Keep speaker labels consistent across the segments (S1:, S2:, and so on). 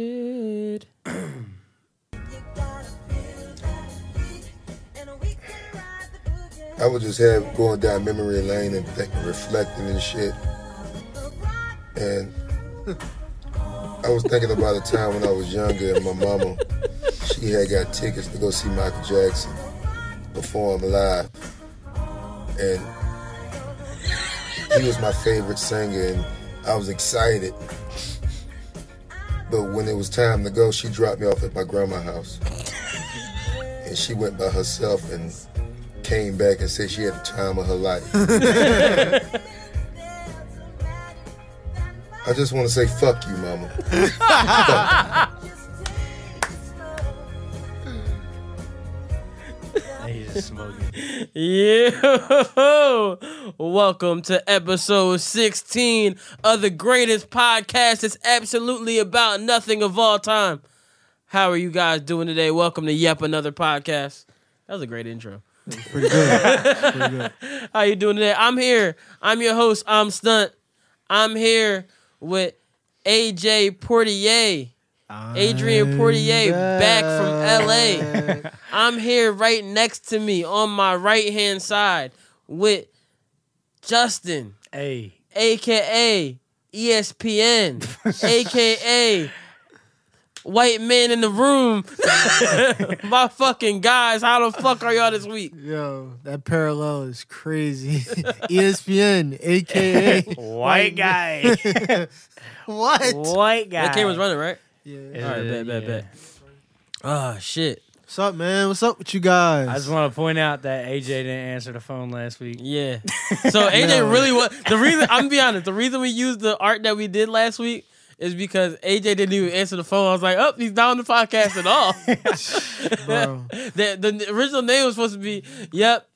S1: started.
S2: I would just have going down memory lane and think, reflecting and shit. And I was thinking about a time when I was younger and my mama, she had got tickets to go see Michael Jackson perform live. And he was my favorite singer and I was excited. But when it was time to go, she dropped me off at my grandma's house. And she went by herself and came back and said she had the time of her life. I just want to say, fuck you, mama.
S3: He's just smoking.
S1: Yeah. Welcome to episode 16 of the greatest podcast that's absolutely about nothing of all time. How are you guys doing today? Welcome to Yep Another Podcast. That was a great intro.
S4: Pretty good. Pretty good.
S1: How you doing today? I'm here. I'm your host, I'm Stunt. I'm here with AJ Portier. Adrian Portier back from LA. I'm here right next to me on my right hand side with Justin,
S3: Hey,
S1: aka E ESPN, aka White Man in the Room. my fucking guys, how the fuck are y'all this week?
S4: Yo, that parallel is crazy. E ESPN, aka
S3: white guy.
S4: what?
S3: white guy.
S1: That camera's running, right?
S4: Yeah.
S3: Yeah,
S1: All right, bet, bet,
S3: yeah.
S1: bet. Ah, shit.
S4: What's up, man? What's up with you guys?
S3: I just want to point out that AJ didn't answer the phone last week.
S1: Yeah. So AJ
S4: No.
S1: really was the reason. I'm gonna be honest. The reason we used the art that we did last week is because AJ didn't even answer the phone. I was like, oh, he's not on the podcast at all.
S4: Bro.
S1: the, the original name was supposed to be, yep,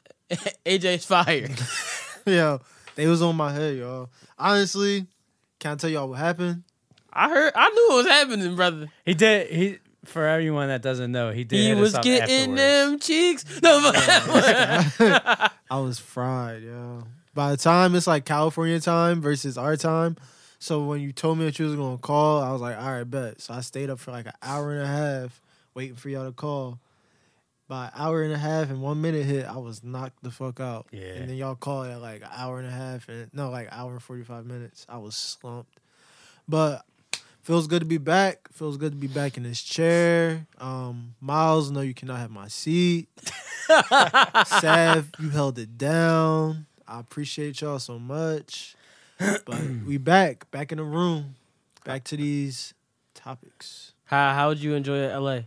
S1: AJ's fired.
S4: Yo, they was on my head, y'all. Honestly, can I tell y'all what happened?
S1: I heard. I knew what was happening, brother.
S3: He did. He for everyone that doesn't know, he did.
S1: he
S3: hit us
S1: was
S3: up
S1: getting
S3: afterwards.
S1: them cheeks. No, but-
S4: I was fried, yo. By the time it's like California time versus our time. So when you told me that you was gonna call, I was like, all right, bet. So I stayed up for like an hour and a half waiting for y'all to call. By hour and a half and one minute hit, I was knocked the fuck out.
S3: Yeah.
S4: And then y'all called at like an hour and a half and no, like hour and forty five minutes. I was slumped. But feels good to be back. Feels good to be back in this chair. Um, Miles, no, you cannot have my seat. Sav, you held it down. I appreciate y'all so much. But we back, back in the room, back to these topics.
S1: how how would you enjoy LA?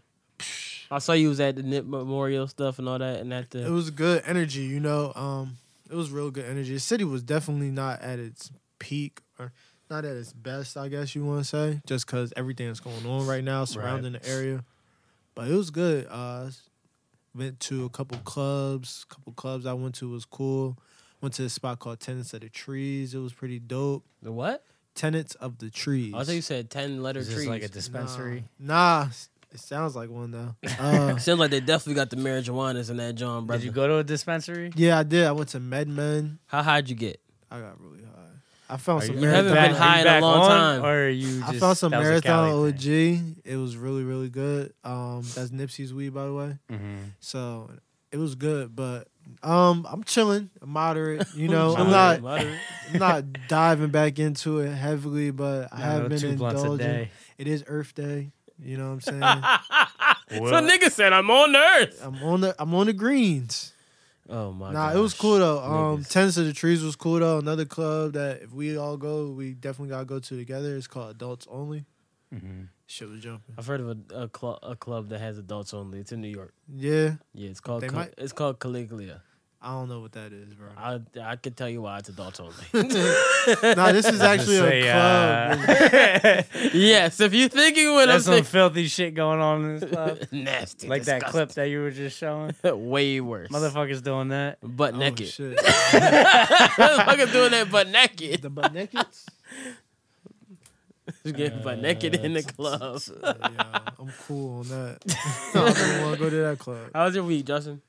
S1: I saw you was at the Nip Memorial stuff and all that, and at
S4: It
S1: the
S4: was good energy, you know. Um, it was real good energy. The city was definitely not at its peak or not at its best, I guess you want to say, just because everything's going on right now surrounding the area. But it was good. Uh, s- went to a couple clubs. couple clubs I went to was cool. Went to a spot called Tenants of the Trees. It was pretty dope.
S1: the what?
S4: Tenants of the Trees.
S1: I thought you said ten letter
S3: Is this
S1: trees.
S3: like a dispensary?
S4: Nah, s- it sounds like one though. Uh,
S1: Sounds like they definitely got the marijuanas in that John, brother.
S3: Did you go to a dispensary?
S4: yeah, I did. I went to MedMen.
S1: How high'd you get?
S4: I got really high. I found
S3: Are
S4: some.
S3: you
S1: You haven't
S4: marathon-
S1: been high in a
S3: back
S1: long
S3: on,
S1: time.
S3: Or are you? Just,
S4: I found some
S3: that was a Cali
S4: marathon
S3: thing?
S4: OG. It was really, really good. Um, that's Nipsey's weed, by the way.
S3: Mhm.
S4: So it was good, but um, I'm chilling, moderate. You know, I'm
S3: Moderate,
S4: not, I'm not diving back into it heavily, but I
S3: No,
S4: have
S3: no,
S4: been
S3: two blunts a
S4: indulging.
S3: day.
S4: It is Earth Day. You know what I'm saying?
S1: so nigga said I'm on the earth.
S4: I'm on the I'm on the greens.
S1: Oh my
S4: Nah, it was cool though. Um, Tennis of the Trees was cool though. Another club that if we all go, we definitely gotta go to together. It's called Adults Only.
S3: Mhm.
S4: Shit was jumping.
S1: I've heard of a a, cl- a club that has adults only. It's in New York.
S4: Yeah,
S1: Yeah, it's called
S4: They
S1: Ca-
S4: might-
S1: it's called Caliglia.
S4: I don't know what that is, bro.
S1: I I could tell you why it's adults only.
S4: nah, this is
S3: I was
S4: actually
S3: gonna
S4: a
S3: say,
S4: club.
S3: uh,
S1: yes, if you're thinking what
S3: There's
S1: I'm
S3: some filthy shit going on in this club.
S1: saying, nasty,
S3: like that clip
S1: disgusting.
S3: that you were just showing.
S1: way worse.
S3: Motherfuckers doing that.
S1: butt
S4: Oh,
S1: naked.
S4: shit.
S1: Motherfucker doing that butt naked.
S4: the butt naked.
S1: Just getting butt naked in the club.
S4: Oh, yeah, I'm cool on that. I don't want to go to that club.
S1: How was your week, Justin?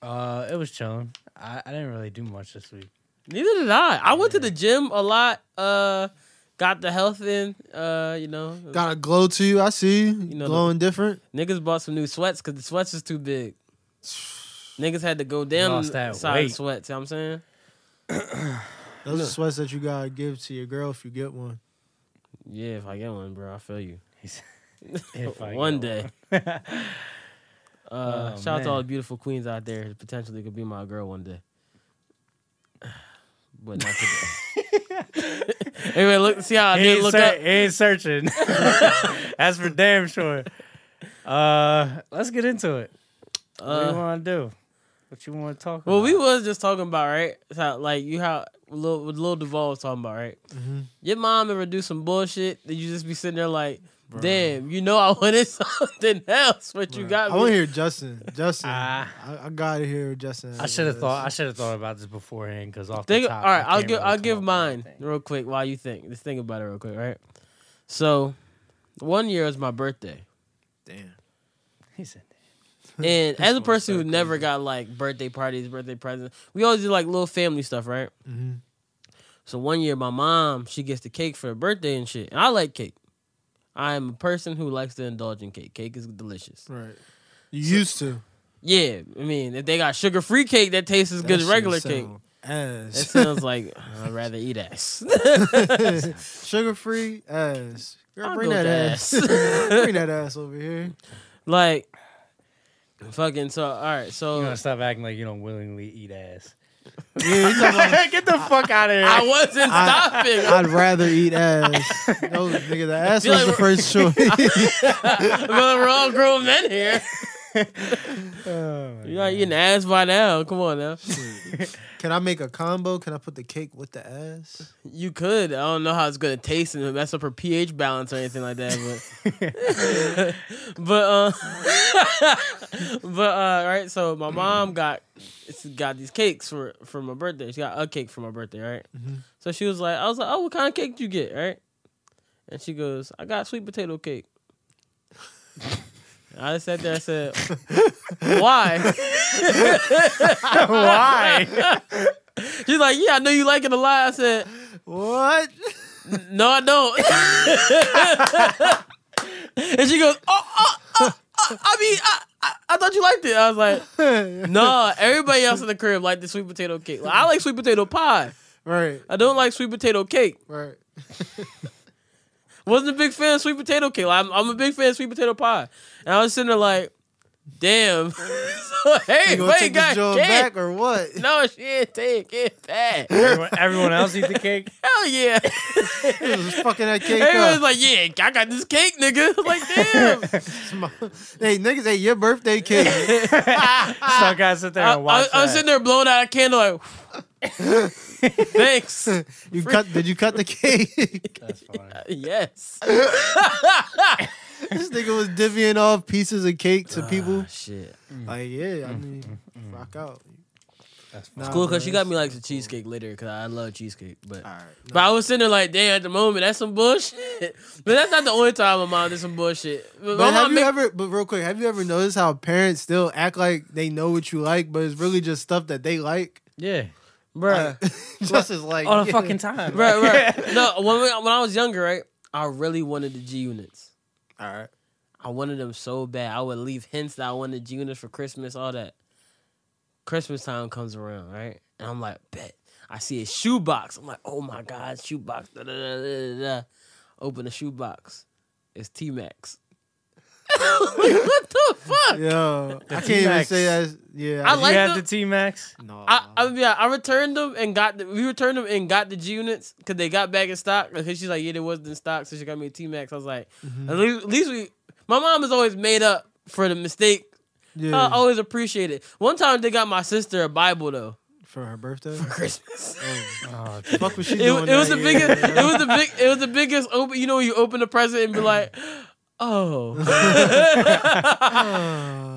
S3: Uh, it was chilling. I, I didn't really do much this week.
S1: Neither did I. I went to the gym a lot. Uh, got the health in. Uh, you know,
S4: Got a glow to you. I see you.
S1: know the-
S4: glowing different.
S1: niggas bought some new sweats because the sweats was too big. Niggas had to go down
S3: Lost
S1: in
S3: that
S1: side
S3: weight.
S1: sweats. You know what I'm saying,
S4: Those are sweats that you gotta give to your girl if you get one.
S1: yeah. If I get one, bro, I feel you.
S3: If I
S1: one
S3: get
S1: day. Uh,
S3: Oh,
S1: shout out to all
S3: man.
S1: the beautiful queens out there who potentially could be my girl one day. But not today. anyway, look, see how I
S3: He
S1: did
S3: ain't,
S1: look
S3: ser-
S1: up.
S3: he ain't searching. That's for damn sure. Uh, let's get into it. what do
S1: Uh,
S3: you want to do? What you want to talk
S1: well,
S3: about?
S1: we was just talking about right, It's how, like you how Lil, what Lil Duval was talking about right.
S4: Mhm.
S1: Your mom ever do some bullshit that you just be sitting there like, damn, you know I wanted something else, but you
S4: I
S1: got
S4: want to
S1: me.
S4: hear Justin. Justin.
S3: Ah.
S4: I, I gotta hear Justin.
S3: I should have thought. I should have thought about this beforehand because off
S1: Think,
S3: the
S1: all
S3: top.
S1: right,
S3: I
S1: I'll
S3: can't
S1: give
S3: really
S1: I'll
S3: come up
S1: give
S3: with
S1: mine
S3: anything.
S1: real quick while you think. Just think about it real quick, right? So, one year is my birthday.
S4: Damn.
S3: He said,
S1: And as a
S4: one's
S1: person
S4: so
S1: who never
S4: crazy.
S1: got like birthday parties, birthday presents, we always do like little family stuff, right?
S4: hmm
S1: So one year, my mom she gets the cake for her birthday and shit, and I like cake. I am a person who likes to indulge in cake. Cake is delicious.
S4: Right. You used to.
S1: Yeah, I mean, if they got sugar free cake that tastes as
S4: That
S1: good as
S4: shit
S1: regular cake,
S4: sound
S1: that
S4: Ass.
S1: sounds like I'd rather eat ass.
S4: Sugar free ass. Girl,
S1: I'll
S4: bring
S1: go
S4: that
S1: with
S4: ass.
S1: ass.
S4: bring that ass over here.
S1: like, fucking. So all right, so
S3: "You gonna stop acting like you don't willingly eat ass."
S4: Yeah, you talking about,
S3: Get the fuck out of here!
S1: I wasn't
S4: I-
S1: stopping.
S4: I'd rather eat ass. Those nigga, the ass
S1: Feel
S4: was the
S1: like
S4: first choice.
S1: well, we're all grown men here.
S3: Oh, my
S1: You're not eating ass by now. Come on now.
S4: Can I make a combo? Can I put the cake with the ass?
S1: You could. I don't know how it's gonna taste and mess up her pH balance or anything like that. But but uh, but uh, right. So my mom got she got these cakes for for my birthday. She got a cake for my birthday, right?
S4: Mhm.
S1: So she was like, I was like, oh, what kind of cake did you get, right? And she goes, I got sweet potato cake. I sat there. I said, why?
S3: God. Why?
S1: She's like, yeah, I know you like it a lot. I said,
S4: What?
S1: No, I don't. and she goes, oh, oh, oh, oh, I mean, I, I, I thought you liked it. I was like, no, everybody else in the crib liked the sweet potato cake. Like, I like sweet potato pie.
S4: Right,
S1: I don't like sweet potato cake.
S4: right.
S1: Wasn't a big fan of sweet potato cake. Like, I'm, I'm a big fan of sweet potato pie. And I was sitting there like, damn. So, hey,
S4: you gonna
S1: wait,
S4: take this
S1: guys,
S4: joint
S1: cake.
S4: back or what?
S1: No, she ain't take it back.
S3: everyone, everyone else eat the cake.
S1: Hell yeah.
S4: Just fucking that cake
S1: Everyone's
S4: up.
S1: like, yeah, I got this cake, nigga. I'm like, damn.
S4: hey, niggas ate your birthday cake.
S3: Some guy sit there
S1: I,
S3: and watch.
S1: I, I was sitting there blowing out a candle like, thanks.
S4: You cut? Did you cut the cake?
S3: That's funny.
S1: yes.
S4: this nigga was divvying off pieces of cake to people.
S1: Ah, shit.
S4: Like, yeah, I
S1: Mm,
S4: mean, rock out.
S3: That's
S4: Nah,
S3: funny.
S1: Cool,
S4: bro,
S1: because she got
S4: it's-
S1: me like some cheesecake later because I love cheesecake. But
S4: All right.
S1: but I was sitting there like, damn, at the moment, that's some bullshit. But that's not the only time my mom did some bullshit. But my
S4: But have
S1: mom
S4: you
S1: make-
S4: ever? But real quick, have you ever noticed how parents still act like they know what you like, but it's really just stuff that they like?
S3: Yeah.
S1: Bruh.
S4: Uh, just as like
S3: All the
S4: yeah.
S3: fucking time.
S1: Bruh, bruh. No, when, we, when I was younger, right, I really wanted the G units.
S4: All right.
S1: I wanted them so bad. I would leave hints that I wanted G units for Christmas, all that. Christmas time comes around, right? And I'm like, bet. I see a shoebox. I'm like, oh my God, shoebox. Da, da, da, da, da, da. Open the shoebox. It's T Max. what the fuck?
S4: Yo, I can't even
S3: T-Max.
S4: say that. Yeah.
S1: I
S4: I-
S3: You
S1: like
S3: had
S1: the-
S3: the T Max.
S4: no.
S1: I, I yeah, I returned them and got the, we returned them and got the G units because they got back in stock. Because she's like, yeah, there wasn't in stock, so she got me a T Max. I was like, at least, at least we. My mom has always made up for the mistake
S4: yeah.
S1: I always appreciate it. One time they got my sister a Bible though
S4: for her birthday.
S1: for Christmas.
S3: Oh,
S4: Fuck was she
S1: oh. It,
S4: doing?
S1: it was the
S4: that
S1: biggest.
S4: year,
S1: It was the big. It was the biggest open. You know, when you open the present and be like, "Oh." that
S4: Uh,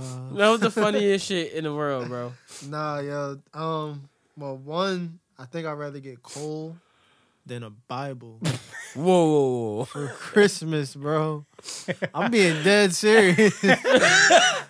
S1: was the funniest shit in the world, bro.
S4: Nah, yo. Um, well, one, I think I'd rather get coal than a Bible
S1: Whoa, whoa, whoa.
S4: for Christmas, bro. I'm being dead serious.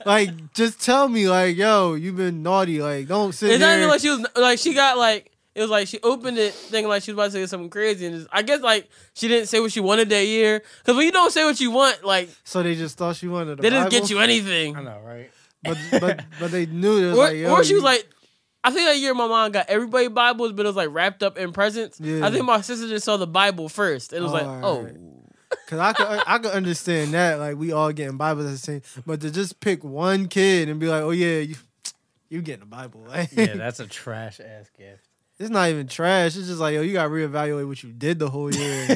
S4: like, just tell me, like, yo, you've been naughty. Like, don't sit
S1: It's not
S4: there.
S1: even like she was like she got like It was like she opened it thinking like she was about to say something crazy, and just, I guess like she didn't say what she wanted that year. Because when you don't say what you want, like
S4: So they just thought she wanted. A
S1: they didn't get
S4: Bible,
S1: you anything.
S3: I know, right?
S4: But but but they knew it was
S1: or,
S4: like. Yo,
S1: or she was
S4: you-
S1: like, I think that year my mom got everybody Bibles, but it was like wrapped up in presents.
S4: Yeah.
S1: I think my sister just saw the Bible first. It was like,
S4: Alright.
S1: oh,
S4: Cause I could I could understand that like we all getting Bibles at the same, but to just pick one kid and be like, oh yeah, you you getting a Bible? Like,
S3: Yeah, that's a trash ass gift.
S4: it's not even trash. It's just like yo, you gotta reevaluate what you did the whole year.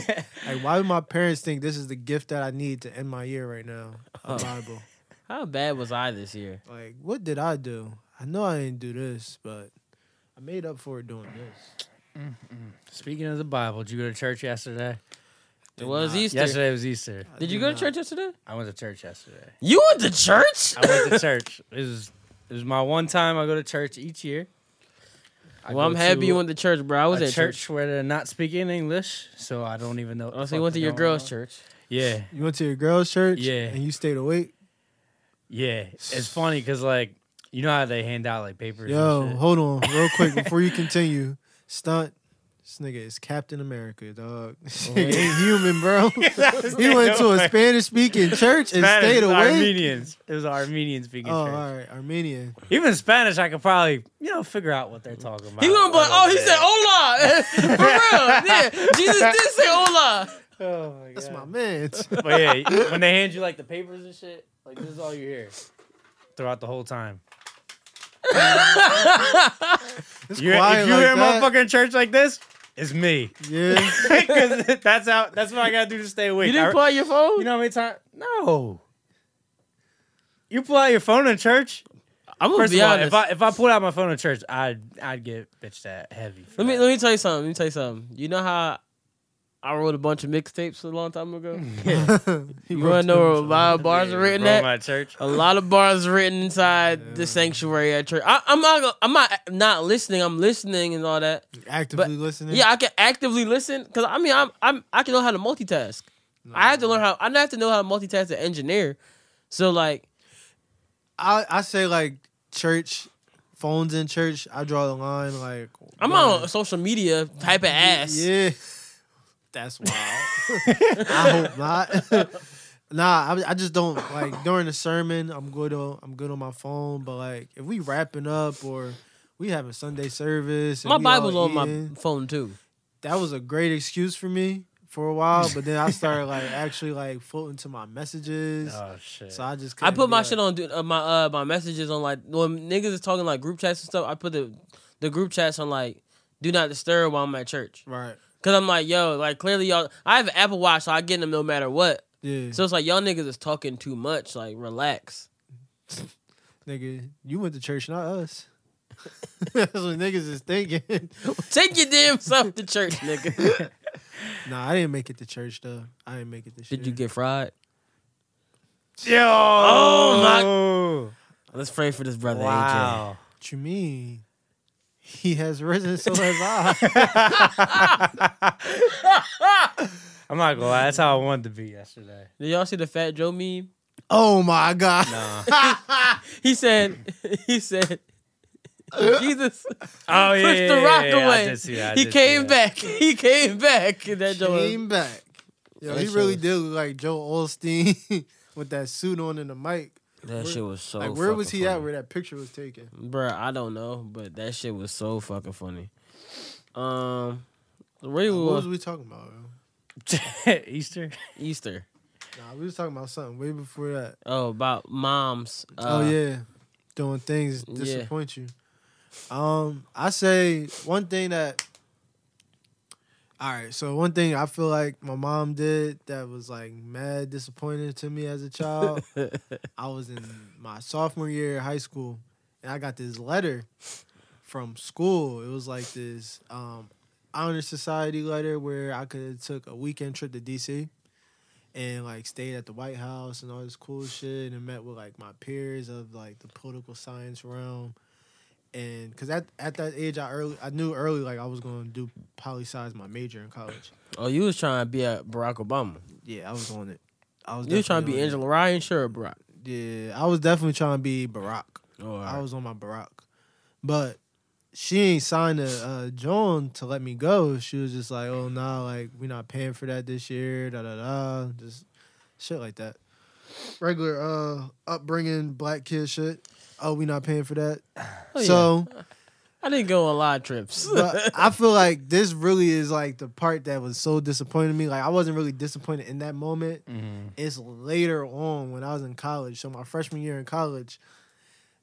S4: like, why do my parents think this is the gift that I need to end my year right now? A
S1: Oh.
S4: Bible.
S1: how bad was I this year?
S4: Like, what did I do? I know I didn't do this, but I made up for it doing this.
S3: Speaking of the Bible, did you go to church yesterday?
S1: It was
S4: not.
S1: Easter.
S3: Yesterday was Easter.
S4: I
S1: Did
S4: did
S1: you go to
S4: not.
S1: church yesterday?
S3: I went to church yesterday.
S1: You went to church?
S3: I went to church. It was it was my one time I go to church each year. I
S1: well, I'm
S3: go
S1: happy
S3: to
S1: you went to church, bro. I was
S3: a
S1: at
S3: church,
S1: church.
S3: where they're not speaking English, so I don't even know.
S1: Oh, so you went to your girl's church.
S3: Yeah,
S4: You went to your girls' church,
S3: Yeah.
S4: and you stayed awake.
S3: yeah. It's funny because like you know how they hand out like papers.
S4: Yo,
S3: and shit?
S4: hold on, real quick before you continue. Stunt, this nigga is Captain America, dog. This nigga ain't human, bro. he went to a Spanish speaking church and
S3: Spanish,
S4: stayed awake.
S3: Armenians. It was Armenian speaking
S4: Oh,
S3: church.
S4: all right, Armenian.
S3: Even Spanish, I could probably you know figure out what they're talking about.
S1: He gonna be like, oh, he said hola. For real. Yeah. Jesus did say hola.
S3: Oh my god.
S4: That's my man.
S3: But yeah, when they hand you like the papers and shit, like this is all you hear throughout the whole time.
S4: It's
S3: You, if you
S4: quiet like
S3: hear a
S4: that.
S3: motherfucker in church like this, it's me.
S4: Yeah,
S3: 'Cause that's how. That's what I gotta do to stay awake.
S1: You didn't
S3: I-
S1: play your phone?
S3: you know how many times? No. You pull out your phone in church.
S1: I'm gonna
S3: First
S1: be
S3: of all,
S1: honest.
S3: if I if I pulled out my phone in church, I'd I'd get bitched at heavy. for
S1: let me
S3: that.
S1: let me tell you something. Let me tell you something. You know how I wrote a bunch of mixtapes a long time ago?
S3: Yeah.
S4: He
S1: You
S4: wrote
S1: wanna
S4: to
S1: know where a
S4: himself.
S1: lot of bars
S3: Yeah,
S1: are written
S3: bro,
S1: at?
S3: my church.
S1: A lot of bars written inside the sanctuary at church. I, I'm not. gonna- I'm not not listening. I'm listening and all that.
S4: Actively
S1: But-
S4: listening.
S1: Yeah, I can actively listen because I mean, I'm, I'm I can know how to multitask. I have to learn how. I have to know how to multitask as an engineer. So like,
S4: I I say like church, phones in church. I draw the line like
S1: I'm
S4: bruh.
S1: on social media type of ass.
S4: Yeah. That's wild. I hope not. nah, I, I just don't like during the sermon. I'm good on I'm good on my phone, but like if we wrapping up or we having Sunday service, and
S1: My
S4: we
S1: Bible's
S4: all
S1: on my
S4: eating,
S1: phone too.
S4: That was a great excuse for me for a while, but then I started like actually like floating to my messages.
S3: Oh shit.
S4: so I just
S1: I
S4: couldn't
S1: put
S4: be,
S1: my
S4: like-
S1: shit on do- uh, my uh my messages on like when niggas is talking like group chats and stuff. I put the the group chats on like do not disturb while I'm at church
S4: Right.
S1: because I'm like yo like clearly y'all I have an Apple Watch so I get them no matter what.
S4: Yeah.
S1: So it's like y'all niggas is talking too much. Like relax.
S4: nigga, you went to church, not us. That's what niggas is thinking.
S1: Take your damn self to church, nigga.
S4: nah, I didn't make it to church though. I didn't make it to
S1: Did you get fried?
S3: Yo.
S1: Oh Let's pray for this brother. AJ.
S3: Wow.
S4: What you mean? He has risen, so has I.
S3: I'm not gonna lie. That's how I wanted to be yesterday.
S1: Did y'all see the Fat Joe meme?
S4: oh my God.
S3: Nah.
S1: He said, he said, Jesus
S3: Oh yeah.
S1: pushed
S3: yeah,
S1: the
S3: yeah,
S1: rock
S3: yeah, yeah,
S1: away.
S3: I did see that. I
S1: he
S3: did see
S1: came
S3: that.
S1: back. He came back. And That Joe was-
S4: Came back. Yo,
S1: That
S4: he
S1: shit
S4: really
S1: was-
S4: did look like Joe Olstein with that suit on and the mic.
S1: That shit was so.
S4: Like, where was he at
S1: Bruh,
S4: where that picture was taken?
S1: I don't know, but that shit was so fucking funny. Um, where you
S4: What was
S1: was
S4: we talking about? Bro?
S3: Easter.
S1: Easter?
S4: Nah, we was talking about something way before that.
S1: Oh, about moms. Uh,
S4: oh yeah, doing things that
S1: yeah.
S4: disappoint you. Um, I say one thing that. All right, so one thing I feel like my mom did that was like mad disappointing to me as a
S1: uh,
S4: child. I was in my sophomore year of high school, and I got this letter from school. It was like this um, honor society letter where I could have took a weekend trip to DC and like stayed at the White House and all this cool shit and met with like my peers of like the political science realm. And because at, at that age, I early I knew early like I was going to do poli sci as my major in college.
S1: Oh, you was trying to be a Barack Obama.
S4: Yeah, I was on it. I was
S1: You was trying to
S4: definitely
S1: be
S4: on it.
S1: Angela Ryan, sure, Barack.
S4: Yeah, I was definitely trying to be Barack.
S1: Oh, all
S4: I
S1: right.
S4: was on my Barack. But she ain't signed a uh, John to let me go. She was just like, "Oh nah, like we not paying for that this year." Da da da, just shit like that. Regular uh upbringing, black kid shit. Oh, we not paying for that.
S1: Oh, yeah.
S4: so
S1: I didn't go on a lot of trips.
S4: but I feel like this really is like the part that was so disappointing to me. Like I wasn't really disappointed in that moment.
S3: Mm-hmm.
S4: It's later on when I was in college. So my freshman year in college,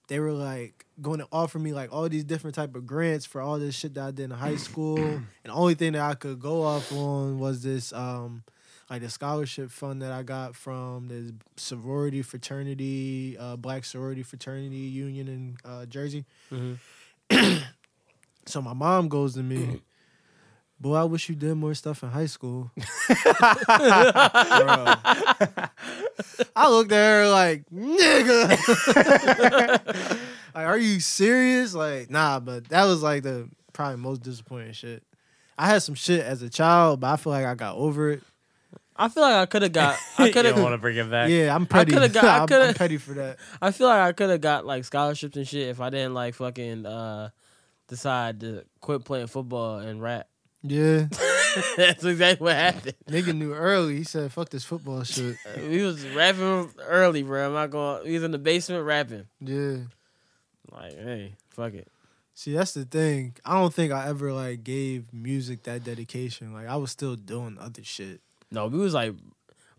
S4: they were like going to offer me like all these different type of grants for all this shit that I did in high school. and only thing that I could go off on was this um like the scholarship fund that I got from the sorority fraternity, uh, black sorority fraternity union in uh, Jersey. So my mom goes to me, Boy, I wish you did more stuff in high school. I looked at her like, nigga. like, are you serious? Like, nah, but that was like the probably most disappointing shit. I had some shit as a child, but I feel like I got over it.
S1: I feel like I could have got. I could
S3: you don't want to
S1: have.
S3: bring it back.
S4: Yeah, I'm petty.
S1: coulda got- I
S4: I'm- I'm,
S1: coulda-
S4: petty for that.
S1: I feel like I could have got like scholarships and shit if I didn't like fucking uh decide to quit playing football and rap.
S4: Yeah,
S1: That's exactly what happened.
S4: nigga knew early. He said, "Fuck this football shit."
S1: We was rapping early, bro. I'm not going. We was in the basement rapping.
S4: Yeah.
S1: Like, hey, fuck it.
S4: See, that's the thing. I don't think I ever like gave music that dedication. Like I was still doing other shit.
S1: No, we was like,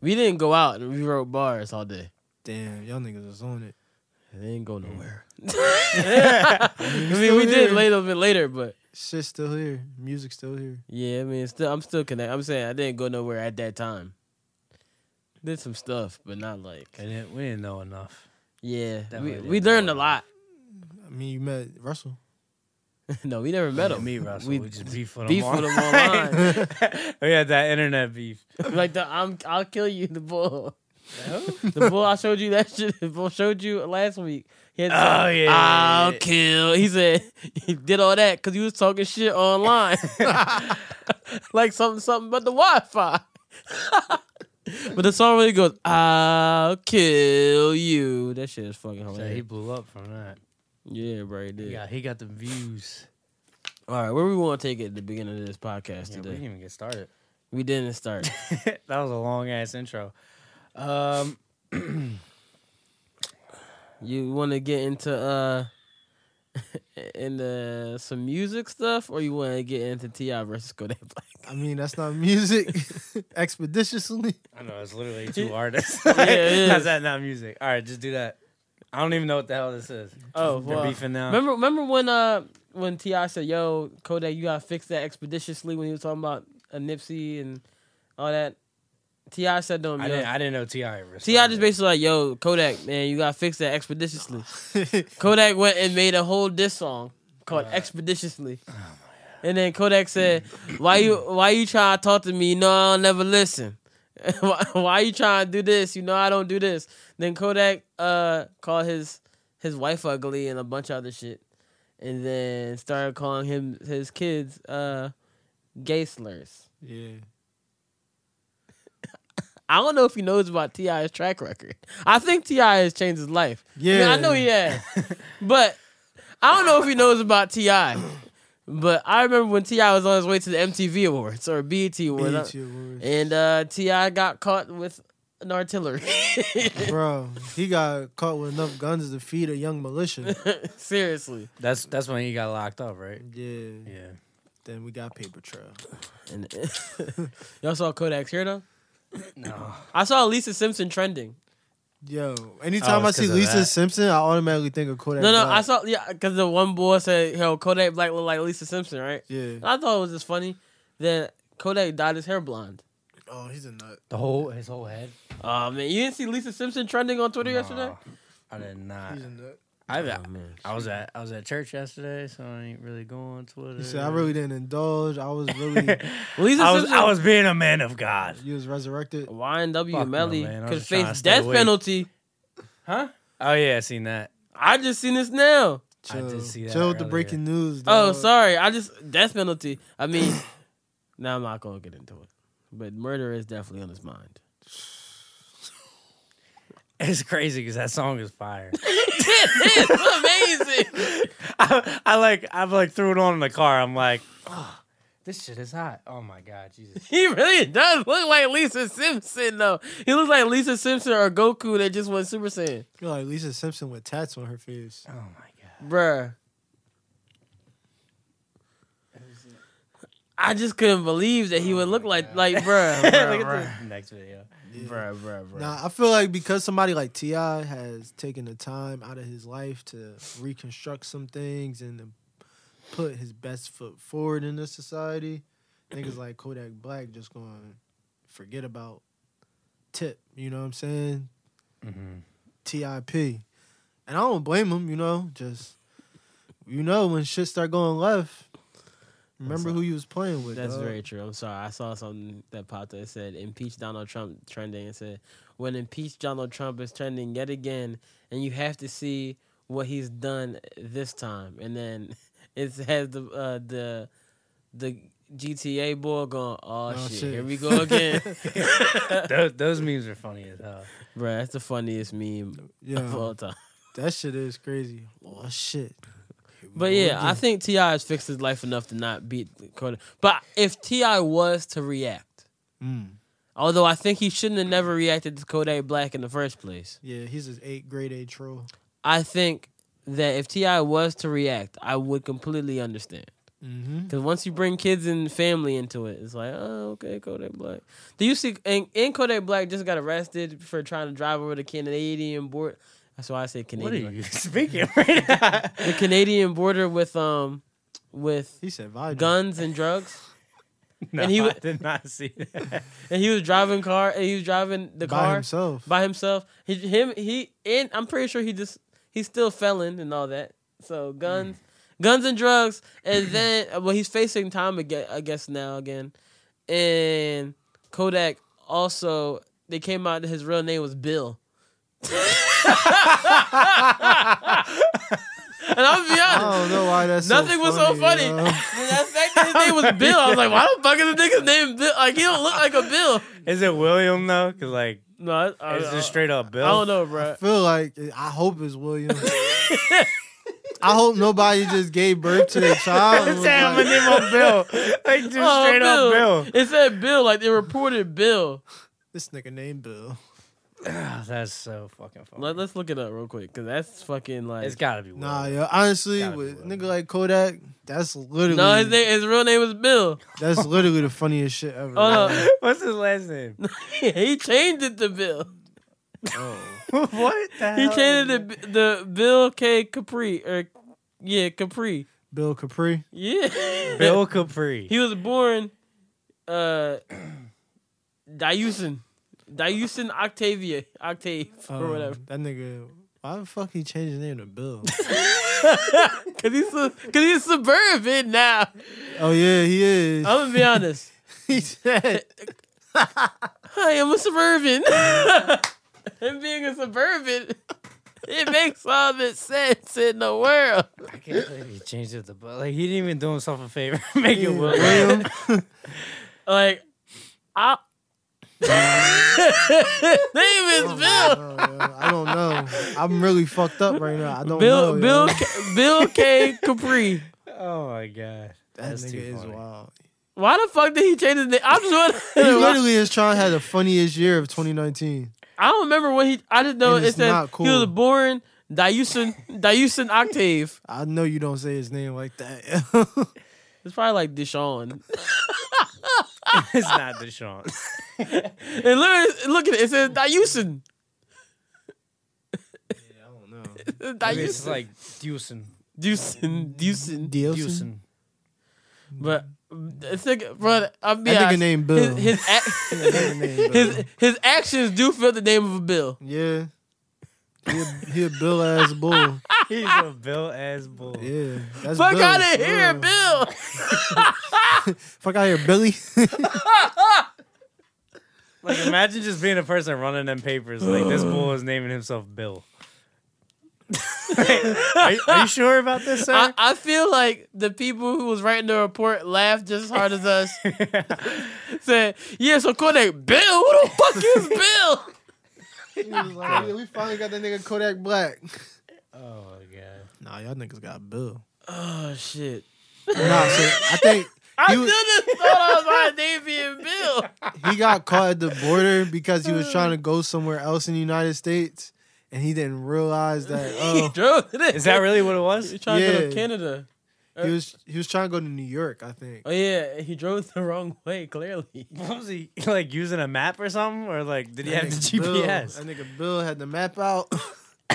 S1: we didn't go out and we wrote bars all day.
S4: Damn, y'all niggas was on it.
S1: It didn't
S3: Mm.
S1: go nowhere.
S4: I
S1: I mean, we did later, a bit later, but
S4: Shit's still here. Music's still here.
S1: yeah, I mean, still, I'm still connected. I'm saying I didn't go nowhere at that time. Did some stuff, but not like
S3: We didn't- we didn't know enough.
S1: yeah. We,
S3: Definitely
S1: we
S3: didn't go
S1: learned a lot.
S4: I mean, you met Russell.
S1: no, we never met him.
S3: Me, Russell. We, just beef with
S1: beef
S3: him
S1: with him
S3: we had that internet beef.
S1: like the I'm I'll kill you the bull. the bull I showed you that shit. The bull showed you last week. He had to
S3: Oh,
S1: say,
S3: yeah.
S1: I'll kill. He said he did all that because he was talking shit online, like something something but the Wi-Fi. but the song really goes, "I'll kill you." That shit is fucking
S3: So he
S1: hilarious.
S3: blew up from that.
S1: Oh, yeah, bro, he did.
S3: Yeah, he got the views.
S1: All right, where we want to take it at the beginning of this podcast
S3: Yeah, we didn't
S1: today?
S3: even get started.
S1: We didn't start.
S3: that was a long ass intro. Um,
S1: You want to get into uh into some music stuff, or you want to get into Ti versus Kodak Black?
S4: I mean, that's not music. Expeditiously.
S3: I know it's literally two artists.
S1: it
S3: How's
S1: is.
S3: that not music? All right, just do that. I don't even know what the hell this is.
S1: Oh,
S3: They're
S1: well,
S3: beefing now.
S1: remember remember when uh when Ti said, "Yo, Kodak, you gotta fix that expeditiously" when he was talking about a Nipsey and all that. Ti said, "Don't."
S3: I didn't. I didn't know Ti. ever
S1: Ti uh, just
S3: started.
S1: basically like, "Yo, Kodak, man, you gotta fix that expeditiously." Kodak went and made a whole diss song called Expeditiously. And then Kodak said, "Why you why you trying to talk to me? You know I don't never listen. why, why you trying to do this? You know I don't do this." Then Kodak uh called his his wife ugly and a bunch of other shit, and then started calling him his kids uh gay slurs.
S4: yeah.
S1: I don't know if he knows about Ti's track record. I think Ti has changed his life.
S4: Yeah.
S1: I, mean, I know he has, but I don't know if he knows about Ti. But I remember when Ti was on his way to the MTV Awards or BET Awards,
S4: BET Awards.
S1: and uh, Ti got caught with an artillery.
S4: Bro, he got caught with enough guns to feed a young militia.
S1: Seriously,
S3: That's that's when he got locked up, right?
S4: Yeah.
S3: Yeah.
S4: Then we got paper trail.
S1: and y'all saw Kodak's hair though.
S3: No.
S1: I saw Lisa Simpson trending.
S4: Yo, anytime I
S3: it's
S4: see
S3: 'cause of
S4: Lisa
S3: that.
S4: Simpson, I automatically think of Kodak.
S1: No, no,
S4: Black.
S1: I saw yeah, because the one boy said, "Yo, Kodak Black look like Lisa Simpson, right?"
S4: Yeah.
S1: I thought it was just funny that Kodak dyed his hair blonde.
S4: Oh, he's a nut.
S3: The whole his whole head.
S1: Oh man, you didn't see Lisa Simpson trending on Twitter yesterday?
S3: No, I did not.
S4: He's a nut.
S3: I,
S1: Oh, man.
S3: I was at I was at church yesterday, so I ain't really going on Twitter.
S4: He said, I really didn't indulge. I was really,
S1: Lisa
S3: I was
S1: Simpson,
S3: I was being a man of God.
S4: you was resurrected.
S1: YNW
S3: Fuck no,
S1: Melly
S3: man, I was
S1: could
S3: just trying to
S1: face
S3: stay
S1: death
S3: awake.
S1: penalty. Huh?
S3: Oh yeah, I seen that.
S1: I just seen this now.
S3: I
S4: Chill.
S3: did see that
S4: Chill with the
S3: earlier.
S4: breaking news.
S1: Oh,
S4: dog.
S1: sorry. I just death penalty. I mean, now I'm not gonna get into it, but murder is definitely on his mind.
S3: It's crazy because that song is fire.
S1: it's amazing.
S3: I, I like I like threw it on in the car. I'm like, oh, this shit is hot. Oh my god, Jesus.
S1: He really does look like Lisa Simpson, though. He looks like Lisa Simpson or Goku that just went Super Saiyan.
S4: You're like Lisa Simpson with tats on her face.
S3: Oh my god.
S1: Bruh. I just couldn't believe that he would look like like bruh. bruh,
S3: Look
S1: bruh.
S3: at the next video.
S4: Yeah.
S3: Bruh, bruh, bruh.
S4: Nah, I feel like because somebody like Ti has taken the time out of his life to reconstruct some things and to put his best foot forward in this society, niggas like Kodak Black just going to forget about Tip. You know what I'm saying?
S3: Mhm.
S4: Tip, and I don't blame him. You know, just you know when shit start going left. Remember who you was playing with.
S1: That's
S4: dog.
S1: very true. I'm sorry. I saw something that popped up. It said impeach Donald Trump trending. It said when impeach Donald Trump is trending yet again, and you have to see what he's done this time. And then it has the uh, the the GTA boy going, oh,
S4: Oh,
S1: shit,
S4: shit.
S1: here we go again,
S3: those, those memes are funny as hell.
S1: bro. That's the funniest meme of
S4: Yeah,
S1: all time.
S4: that shit is crazy. Oh shit.
S1: But yeah, I think Ti has fixed his life enough to not beat Kodak. But if Ti was to react.
S4: Mm.
S1: Although I think he shouldn't have never reacted to Kodak Black in the first place.
S4: Yeah, he's an eight grade A troll.
S1: I think that if Ti was to react, I would completely understand.
S4: Mm-hmm.
S1: Because once you bring kids and family into it, it's like, oh, okay, Kodak Black. Do you see? And, and Kodak Black just got arrested for trying to drive over the Canadian border. That's why I say
S3: What are
S1: Canadian.
S3: you speaking right now?
S1: The Canadian border with um with
S4: He said Vibe.
S1: guns and drugs.
S3: No,
S1: And he wa-
S3: I did not see that.
S1: And he was driving car. And he was driving the
S4: by
S1: car.
S4: himself.
S1: by himself. He, him, he, and I'm pretty sure he just he's still felon and all that. So guns, guns and drugs, and then well, he's facing time again, I guess now again. And Kodak also they came out that his real name was Bill. and I'll be honest,
S4: I don't know why that's
S1: Nothing
S4: so
S1: was so funny.
S4: you
S1: When
S4: know?
S1: I fact that his name was Bill, I was like, why the fuck is the nigga's name Bill? Like, he don't look like a Bill.
S3: Is it William though? Cause like
S1: No, I, I,
S3: it's
S1: I-
S3: just straight up Bill.
S1: Uh, I don't know, bro.
S4: I feel like I hope it's William. I hope nobody just gave birth to their child. and was
S3: Damn, my
S4: like,
S3: name on Bill. Like just
S1: Oh,
S3: straight up Bill.
S1: It said Bill, like they reported Bill.
S4: this nigga named Bill.
S3: Oh, that's so fucking funny.
S1: Let, us look it up real quick, cause that's fucking like.
S3: it's gotta be William.
S4: Nah, yo, honestly,
S3: Gotta be
S4: with
S3: William.
S4: nigga like Kodak, that's literally
S1: no, his name, his real name is Bill.
S4: that's literally the funniest shit ever.
S1: Oh, no.
S3: What's his last name?
S1: he changed it to Bill.
S3: what? The
S1: He
S3: hell?
S1: changed it to B- the Bill K Capri or yeah Capri.
S4: Bill Capri.
S1: Yeah,
S3: Bill Capri.
S1: He was born, uh, Diusin, Diusin Octavia, Octave or
S3: Oh.
S4: Um,
S1: whatever.
S4: That nigga. Why the fuck he changed his name to Bill?
S1: Cause he's su- cause he's suburban now.
S4: oh yeah, he is.
S1: I'm gonna be honest.
S4: he said.
S1: I am a suburban. and being a suburban, it makes all the sense in the world.
S3: I can't believe he changed it to Bill. Like he didn't even do himself a favor. Make it William.
S4: William.
S1: Like, I. Name is Bill.
S4: Oh, yeah, I don't know. I'm really fucked up right now. I don't
S1: Bill,
S4: know.
S1: Bill,
S4: yo.
S1: K, Bill K. Capri.
S3: Oh my god.
S4: that
S3: That's too
S4: nigga is
S3: funny.
S4: wild.
S1: Why the fuck did he change his name? I'm just
S4: He
S1: wondering.
S4: literally is trying to have the funniest year of 2019.
S1: I don't remember when he. I just know
S4: And
S1: it
S4: it's
S1: said
S4: not
S1: he was
S4: cool.
S1: born Diusin Diusin Octave.
S4: I know you don't say his name like that.
S1: It's probably like Deshaun.
S3: it's not Deshaun.
S1: And literally, look at it. It says Diusin.
S4: I don't know.
S3: It's
S1: Diusin.
S3: like Deucin.
S1: Deucin, Deucin,
S4: Dielson.
S3: Deucin.
S1: But this nigga, bro, I'm be
S4: That nigga
S1: honest,
S4: named Bill.
S1: His his,
S4: That
S1: ac-
S4: nigga name Bill.
S1: his his actions do feel the name of a bill.
S4: yeah. He a, he a Bill ass bull.
S3: He's a Bill ass bull.
S4: Yeah. That's
S1: Fuck
S4: Bill.
S1: out of here,
S4: Yeah.
S1: Bill.
S4: Fuck out here, Billy.
S3: Like imagine just being a person running them papers. Like this bull is naming himself Bill. are, you, are you sure about this, sir?
S1: I, I feel like the people who was writing the report laughed just as hard as us. Said, "Yeah, so Kodak Bill. Who the fuck is Bill?"
S4: He was like, yeah, we finally got that nigga Kodak Black.
S3: Oh my god.
S4: Nah, y'all niggas got Bill.
S1: Oh shit.
S4: Nah, so I think
S1: I
S4: You-
S1: still just thought I was on Davy and Bill.
S4: he got caught at the border because he was trying to go somewhere else in the United States, and he didn't realize that.
S1: he
S4: Oh,
S1: drove it.
S3: Is that really what it
S1: You're
S3: was?
S1: trying to go to
S4: Yeah.
S1: Canada.
S4: he was he was trying to go to New York, I think.
S1: Oh yeah, he drove the wrong way. Clearly,
S3: What was he like using a map or something? Or like did he
S4: That
S3: have the
S4: nigga Bill-
S3: GPS?
S4: that nigga Bill had the map out.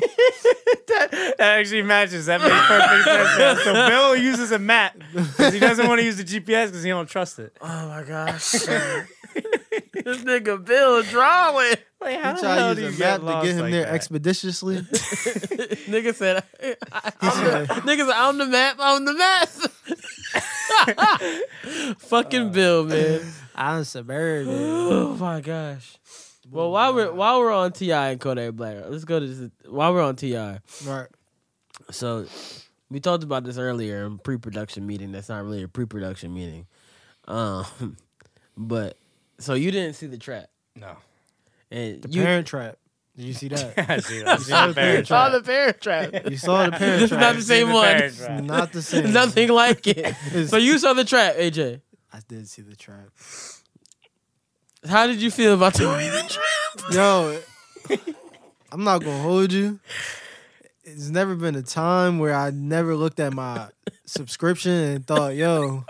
S3: that, that actually matches. That makes perfect sense. now. So Bill uses a map because he doesn't want to use the GPS because he don't trust it.
S1: Oh my gosh. this nigga Bill drawing.
S3: Like
S4: He
S3: how the hell
S4: tried to
S3: do you
S4: use a
S3: get
S4: map to
S3: lost
S4: get him
S3: like
S4: there
S3: that?
S4: expeditiously.
S1: nigga said, I, I, I'm
S4: said-
S1: the, nigga said, I'm the map, I'm the map. Fucking Bill, man.
S4: I'm suburban.
S1: Oh my gosh. Well, while we're while we're on Ti and Kodak Black, let's go to this, while we're on Ti.
S4: Right.
S1: So we talked about this earlier in pre-production meeting. That's not really a pre-production meeting, um, but so you didn't see the trap,
S3: No.
S1: and
S4: The
S1: you
S4: Parent Trap. Did you see that?
S3: I see that. I see
S4: saw
S3: the
S4: the
S3: bear
S4: parent
S1: saw
S3: trap.
S1: the parent trap.
S4: You saw the Parent
S1: This is not
S4: Trap.
S1: the
S3: I've
S1: same
S3: seen the
S1: one.
S3: bear trap.
S4: Not the same.
S1: Nothing like it.
S4: It's-
S1: so you saw the trap, AJ.
S4: I did see the trap.
S1: How did you feel about the way the trap?
S4: Yo, I'm not gonna hold you. It's never been a time where I never looked at my subscription and thought, yo,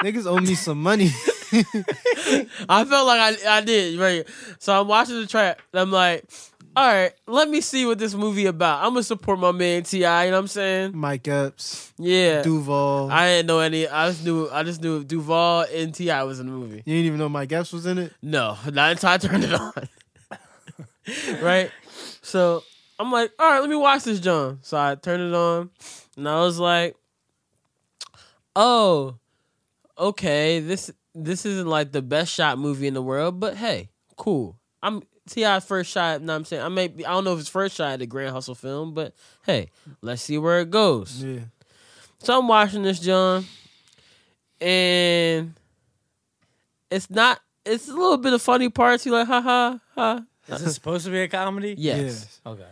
S4: niggas owe me some money.
S1: I felt like I, I did right. So I'm watching the trap. And I'm like, all right, let me see what this movie about. I'm gonna support my man Ti. You know what I'm saying?
S4: Mike Epps,
S1: Yeah.
S4: Duval.
S1: I didn't know any. I just knew. I just knew Duval and Ti was in the movie.
S4: you didn't even know Mike Epps was in it?
S1: No, not until I turned it on. right. So I'm like, all right, let me watch this, John. So I turned it on, and I was like, oh, okay, this this isn't like the best shot movie in the world, but hey, cool. I'm Ti's first shot. No, I'm saying I may. Be, I don't know if it's first shot at the Grand Hustle film, but hey, let's see where it goes.
S4: Yeah.
S1: So I'm watching this, John, and it's not. It's a little bit of funny parts. You like, ha ha ha.
S3: Is this supposed to be a comedy?
S1: Yes.
S3: Okay.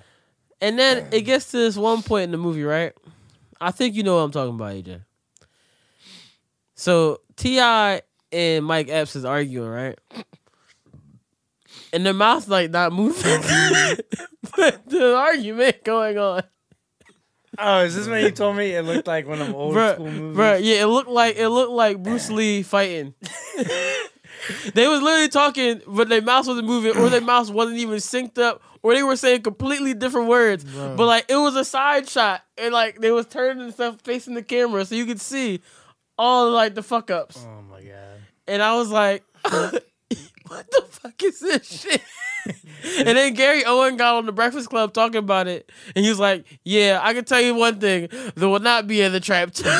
S1: And then it gets to this one point in the movie, right? I think you know what I'm talking about, AJ. So Ti and Mike Epps is arguing, right? And their mouth's like not moving, but the argument going on.
S3: Oh, is this when you told me it looked like one of them old
S1: Bruh,
S3: school movies?
S1: bruh, yeah, it looked like it looked like Bruce Lee fighting. they was literally talking, but their mouth wasn't moving, or their mouth wasn't even synced up, or they were saying completely different words.
S4: Bruh.
S1: But like it was a side shot, and like they was turning and stuff facing the camera, so you could see all like the fuck ups.
S3: Oh my god.
S1: And I was like, what the fuck is this shit? and then Gary Owen got on the Breakfast Club talking about it, and he was like, "Yeah, I can tell you one thing: there will not be in the trap." too."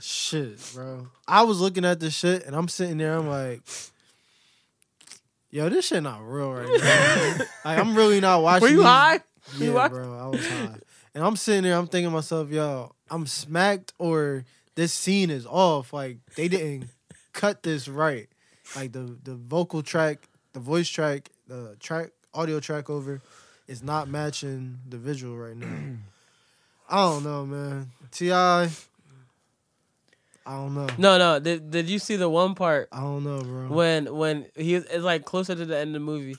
S4: Shit, bro. I was looking at this shit and I'm sitting there, I'm like, yo, this shit not real right now. like, I'm really not watching
S1: Were you
S4: these-
S1: high? Were you
S4: Yeah,
S1: high?
S4: bro, I was high. And I'm sitting there, I'm thinking to myself, yo, I'm smacked or this scene is off. Like they didn't cut this right. Like the the vocal track, the voice track, the track audio track over is not matching the visual right now. I don't know, man. Ti, I don't know.
S1: No, no. Did, did you see the one part
S4: I don't know, bro.
S1: when when he is it's like closer to the end of the movie,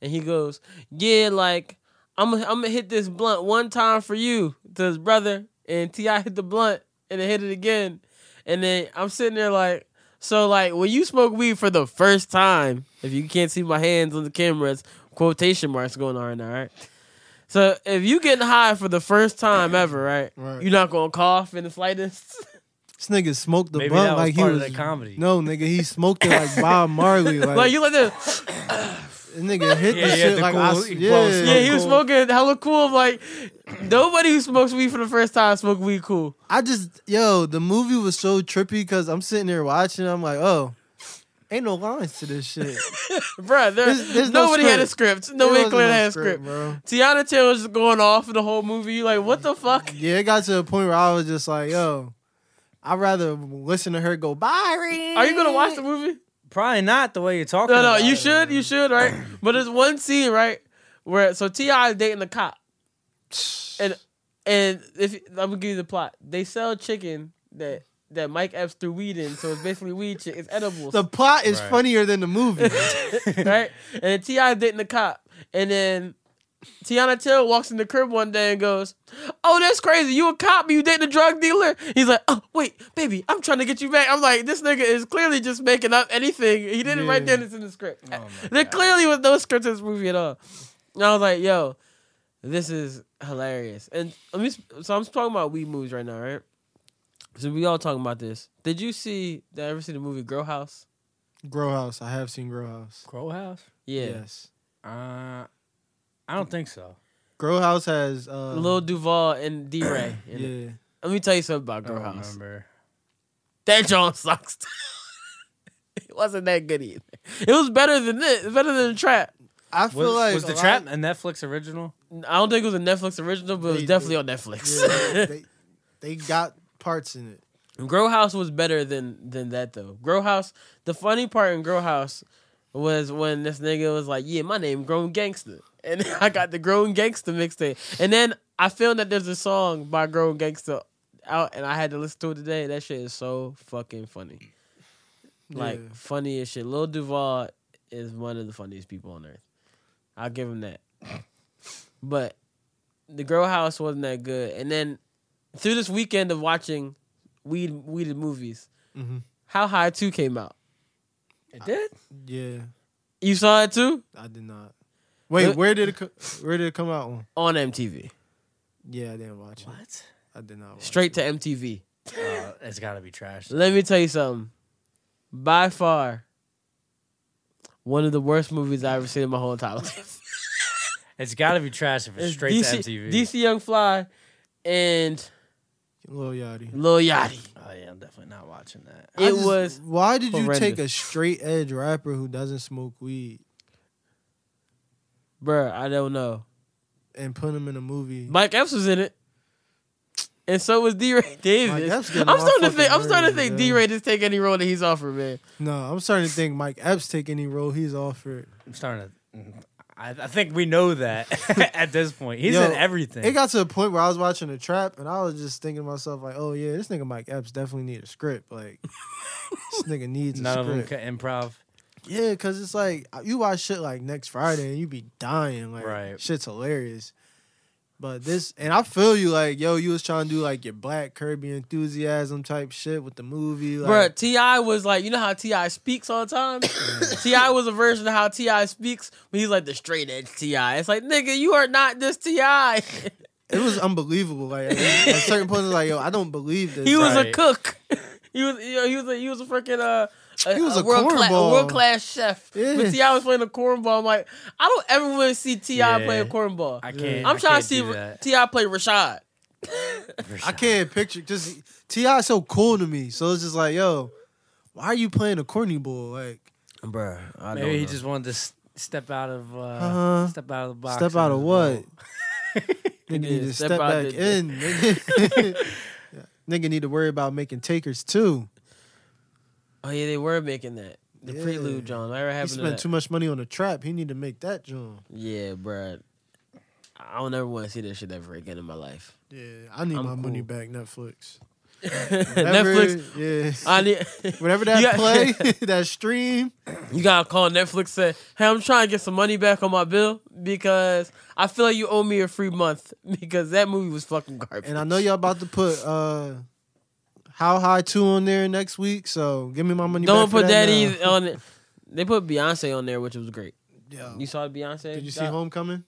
S1: and he goes, "Yeah, like I'm i I'm gonna hit this blunt one time for you to his brother," and Ti hit the blunt and then hit it again, and then I'm sitting there like. So like when you smoke weed for the first time, if you can't see my hands on the camera, it's quotation marks going on right now, right? So if you getting high for the first time ever, right?
S4: Right.
S1: You're not gonna cough in the slightest.
S4: This nigga smoked the
S3: Maybe
S4: blunt
S3: that was
S4: like
S3: part
S4: he
S3: of
S4: was
S3: the comedy.
S4: No, nigga, he smoked it like Bob Marley. Like,
S1: like you like this.
S4: this nigga hit
S3: Yeah,
S4: the
S3: he had
S4: shit
S3: the
S4: like I,
S3: cool-
S4: s-
S3: he blow
S4: yeah,
S3: smoke.
S1: Yeah, he was
S4: cool.
S1: smoking hella cool. I'm like, nobody who smokes weed for the first time smoke weed cool.
S4: I just yo, the movie was so trippy because I'm sitting there watching. I'm like, oh, ain't no lines to this shit.
S1: Bruh, there,
S4: There's- there's no
S1: nobody had a script. Nobody
S4: There wasn't
S1: clearly
S4: no
S1: had a script.
S4: bro.
S1: Tiana Taylor was just going off the whole movie. You like, what the fuck?
S4: Yeah, it got to a point where I was just like, yo, I'd rather listen to her go Byron.
S1: Are you gonna watch the movie?
S3: Probably not the way you're talking.
S1: No, no,
S3: about
S1: you
S3: it.
S1: should, you should, right? But there's one scene, right, where so Ti is dating the cop, and and if I'm gonna give you the plot, they sell chicken that that Mike Epps threw weed in, so it's basically weed chicken. It's edibles,
S4: The plot is
S3: Right.
S4: funnier than the movie.
S1: right? And then Ti is dating the cop, and then. Tiana Taylor walks in the crib one day and goes, "Oh, that's crazy! You a cop? You dating a drug dealer?" He's like, "Oh, wait, baby, I'm trying to get you back." I'm like, "This nigga is clearly just making up anything. He didn't write
S4: Yeah.
S1: down this in the script.
S3: Oh my
S1: There
S3: God.
S1: clearly was no script to this movie at all. And I was like, yo, this is hilarious. And let me. sp- So I'm talking about weed movies right now, right? So we all talking about this. Did you see? Did I ever see the movie Grow House?
S4: Grow House. I have seen Grow House.
S3: Crow House.
S1: Yeah.
S4: Yes.
S3: Uh, I don't think so.
S4: Grow House has uh
S1: Lil Duval and D Ray.
S4: Yeah.
S1: Let me tell you something about
S3: I don't
S1: Grow House.
S3: remember.
S1: That John sucks. it wasn't that good either. It was better than this. Better than the trap.
S4: I feel
S3: Was,
S4: like
S3: was
S4: a
S3: the
S4: lot-
S3: trap a Netflix original?
S1: I don't think it was a Netflix original, but it was
S4: They-
S1: definitely on Netflix.
S4: Yeah, they, they got parts in it.
S1: Grow House was better than than that though. Grow House, the funny part in Grow House was when this nigga was like, "Yeah, my name Grown Gangster," and I got the Grown Gangster mixtape. And then I found that there's a song by Grown Gangster out, and I had to listen to it today. That shit is so fucking funny, like
S4: Yeah.
S1: funny as shit. Lil Duval is one of the funniest people on earth. I'll give him that. But the Grow House wasn't that good. And then through this weekend of watching weed weeded movies.
S3: Mm-hmm.
S4: Mhm.
S1: How High Two came out.
S3: It did.
S4: Yeah,
S1: You saw it too
S4: I did not. Wait,
S1: What?
S4: where did it co- where did it come out on?
S1: on MTV,
S4: Yeah, I didn't watch it.
S3: What?
S4: I did not watch
S1: straight to MTV.
S3: Uh, it's got to be trash.
S1: Let me tell you something. By far, one of the worst movies I ever seen in my whole entire life.
S3: It's got to be trash if it's
S1: It's
S3: straight
S1: DC,
S3: to MTV.
S1: DC Young Fly and
S4: it. Lil Yachty.
S1: Lil Yachty.
S3: Oh yeah, I'm definitely not watching that.
S4: I
S1: It
S4: just-
S1: was
S4: Why did you take
S1: horrendous.
S4: a straight edge rapper who doesn't smoke weed
S1: bruh, I don't know.
S4: and put him in a movie?
S1: Mike Epps was in it. And so was D Ray Davis. I'm
S4: Epps getting all
S1: starting to think I'm
S4: fucking
S1: starting to
S4: nerdy,
S1: think
S4: yeah.
S1: D Ray just take any role that he's offered, man.
S4: no, I'm starting to think Mike Epps take any role he's offered.
S3: I'm starting to. I, I think we know that at this point. He's
S4: Yo,
S3: in everything.
S4: It got to the point where I was watching the trap and I was just thinking to myself like, oh yeah, this nigga Mike Epps definitely need a script. Like, this nigga needs a
S3: None of
S4: script.
S3: them could improv.
S4: Yeah, because it's like uh, you watch shit like next Friday and you be dying. Like
S3: Right.
S4: shit's hilarious. But this and I feel you like, yo, you was trying to do like your black Kirby enthusiasm type shit with the movie.
S1: Bruh,
S4: Like,
S1: Ti was like, you know how Ti speaks all the time. Ti was a version of how Ti speaks, but he's like the straight edge Ti. It's like, nigga, you are not this Ti.
S4: it was unbelievable. Like at a certain point, it's like, yo, I don't believe this.
S1: he was a
S3: Right.
S1: cook. he was, you know, he was, a, he was a freaking uh. A,
S4: He was a
S1: world class,
S4: cornball.
S1: world class chef.
S4: Yeah.
S1: But Ti was playing a cornball. I'm like, I don't ever want to see Ti
S3: Yeah.
S1: play a cornball.
S3: I can't.
S1: I'm
S3: I
S1: trying
S3: can't
S1: to see
S3: do that.
S1: Ti play Rashad.
S3: For
S4: I
S3: sure.
S4: can't picture just Ti is so cool to me. So it's just like, yo, why are you playing a corny bull? Like,
S1: Bruh, I
S3: Maybe he just wanted to s- step out of uh,
S4: Uh-huh.
S3: step out of the box.
S4: step out of
S3: and-
S4: what?
S1: Nigga
S4: nigga need
S1: need
S4: to
S1: to
S4: step,
S1: step out
S4: back
S1: the-
S4: in. Nigga. nigga need to worry about making takers too.
S1: Oh yeah, they were making that the
S4: Yeah.
S1: prelude, John. Whatever
S4: He
S1: happened to
S4: spent
S1: that?
S4: too much money on a trap. He need to make that joint.
S1: Yeah, bruh. I don't ever want to see that shit ever again in my life.
S4: Yeah, I need
S1: I'm
S4: my money
S1: cool.
S4: back. Netflix.
S1: Netflix.
S4: Netflix. Yeah.
S1: I need.
S4: Whatever that
S1: You got-
S4: play, that stream.
S1: you gotta call Netflix. Say, hey, I'm trying to get some money back on my bill because I feel like you owe me a free month because that movie was fucking garbage.
S4: And I know y'all about to put uh How High 2 on there next week, so give me my money
S1: don't
S4: back. for
S1: put that,
S4: now.
S1: either on it. They put Beyonce on there, which was great.
S4: Yo,
S1: You saw the Beyonce?
S4: Did you see
S1: doc?
S4: Homecoming?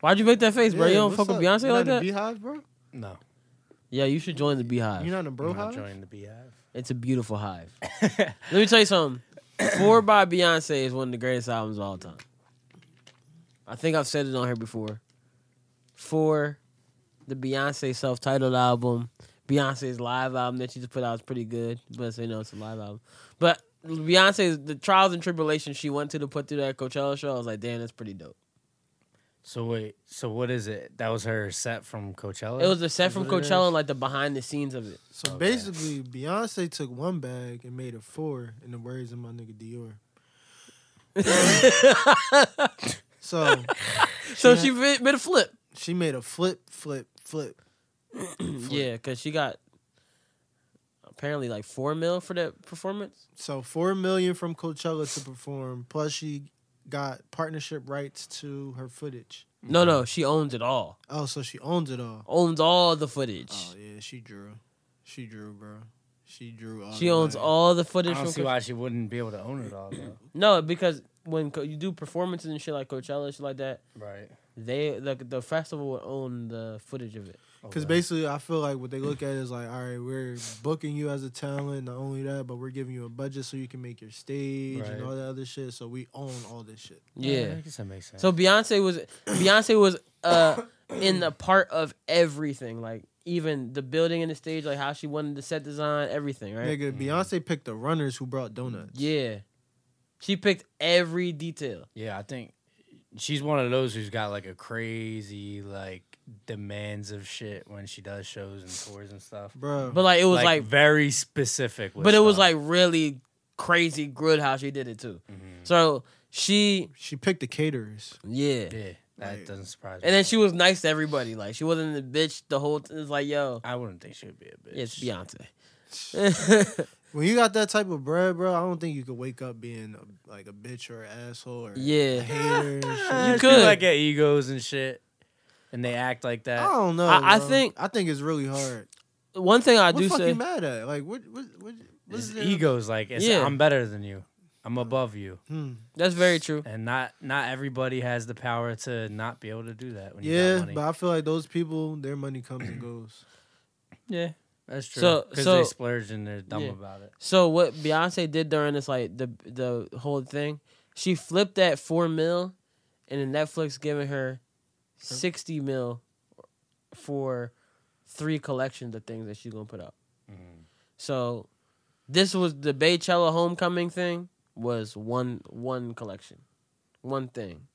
S1: Why'd you make that face, bro?
S4: Yeah,
S1: You don't fuck
S4: what's
S1: with
S4: up?
S1: Beyonce
S4: You
S1: like
S4: not in
S1: that?
S4: the Beehive, bro?
S3: No,
S1: yeah, you should join the Beehive.
S4: You're not in a bro
S3: I'm not
S4: hive?
S3: joining the Beehive.
S1: It's a beautiful hive. Let me tell you something. Four by Beyonce is one of the greatest albums of all time. I think I've said it on here before. Four, the Beyonce self-titled album, Beyonce's live album that she just put out is pretty good, but you know it's a live album. But Beyonce's the trials and tribulations she went to to put through that Coachella show, I was like, damn, that's pretty dope.
S3: So wait, so what is it? That was her set from Coachella.
S1: It was a set from
S4: What it
S1: Coachella
S4: is.
S1: and like the behind the scenes of it.
S4: So
S3: Okay.
S4: basically, Beyonce took one bag and made it four, in the words of my nigga Dior. So
S1: So
S4: Yeah.
S1: she made, made a flip.
S4: she made a flip, flip, flip.
S1: Yeah, because she got apparently like four mil for that performance.
S4: So four million from Coachella to perform, plus she got partnership rights to her footage.
S1: No, no, she owns it all.
S4: Oh, so she owns it all.
S1: Owns all the footage.
S4: Oh yeah, she drew. She drew, bro. She drew all.
S1: she
S4: the
S1: owns
S4: way.
S1: all the
S3: I
S1: footage.
S3: don't
S1: from
S3: see
S1: Coach-
S3: why she wouldn't be able to own it all though.
S1: No, because when co- you do performances and shit like Coachella, shit like that,
S3: right.
S1: they the the festival would own the footage of it.
S4: Because
S3: Okay.
S4: basically, I feel like what they look at is like, all right, we're booking you as a talent. Not only that, but we're giving you a budget so you can make your stage
S3: Right.
S4: and all that other shit. So we own all this shit.
S1: Yeah.
S3: I guess that makes sense.
S1: So Beyonce was Beyonce was uh in the part of everything, like even the building and the stage, like how she wanted the set design, everything, right?
S3: Mm.
S4: Nigga, Beyonce picked the runners who brought donuts.
S1: Yeah. She picked every detail.
S3: yeah, I think she's one of those who's got like a crazy like demands of shit when she does shows and tours and stuff.
S4: bro.
S1: But like it was like,
S3: very specific. With
S1: but it was
S3: stuff.
S1: like really crazy good how she did it too.
S4: Mm-hmm.
S1: So she
S4: she picked the caterers.
S1: yeah.
S3: yeah, that
S4: like-
S3: doesn't surprise me.
S1: And then she was nice to everybody. Like she wasn't the bitch the whole t- it's like, yo,
S3: I wouldn't think she would be a bitch.
S1: it's Beyonce.
S4: When you got that type of bread, bro, I don't think you could wake up being a, like a bitch or an asshole or a
S1: yeah.
S4: hater. and shit.
S1: You
S3: You
S1: could.
S3: could like get egos and shit, and they act like that.
S4: I don't know.
S1: I- I
S4: bro.
S1: think-
S4: I think it's really hard.
S1: One thing I
S4: what
S1: do
S4: fuck
S1: say
S4: you mad at? Like what? What? What?
S3: His
S4: there-
S3: ego's like, it's,
S1: Yeah.
S3: I'm better than you. I'm above you,
S4: Hmm.
S1: that's very true.
S3: and not not everybody has the power to not be able to do that. When you
S4: Yeah,
S3: got money.
S4: but I feel like those people, their money comes and goes.
S3: yeah, that's true.
S1: So-
S3: because
S1: so-
S3: they splurge and they're dumb
S1: Yeah.
S3: about it.
S1: So what Beyonce did during this like the the whole thing, she flipped that four mil, and then Netflix giving her sixty mil for three collections of things that she's gonna put out.
S3: Mm-hmm,
S1: So this was the Baychella homecoming thing was one one collection, one thing.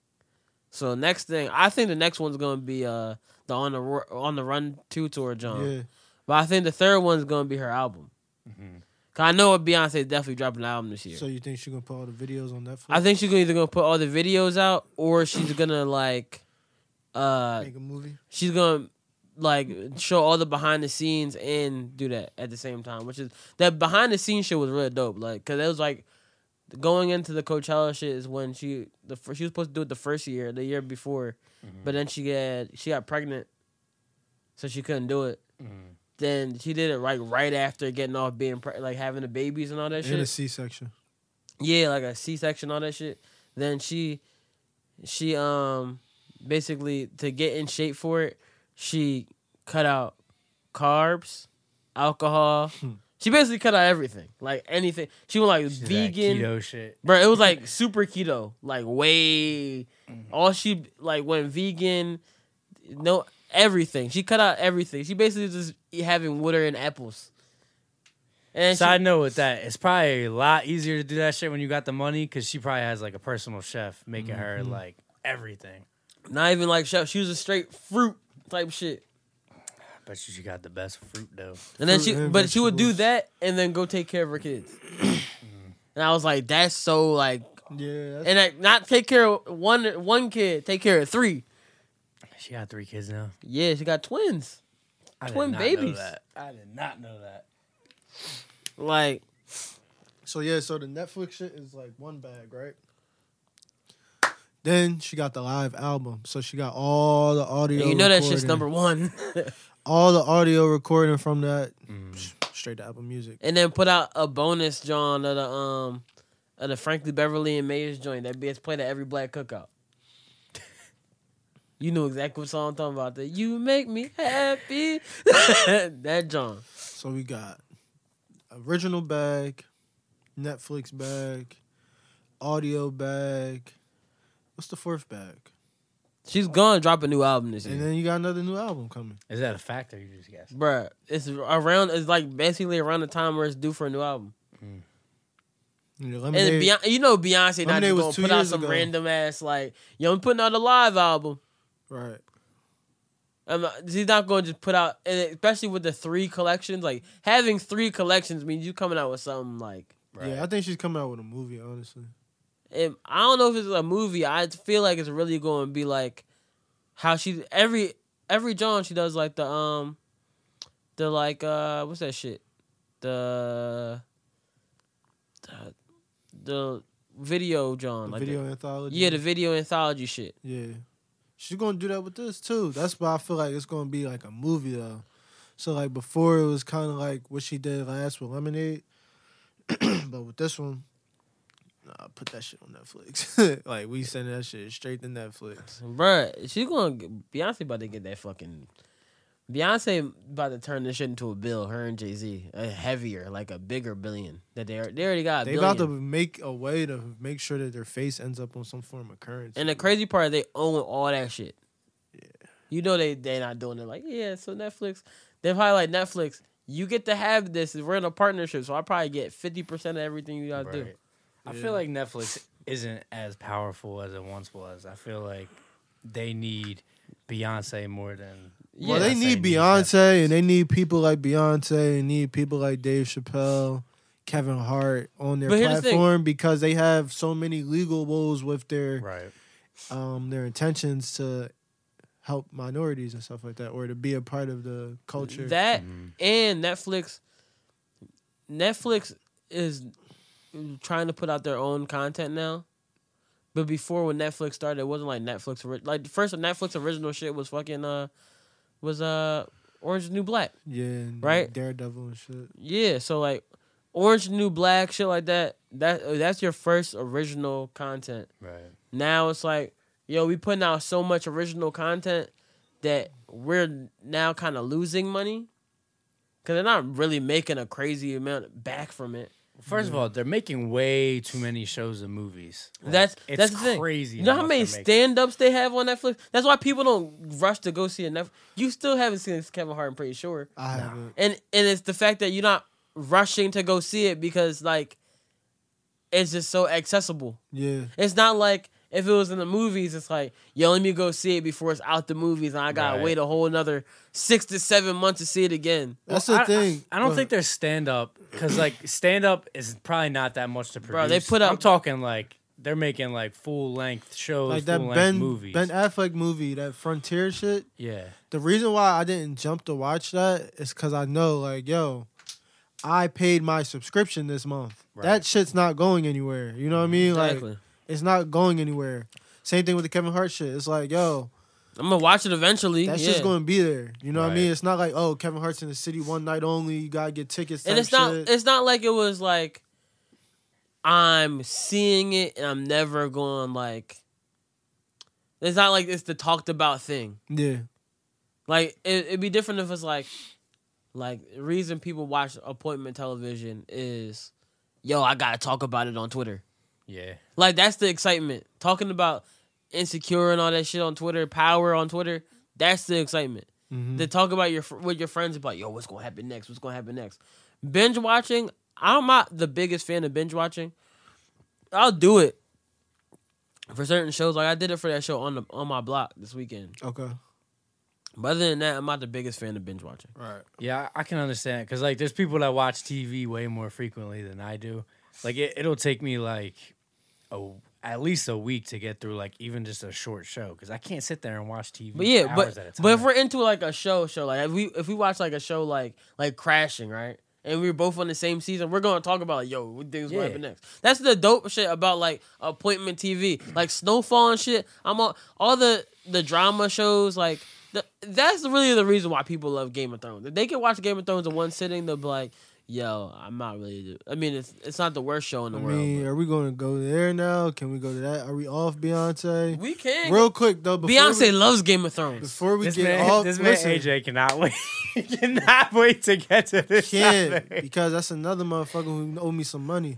S1: So next thing, I think the next one's gonna be uh the on the Ro- on the run two tour, John.
S4: Yeah.
S1: But I think the third one's gonna be her album.
S3: Mhm.
S1: Cause I know Beyonce is definitely dropping an album this year.
S4: So you think she gonna put all the videos on Netflix?
S1: I think she's gonna either gonna put all the videos out or she's gonna like uh
S4: make a movie.
S1: she's gonna like show all the behind the scenes and do that at the same time, which is that behind the scenes shit was really dope. Like, cause it was like going into the Coachella shit is when she the fir- she was supposed to do it the first year, the year before, but then she got she got pregnant, so she couldn't do it.
S3: Mhm.
S1: Then she did it right right after getting off being pre- like having the babies and all that shit.
S4: In a C section.
S1: Yeah, like a C section, all that shit. Then she, she um, basically to get in shape for it, she cut out carbs, alcohol. she basically cut out everything, like anything. Hmm. She went like
S3: She's that
S1: vegan,
S3: keto shit.
S1: bro. It was like super keto, like way. All she like went vegan, no everything. She cut out everything. She basically just having water and apples. And she-
S3: Side note with that, it's probably a lot easier to do that shit when you got the money because she probably has like a personal chef making
S1: Mm-hmm.
S3: her like everything.
S1: Not even like chef. She was a straight fruit type shit.
S3: I bet you she got the best fruit though.
S1: And then
S4: Fruit
S1: she,
S4: and
S1: but she would do
S4: vegetables.
S1: that and then go take care of her kids. and I was like, that's so like,
S4: Yeah.
S1: Oh. and I, not take care of one one kid, take care of three.
S3: She got three kids now.
S1: Yeah, she got twins.
S3: I did
S1: Twin
S3: not know
S1: babies.
S3: that. I did not know that.
S1: Like,
S4: so yeah, so the Netflix shit is like one bag, right? Then she got the live album, so she got all the audio.
S1: and you know that shit's
S4: recording-
S1: number one.
S4: All the audio recording from that sh- straight to Apple Music.
S1: Mm-hmm. and then put out a bonus John of the um of the Frankly Beverly and Mays joint that gets played at every black cookout. you know exactly what song I'm talking about. That you make me happy. that John.
S4: So we got original bag, Netflix bag, audio bag. What's the fourth bag?
S1: She's gonna drop a new album this year.
S4: And then you got another new album coming.
S3: Is that a fact or you just guessed?
S1: Bruh, it's around. It's like basically around the time where it's due for a new album.
S4: And, the
S1: And
S4: Lemonade-
S1: Beyonce, you know, Beyonce not
S4: Lemonade
S1: just
S4: was
S1: gonna
S4: two
S1: put out
S4: years
S1: some
S4: ago.
S1: random ass like, yo, I'm putting out a live album.
S4: Right.
S1: I'm not, he's not going to just put out, and especially with the three collections. Like having three collections means you coming out with something like.
S4: Yeah, I think she's coming out with a movie. Honestly.
S1: It, I don't know if it's a movie. I feel like it's really going to be like how she every every John she does like the um the like uh what's that shit the the, the video John
S4: The
S1: like
S4: video
S1: the,
S4: anthology.
S1: yeah the video anthology shit.
S4: Yeah. She's gonna do that with this too. That's why I feel like it's gonna be like a movie though. So like before it was kinda like what she did last with Lemonade. but with this one, nah, put that shit on Netflix. like we sending that shit straight to Netflix.
S1: Bruh, she's going to Beyonce about to get that fucking Beyonce about to turn this shit into a bill. Her and Jay Z, a heavier, like a bigger billion that they are, they already got. A
S4: They
S1: billion.
S4: about to make a way to make sure that their face ends up on some form of currency.
S1: And the crazy part, is they own all that shit. You know they they not doing it like yeah. So Netflix, they probably like Netflix. You get to have this. We're in a partnership, so I probably get fifty percent of everything you guys do.
S3: Right. I feel like Netflix isn't as powerful as it once was. I feel like they need Beyonce more than.
S1: Yeah,
S4: well, they
S3: Beyonce
S4: need
S3: needs
S4: Beyonce
S3: Netflix.
S4: and they need people like Beyonce and need people like Dave Chappelle, Kevin Hart on their
S1: But here's the thing.
S4: platform because they have so many legal woes with their
S3: Right.
S4: um their intentions to help minorities and stuff like that or to be a part of the culture.
S1: That and Netflix. Netflix is trying to put out their own content now. But before when Netflix started, it wasn't like Netflix ori- like the first Netflix original shit was fucking uh was uh Orange is the New Black.
S4: yeah, and
S1: Right.
S4: Daredevil and shit.
S1: Yeah, so like Orange New Black shit like that. That uh, that's your first original content.
S3: Right.
S1: Now it's like, yo, we putting out so much original content that we're now kind of losing money because they're not really making a crazy amount back from it.
S3: First of all, they're making way too many shows and movies. Like,
S1: that's
S3: it's
S1: that's the thing.
S3: crazy.
S1: You know how
S3: much
S1: many
S3: they're making.
S1: stand ups they have on Netflix? That's why people don't rush to go see a Netflix. You still haven't seen Kevin Hart, I'm pretty sure.
S4: I haven't.
S1: and and it's the fact that you're not rushing to go see it because like it's just so accessible.
S4: Yeah.
S1: It's not like if it was in the movies, it's like yo, let me go see it before it's out the movies, and I gotta
S3: Right.
S1: wait a whole another six to seven months to see it again.
S4: That's
S3: Well,
S4: the
S3: I-
S4: thing.
S3: I, I don't
S4: But
S3: think there's stand up because like stand up is probably not that much to produce.
S1: Bro, they put
S3: I'm
S1: out-
S3: talking like they're making like full length shows,
S4: like
S3: full
S4: that
S3: length
S4: Ben
S3: movies.
S4: Ben Affleck movie, that Frontier shit.
S3: yeah.
S4: The reason why I didn't jump to watch that is because I know, like, yo, I paid my subscription this month.
S3: Right.
S4: That shit's not going anywhere. You know what I mean?
S1: Exactly.
S4: Like, it's not going anywhere. Same thing with the Kevin Hart shit. It's like, yo,
S1: I'm gonna watch it eventually.
S4: that's
S1: yeah.
S4: just going to be there. You know what I
S3: Right.
S4: mean? It's not like, oh, Kevin Hart's in the city one night only. You gotta get tickets.
S1: and
S4: type
S1: it's not
S4: shit.
S1: it's not like it was like I'm seeing it and I'm never going like. It's not like it's the talked about thing.
S4: yeah,
S1: Like it, it'd be different if it's like, like reason people watch appointment television is, yo, I gotta talk about it on Twitter.
S3: Yeah.
S1: Like that's the excitement. Talking about insecure and all that shit on Twitter, power on Twitter. That's the excitement. To talk about your fr- with your friends about yo, what's gonna happen next? What's gonna happen next? Binge watching. I'm not the biggest fan of binge watching. I'll do it for certain shows. Like I did it for that show on the on my block this weekend.
S4: okay,
S1: But other than that, I'm not the biggest fan of binge watching.
S4: right,
S3: Yeah, I I can understand because like there's people that watch TV way more frequently than I do. Like it, it'll take me like a at least a week to get through like even just a short show because I can't sit there and watch TV.
S1: But yeah,
S3: for hours
S1: but
S3: at a
S1: but if
S3: time.
S1: we're into like a show, show like if we if we watch like a show like like Crashing, right? And we are both on the same season, we're gonna talk about like, yo, what things gonna
S3: Yeah.
S1: happen next. That's the dope shit about like appointment TV, like Snowfall and shit. I'm on all the the drama shows, like the, that's really the reason why people love Game of Thrones. If they can watch Game of Thrones in one sitting, they'll be like, yo, I'm not really. I mean, it's it's not the worst show in the
S4: I
S1: world.
S4: mean, are we going to go there now? Can we go to that? Are we off Beyonce?
S1: but- we can.
S4: uh, Real quick though, before
S1: Beyonce
S4: we,
S1: loves Game of Thrones.
S4: before we
S3: this
S4: get
S3: man,
S4: off,
S3: this man
S4: listen,
S3: AJ cannot wait, He cannot wait to get to this.
S4: can't
S3: topic.
S4: because that's another motherfucker who owe me some money.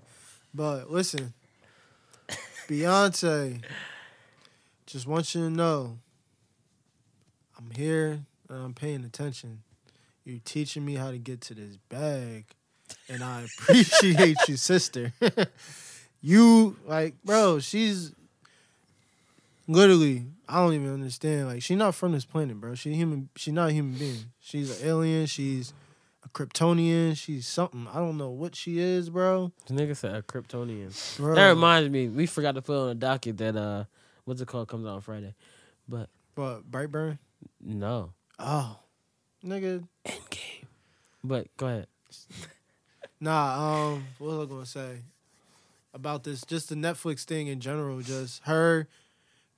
S4: But listen, Beyonce, just want you to know, I'm here and I'm paying attention. You're teaching me how to get to this bag, and I appreciate you, sister. you like, bro, she's literally. I don't even understand. Like she's not from this planet, bro. She human. She not a human being. She's an alien. She's a Kryptonian. She's something. I don't know what she is, bro.
S1: The nigga said a Kryptonian.
S4: Bro,
S1: That reminds me, we forgot to put on the docket that uh, what's it called comes out on Friday, but
S4: but Brightburn.
S1: no,
S4: Oh, nigga.
S1: Endgame. But go ahead.
S4: Nah. Um. What was I gonna say about this? Just the Netflix thing in general. Just her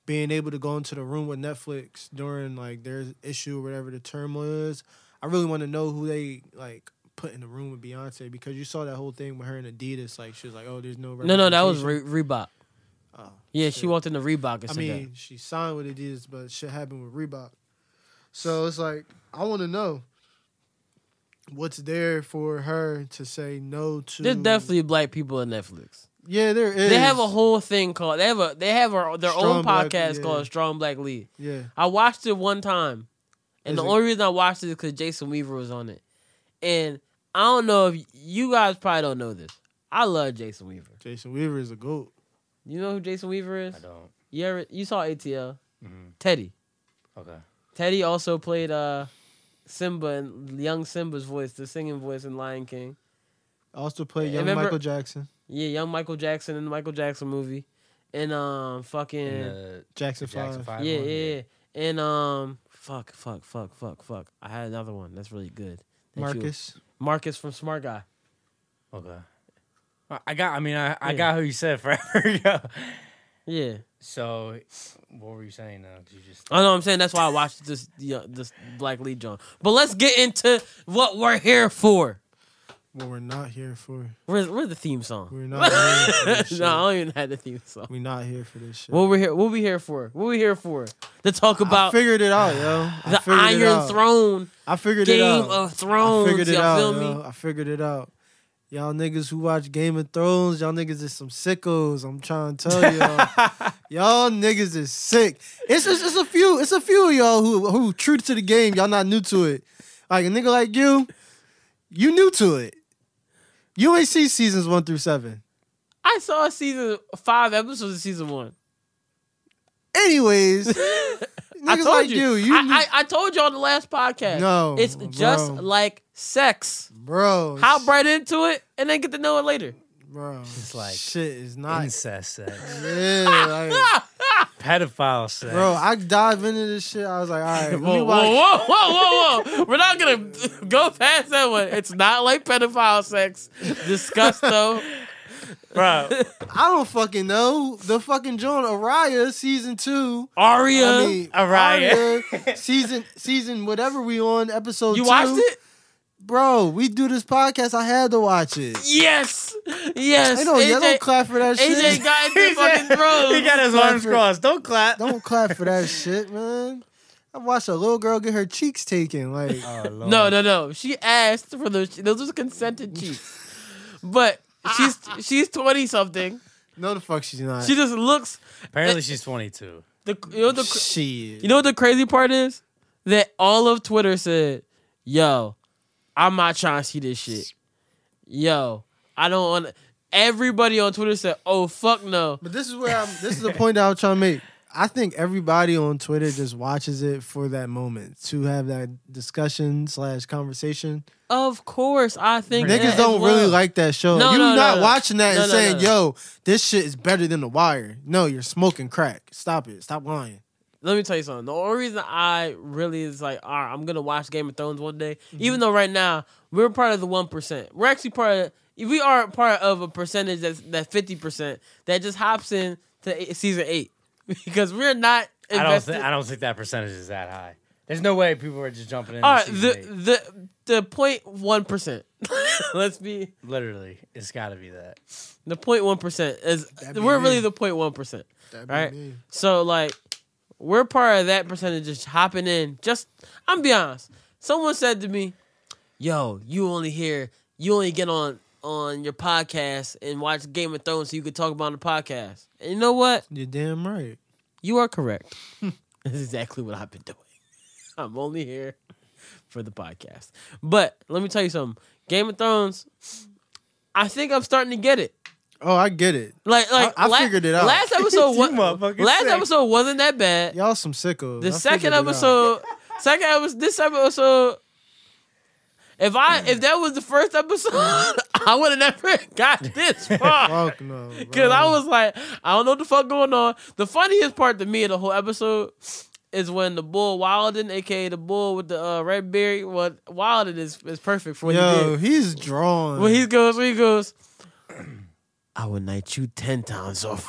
S4: being able to go into the room with Netflix during like their issue or whatever the term was. I really want to know who they like put in the room with Beyonce because you saw that whole thing with her and Adidas. Like she was like, "Oh, there's no."
S1: No, no, that was
S4: representation.
S1: Re- Reebok.
S4: Oh,
S1: Yeah, she
S4: shit.
S1: walked in the Reebok and
S4: I
S1: said
S4: mean, she signed with Adidas, but shit happened with Reebok. So it's like I want to know what's there for her to say no to.
S1: that. There's definitely black people at Netflix.
S4: yeah, there is.
S1: They have a whole thing called they have a they have a, their
S4: Strong
S1: own
S4: Black-
S1: podcast
S4: yeah.
S1: called Strong Black Lead.
S4: yeah.
S1: I watched it one time, and
S4: Is
S1: the
S4: it-
S1: only reason I watched it is because Jason Weaver was on it. And I don't know if you guys probably don't know this. I love Jason Weaver.
S4: Jason Weaver is a goat.
S1: You know who Jason Weaver is?
S3: I don't.
S1: You ever you saw ATL?
S3: Mhm.
S1: Teddy.
S3: Okay.
S1: Teddy also played uh Simba and young Simba's voice, the singing voice in Lion King.
S4: Also played
S1: Hey,
S4: young
S1: remember-
S4: Michael Jackson.
S1: Yeah, young Michael Jackson in the Michael Jackson movie. And um fucking
S3: And the
S4: Jackson,
S3: Jackson
S4: Five.
S3: Five.
S1: Yeah,
S3: one?
S1: yeah, yeah. And um fuck, fuck, fuck, fuck, fuck. I had another one that's really good. that you-
S4: Marcus.
S1: Marcus from Smart Guy.
S3: Okay. I- I got. I mean, I, I
S1: Yeah.
S3: got who you said forever ago.
S1: Yeah.
S3: So, what were you saying now? 'Cause You just
S1: I know what I'm saying that's why I watched this yeah, this Black Lee John. But let's get into what we're here for.
S4: What we're not here for.
S1: Where's where's the theme song?
S4: We're not here for this shit.
S1: no, I don't even have the theme song.
S4: We're not here for this shit.
S1: What we here? What we here for? What we here for? To talk
S4: I
S1: about
S4: figured it out, yo. I
S1: the
S4: figured it
S1: Iron
S4: out.
S1: Throne,
S4: I figured it
S1: Game
S4: out.
S1: of
S4: I
S1: Thrones.
S4: figured it
S1: Y'all
S4: out.
S1: feel
S4: yo.
S1: me?
S4: I figured it out. Y'all niggas who watch Game of Thrones, y'all niggas is some sickos. I'm trying to tell y'all. y'all niggas is sick. It's, it's it's a few, it's a few of y'all who who true to the game. Y'all not new to it. Like a nigga like you, you new to it. You ain't see seasons one through seven.
S1: I saw season five episodes of season one.
S4: Anyways,
S1: I
S4: niggas
S1: told
S4: like
S1: you.
S4: you, you,
S1: I,
S4: knew-
S1: I, I told you on the last podcast.
S4: No,
S1: it's just
S4: bro.
S1: like sex.
S4: bro,
S1: Hop right into it and then get to know it later.
S4: bro,
S3: It's like
S4: shit is not.
S3: incest sex,
S4: Yeah, like,
S3: pedophile sex.
S4: Bro, I dive into this shit. I was like, all right, let me
S1: Whoa, whoa,
S4: watch-
S1: whoa, whoa, whoa, whoa. We're not going to go past that one. It's not like pedophile sex. Disgusto.
S3: bro.
S4: I don't fucking know. The fucking joint Araya season two.
S1: Aria.
S4: I mean,
S3: Araya.
S4: Arya, season season whatever we on episode.
S1: you
S4: two.
S1: watched it?
S4: bro? We do this podcast. I had to watch it.
S1: Yes. Yes.
S4: Ain't no yellow
S1: AJ,
S4: clap for that
S1: AJ
S4: shit.
S1: got into fucking throws.
S3: he got his
S4: Clap
S3: arms
S4: for-
S3: crossed. Don't clap.
S4: don't clap for that shit, man. I watched a little girl get her cheeks taken. Like,
S3: Oh, Lord.
S1: No, no, no. She asked for those. Those was consented cheeks, but she's she's twenty something.
S4: no, the fuck she's not.
S1: She just looks
S3: Apparently, she's 22.
S1: the you know the
S4: she
S1: you know what the crazy part is that all of Twitter said, "Yo, I'm not trying to see this shit." Yo, I don't want. Everybody on Twitter said, "Oh fuck no."
S4: But this is where I'm. This is the point that I'm trying to make. I think everybody on Twitter just watches it for that moment to have that discussion slash conversation.
S1: Of course, I think
S4: Niggas
S1: that
S4: don't
S1: as well.
S4: really like that show.
S1: No,
S4: you
S1: no, no,
S4: not
S1: no.
S4: watching that
S1: No,
S4: and
S1: no,
S4: saying,
S1: no.
S4: "Yo, this shit is better than The Wire." No, you're smoking crack. Stop it. Stop lying.
S1: Let me tell you something. The only reason I really is like, all right, I'm gonna watch Game of Thrones one day,
S3: Mm-hmm.
S1: even though right now we're part of the one percent. We're actually part of. We are part of a percentage that's that fifty percent that just hops in to eight, season eight because we're not
S3: I don't.
S1: invested.
S3: Th- I don't think that percentage is that high. There's no way people are just jumping in.
S1: all
S3: to
S1: right,
S3: season
S1: the,
S3: eight.
S1: the the point one percent. Let's be
S3: literally, it's got to be that.
S1: the point one percent is
S4: That'd be
S1: we're
S4: me.
S1: really the point one percent.
S4: That
S1: be Alright. me. So like, we're part of that percentage just hopping in. Just I'm be honest. Someone said to me, "Yo, you only hear, you only get on on your podcast and watch Game of Thrones so you could talk about it on the podcast." And you know what?
S4: You're damn right.
S1: You are correct. That's exactly what I've been doing. I'm only here for the podcast. But let me tell you something. Game of Thrones. I think I'm starting to get it.
S4: Oh, I get it.
S1: Like like
S4: I figured it out.
S1: Last episode
S3: You
S1: wa-
S3: motherfucking
S1: last
S3: sick.
S1: episode wasn't that bad.
S4: Y'all some sickos.
S1: The
S4: I
S1: second
S4: figured it out.
S1: episode, second episode, this episode. If I if that was the first episode, I would have never got this far.
S4: Fuck no.
S1: Cause
S4: bro.
S1: I was like, I don't know what the fuck going on. The funniest part to me of the whole episode is when the bull Wilden, aka the bull with the uh, red beard, well, Wilden is, is perfect for what he did.
S4: Yo, he's drawn.
S1: When he goes, when he goes, I will knight you ten times off.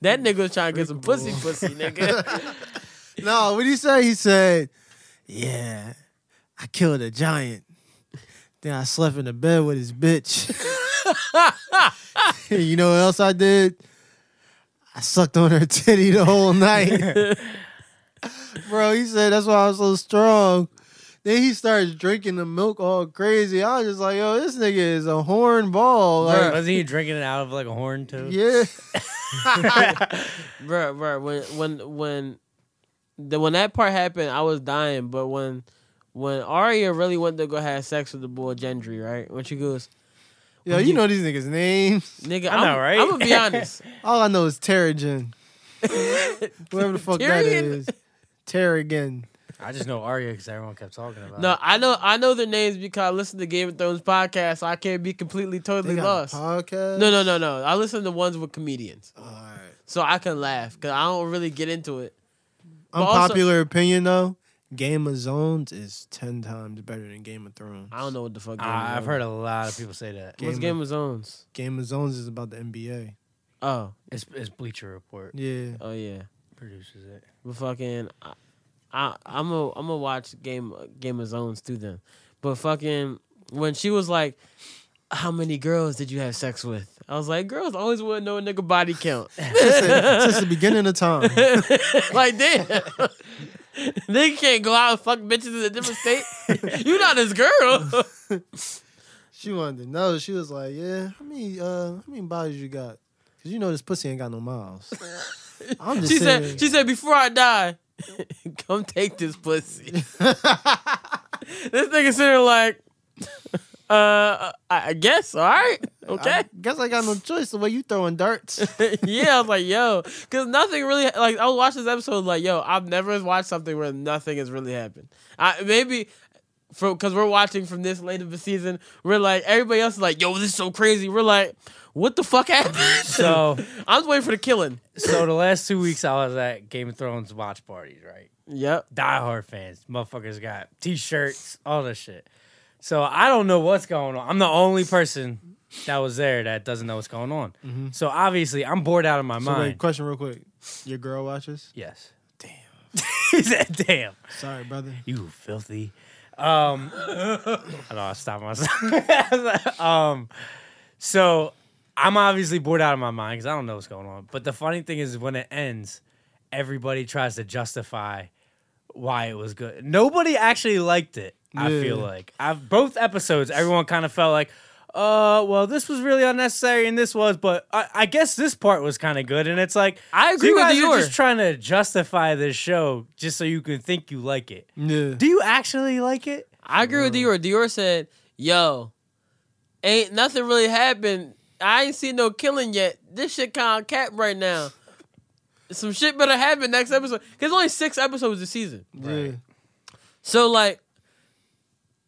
S1: that nigga was trying to get some pussy, pussy, nigga.
S4: No, what he say? He said, "Yeah, I killed a giant. Then I slept in the bed with his bitch. And you know what else I did? I sucked on her titty the whole night, bro. He said that's why I was so strong." Then he starts drinking the milk all crazy. I was just like, "Yo, this nigga is a hornball." Like,
S3: Wasn't he drinking it out of like a horn too?
S4: yeah,
S1: bruh, bruh. When when when the when that part happened, I was dying. But when when Arya really went to go have sex with the boy Gendry, right? When she goes,
S4: yo, you know these niggas' names.
S1: nigga,
S3: I
S1: I'm,
S3: know, right?
S1: I'm gonna be honest.
S4: All I know is Terrigen. Whatever the fuck that
S1: Tyrion?
S4: is. Terrigen.
S3: I just know Arya because everyone kept talking about.
S1: No,
S3: it.
S1: I know I know their names because I listen to Game of Thrones podcast, so I can't be completely
S4: They
S1: totally
S4: got
S1: lost.
S4: a podcast?
S1: No, no, no, no. I listen to ones with comedians,
S4: All right.
S1: so I can laugh because I don't really get into it. But also-
S4: Unpopular opinion though. Game of Zones is ten times better than Game of Thrones.
S1: I don't know what the fuck. Game
S3: I-
S1: of
S3: I've
S1: Zones-
S3: heard a lot of people say that.
S1: What's
S4: Game
S1: Game of Zones?
S4: Game of Zones is about the NBA.
S1: Oh,
S3: It's, it's Bleacher Report
S4: Yeah.
S1: oh yeah.
S3: produces it.
S1: But fucking, I, I I'm a I'm gonna watch Game Game of Zones through them. But fucking, when she was like, "How many girls did you have sex with?" I was like, "Girls always want to know a nigga body count."
S4: Since the beginning of time.
S1: like damn. Nigga can't go out and fuck bitches in a different state. you not his girl.
S4: She wanted to know. She was like, Yeah, how many uh how many bodies you got? Cause you know this pussy ain't got no miles. I'm just
S1: She
S4: saying.
S1: said, she said, before I die, come take this pussy. this nigga sitting there like, uh, I I guess, all right, okay.
S4: I guess I got no choice the way you throwing darts.
S1: yeah, I was like, yo, because nothing really, like, I was watching this episode, like, yo, I've never watched something where nothing has really happened. I Maybe. Because we're watching from this late of the season, we're like everybody else is like, "Yo, this is so crazy." We're like, "What the fuck happened?"
S3: So
S1: I was waiting for the killing.
S3: so the last two weeks I was at Game of Thrones watch parties, right?
S1: Yep.
S3: diehard fans. Motherfuckers got t-shirts, all this shit. So I don't know what's going on. I'm the only person that was there that doesn't know what's going on. So obviously, I'm bored out of my
S4: Mm-hmm. so wait,
S3: mind.
S4: question real quick. Your girl watches?
S3: yes.
S4: Damn.
S3: He said, "Damn,
S4: Sorry, brother.
S3: you filthy." Um, I know I stopped myself. um, so I'm obviously bored out of my mind because I don't know what's going on. But the funny thing is, when it ends, everybody tries to justify why it was good. Nobody actually liked it. I
S4: Yeah.
S3: feel like I've both episodes. Everyone kind of felt like, uh, well, this was really unnecessary, and this was, but I, I guess this part was kind of good. And it's like
S1: I
S3: so
S1: agree
S3: you
S1: with
S3: guys
S1: you.
S3: are just trying to justify this show just so you can think you like it.
S4: Yeah.
S3: Do you actually like it?
S1: I agree with Dior. Dior said, "Yo, ain't nothing really happened. I ain't seen no killing yet. This shit kind of capped right now. Some shit better happen next episode. Cause there's only six episodes this season.
S4: Yeah.
S1: So like,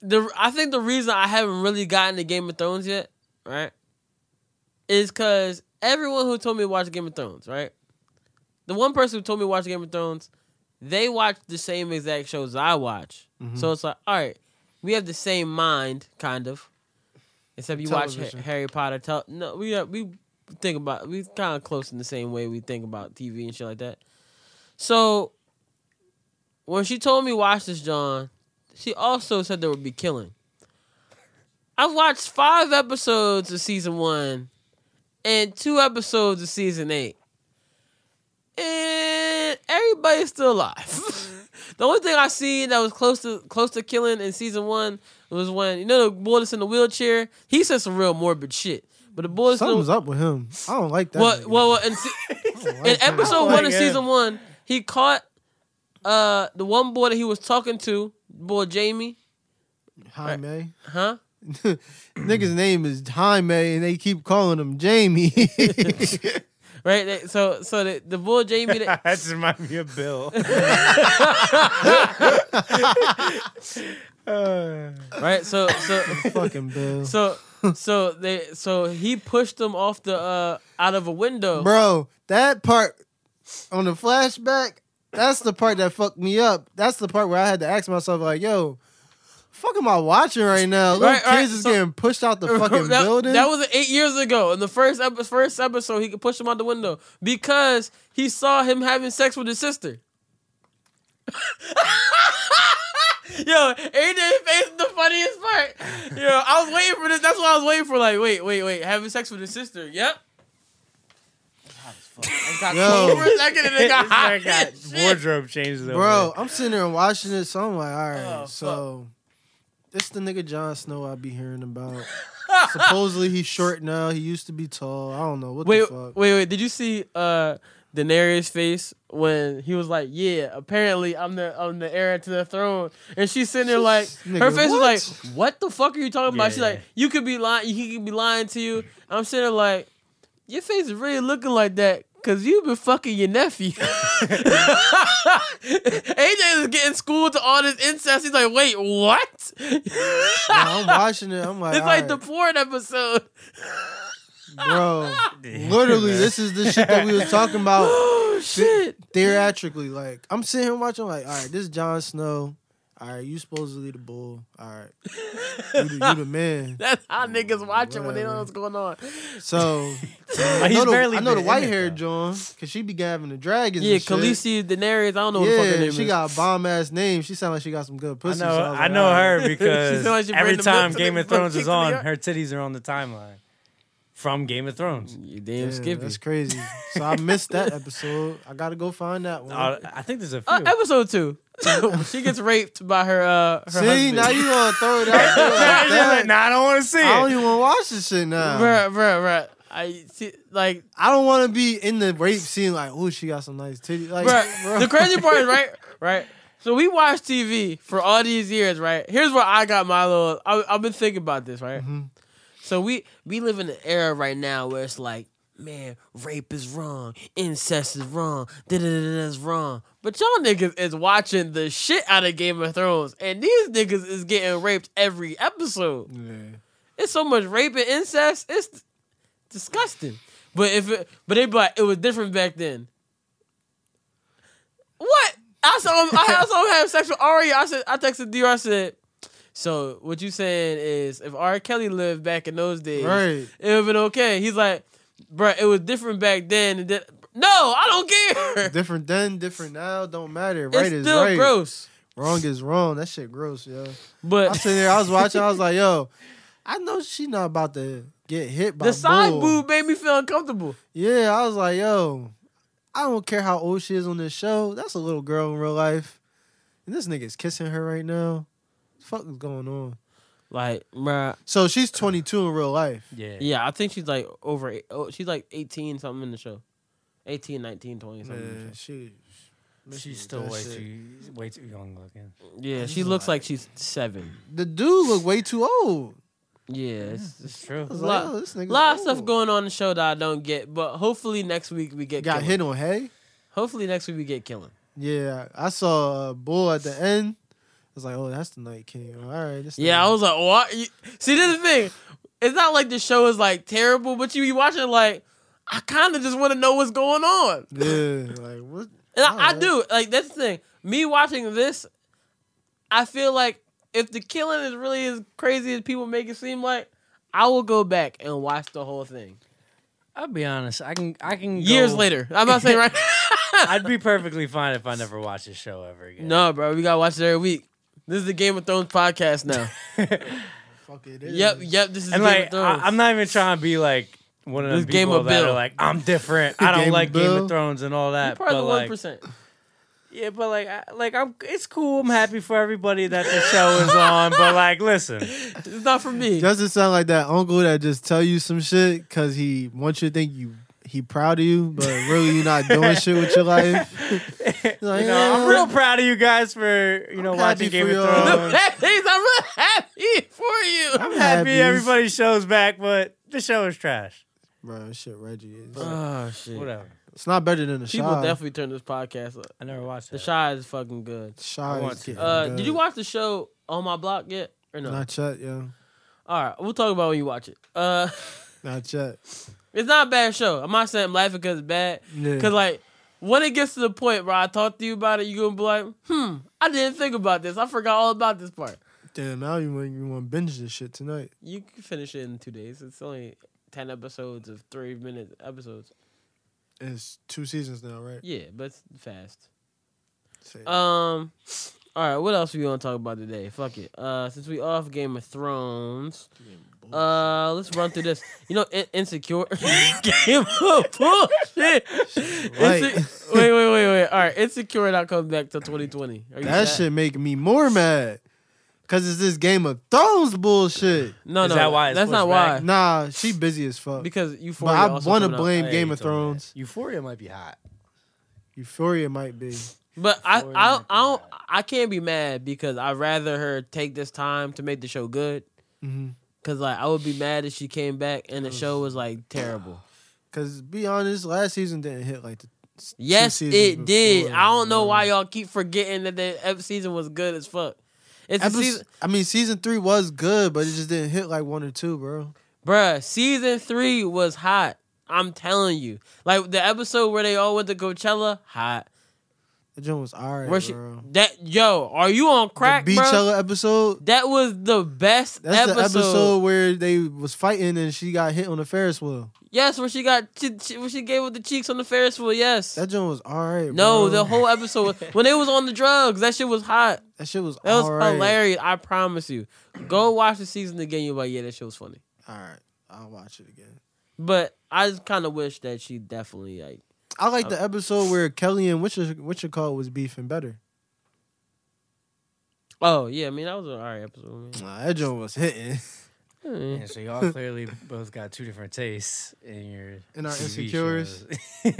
S1: the I think the reason I haven't really gotten to Game of Thrones yet, right, is because everyone who told me to watch Game of Thrones, right, the one person who told me to watch Game of Thrones, they watch the same exact shows I watch. So it's like, all right, we have the same mind, kind of, except you watch
S4: Television.
S1: Ha- Harry Potter. Tel- no, we uh, we think about we kind of close in the same way we think about TV and shit like that. So when she told me watch this, John, she also said there would be killing. I've watched five episodes of season one and two episodes of season eight. And everybody's still alive. the only thing I seen that was close to close to killing in season one was when you know the boy that's in the wheelchair. He said some real morbid shit. But the boy that's in the-
S4: Something's up with him. I don't like that.
S1: well,
S4: nigga.
S1: well, well, in, se- in episode
S3: Oh my
S1: one of
S3: God.
S1: season one, he caught uh the one boy that he was talking to, boy Jamie,
S4: Jaime.
S1: huh?
S4: Nigga's name is Jaime, and they keep calling him Jamie.
S1: right? They- So so the, the bull Jamie. That,
S3: that just reminds me of Bill. Uh,
S1: right? So so
S4: Fucking Bill,
S1: so so they so he pushed them off the uh out of a window.
S4: bro. That part on the flashback. That's the part that fucked me up. That's the part where I had to ask myself, like, yo, fuck am I watching right now? Little
S1: Right,
S4: kids
S1: right,
S4: is
S1: so-
S4: getting pushed out the fucking
S1: that,
S4: building.
S1: that was eight years ago. In the first episode, first episode, he could push him out the window because he saw him having sex with his sister. Yo, AJ's face is the funniest part. Yo, I was waiting for this. That's what I was waiting for. Like, wait, wait, wait, having sex with his sister. Yep. For
S4: yo,
S1: a second, and it got
S3: this
S1: hot.
S3: man got
S1: Shit.
S3: wardrobe changes over.
S4: bro, I'm sitting there and watching this, so I'm like, all right,
S1: Oh,
S4: so this the nigga Jon Snow I be hearing about. Supposedly he's short now. He used to be tall. I don't know what
S1: wait,
S4: the fuck.
S1: wait, wait. Did you see uh Daenerys' face when he was like, "Yeah, apparently I'm the I'm the heir to the throne," and she's sitting there like, her
S4: Nigga,
S1: face was
S4: what?
S1: like, "What the fuck are you talking about?"
S3: Yeah,
S1: she's like,
S3: yeah.
S1: "You could be lying. He could be lying to you." I'm sitting there like, "Your face is really looking like that." Cause you've been fucking your nephew. AJ is getting schooled to all this incest. He's like, wait, what?
S4: Now I'm watching it. I'm like,
S1: it's
S4: all
S1: like
S4: right,
S1: the porn episode.
S4: bro. Literally, this is the shit that we was talking about
S1: Oh shit!
S4: theatrically. Like I'm sitting here watching. Like, all right, this is Jon Snow. All right, you supposedly the bull. All right, you the, you the man.
S1: That's how niggas watch it when they don't know
S4: Whatever.
S1: what's going on.
S4: So
S3: But
S4: I
S3: he's
S4: know the,
S3: barely
S4: I know the
S3: been in
S4: white
S3: it,
S4: hair
S3: though.
S4: John, cause she be gabbing the dragons.
S1: Yeah,
S4: and shit.
S1: Khaleesi Daenerys. I don't know what the fuck her
S4: Yeah,
S1: name
S4: she
S1: is.
S4: got a bomb ass name. She sound like she got some good
S3: I
S4: pussy.
S3: know,
S4: so was
S3: I
S4: like,
S3: know
S4: all right.
S3: her
S1: She
S3: because
S1: sound like she
S3: every
S1: bringing the milk
S3: time
S1: to
S3: Game
S1: the-
S3: of Thrones
S1: milk
S3: is
S1: to the
S3: on,
S1: yard.
S3: her titties are on the timeline from Game of Thrones.
S1: You
S4: Yeah,
S1: damn skippy.
S4: that's crazy. So I missed that episode. I gotta go find that one.
S3: Uh, I think there's a few.
S1: Uh, episode two. she gets raped by her uh her
S4: See,
S1: husband.
S4: now you gonna throw it out there like that.
S3: nah, I don't want to see
S4: I don't
S3: it.
S4: even wanna watch this shit now.
S1: bruh, bruh, bruh. I see like
S4: I don't wanna be in the rape scene like, oh, she got some nice titties. Like,
S1: bruh.
S4: bro.
S1: The crazy part is right, right. So we watched TV for all these years, right? Here's where I got my little. I, I've been thinking about this, right?
S4: Mhm.
S1: So we we live in an era right now where it's like, man, rape is wrong, incest is wrong, da da da is wrong. But y'all niggas is watching the shit out of Game of Thrones, and these niggas is getting raped every episode.
S4: Yeah.
S1: It's so much rape and incest. It's disgusting. But if it, but they be like, it was different back then. What? I saw him. I saw him have sex with Aria. I said. I texted Dr. I said. So what you saying is, if R. Kelly lived back in those days,
S4: Right.
S1: it would have been okay. He's like, bruh, it was different back then. And then no, I don't care.
S4: Different then, different now, don't matter. Right
S1: it's
S4: is
S1: still
S4: right.
S1: gross.
S4: Wrong is wrong. That shit gross, yo. I
S1: But
S4: was sitting there, I was watching, I was like, yo, I know she not about to get hit by
S1: the side
S4: bull.
S1: boob made me feel uncomfortable.
S4: Yeah, I was like, yo, I don't care how old she is on this show. That's a little girl in real life. And this nigga's kissing her right now. The fuck is going on?
S1: Like, bruh,
S4: So she's 22 in real life.
S3: Yeah.
S1: Yeah, I think she's like over. Eight, oh, she's like 18 something in the show. 18, 19, 20 something. in the
S4: Man,
S1: show.
S4: she,
S3: She's still
S4: that
S3: way
S4: shit.
S3: too, way too young looking.
S1: Yeah, she looks like she's seven.
S4: The dude look way too old.
S1: Yeah, it's, it's
S3: It's true.
S4: I was
S1: Lot-
S4: like, oh, this nigga
S1: a lot of stuff going on in the show that I don't get, but hopefully next week we get
S4: Got
S1: killing.
S4: hit on hay.
S1: Hopefully next week we get killing.
S4: Yeah, I saw a bull at the end. I was like, oh, that's the Night King. All right, this
S1: Yeah, I
S4: nigga-
S1: was like, what? You- See, this is the thing. It's not like the show is like terrible, but you be watching like, I kind of just want to know what's going on.
S4: yeah, like what?
S1: And I, I
S4: Alright.
S1: do. Like that's the thing. Me watching this, I feel like if the killing is really as crazy as people make it seem like, I will go back and watch the whole thing.
S3: I'll be honest. I can. I can.
S1: Years
S3: go-
S1: later. I'm not saying right
S3: I'd be perfectly fine if I never watched this show ever again.
S1: No, bro, we gotta watch it every week. This is the Game of Thrones podcast now.
S4: Fuck it. Is.
S1: yep, yep, this is
S3: and
S1: Game of
S3: like,
S1: Thrones.
S3: I, am not even trying to be like one of
S1: This
S3: those
S1: Game
S3: people
S1: of
S3: that
S1: Bill.
S3: are like, I'm different. I
S4: Game
S3: don't
S4: of
S3: like Game
S4: Bill.
S3: of Thrones and all
S1: You're
S3: that.
S1: part of
S3: but
S1: the
S3: like,
S1: one percent.
S3: yeah, but like, I, like I'm. It's cool. I'm happy for everybody that the show is on. But like, listen,
S1: It's not for me.
S4: Doesn't sound like that uncle that just tell you some shit because he wants you to think you he he proud of you, but really you not doing shit with your life.
S3: you
S4: Like,
S3: know, I'm
S4: yeah.
S3: real proud of you guys for you know
S4: I'm
S3: watching
S4: happy
S3: Game
S4: for
S3: of
S4: y'all.
S1: I'm
S3: Thrones.
S1: really happy for you.
S4: I'm
S3: I'm
S4: happy.
S3: happy everybody shows back, but the show is trash.
S4: Bro, shit, Reggie is.
S1: Oh shit!
S3: Whatever.
S4: it's not better than the
S1: People
S4: Shy.
S1: definitely turn this podcast up.
S3: I never watched
S1: The
S3: it.
S1: Shy is fucking good.
S4: Shy
S3: I want
S4: is
S3: to.
S4: getting
S1: Uh,
S4: good.
S1: did you watch the show on my block yet or no?
S4: Not yet, yeah.
S1: All right, we'll talk about when you watch it. Uh,
S4: Not yet.
S1: it's not a bad show. I'm not saying I'm laughing because it's bad.
S4: Yeah.
S1: Cause like when it gets to the point where I talk to you about it, you gonna be like, hmm, I didn't think about this. I forgot all about this part.
S4: Damn, now you want you want to binge this shit tonight.
S1: You can finish it in two days. It's only ten episodes of three minute episodes.
S4: It's two seasons now, right?
S1: Yeah, but it's fast.
S4: Say it.
S1: Um all right, what else we gonna talk about today? Fuck it. Uh since we off Game of Thrones. Uh, let's run through this. You know, in- insecure game of bullshit.
S4: Right.
S1: Inse- wait, wait, wait, wait. All right, insecure not comes back till 2020. Are you
S4: that
S1: sad?
S4: shit make me more mad. Cause it's this Game of Thrones bullshit.
S1: No,
S3: Is
S1: no,
S3: that why it's
S1: that's not
S3: pushed
S1: why.
S3: back?
S4: Nah, she busy as fuck.
S1: Because you
S4: but I want to blame
S3: Hey,
S4: Game
S3: you
S4: of
S3: told me
S4: Thrones.
S3: that. Euphoria might be hot.
S4: Euphoria might be.
S1: But I, I,
S3: Euphoria might be
S1: I don't,
S3: bad.
S1: I can't be mad because I'd rather her take this time to make the show good.
S4: Mm-hmm.
S1: Cause like I would be mad if she came back and the show was like terrible.
S4: Cause be honest, last season didn't hit like the. s- two
S1: Yes,
S4: seasons
S1: it did.
S4: before,
S1: I don't know
S4: bro.
S1: why y'all keep forgetting that the ep- season was good as fuck. It's a
S4: Epis-
S1: season,
S4: I mean, season three was good, but it just didn't hit like one or two, bro.
S1: bruh. Season three was hot. I'm telling you, like the episode where they all went to Coachella, hot.
S4: That joint was alright,
S1: Where she,
S4: bro.
S1: that yo, are you on crack,
S4: the
S1: bruh?
S4: Beachella episode.
S1: That was the best
S4: That's the episode where they was fighting and she got hit on the Ferris wheel.
S1: Yes, where she got she, she, where she gave with the cheeks on the Ferris wheel. Yes.
S4: That joint was alright.
S1: no,
S4: bro.
S1: the whole episode was- when they was on the drugs. That shit was hot.
S4: that shit was
S1: That was
S4: alright.
S1: hilarious. I promise you. Go watch the season again. You're like, yeah, that shit was funny.
S4: All right, I'll watch it again.
S1: But I just kind of wish that she definitely like.
S4: I like the episode where Kelly and Witcher Witcher Call was beefing better.
S1: Oh yeah, I mean that was an alright episode.
S4: Nah, that joint was hitting.
S1: Man. Eh.
S3: Yeah, so y'all clearly both got two different tastes in your
S4: In our
S3: TV
S4: Insecures.
S3: shows.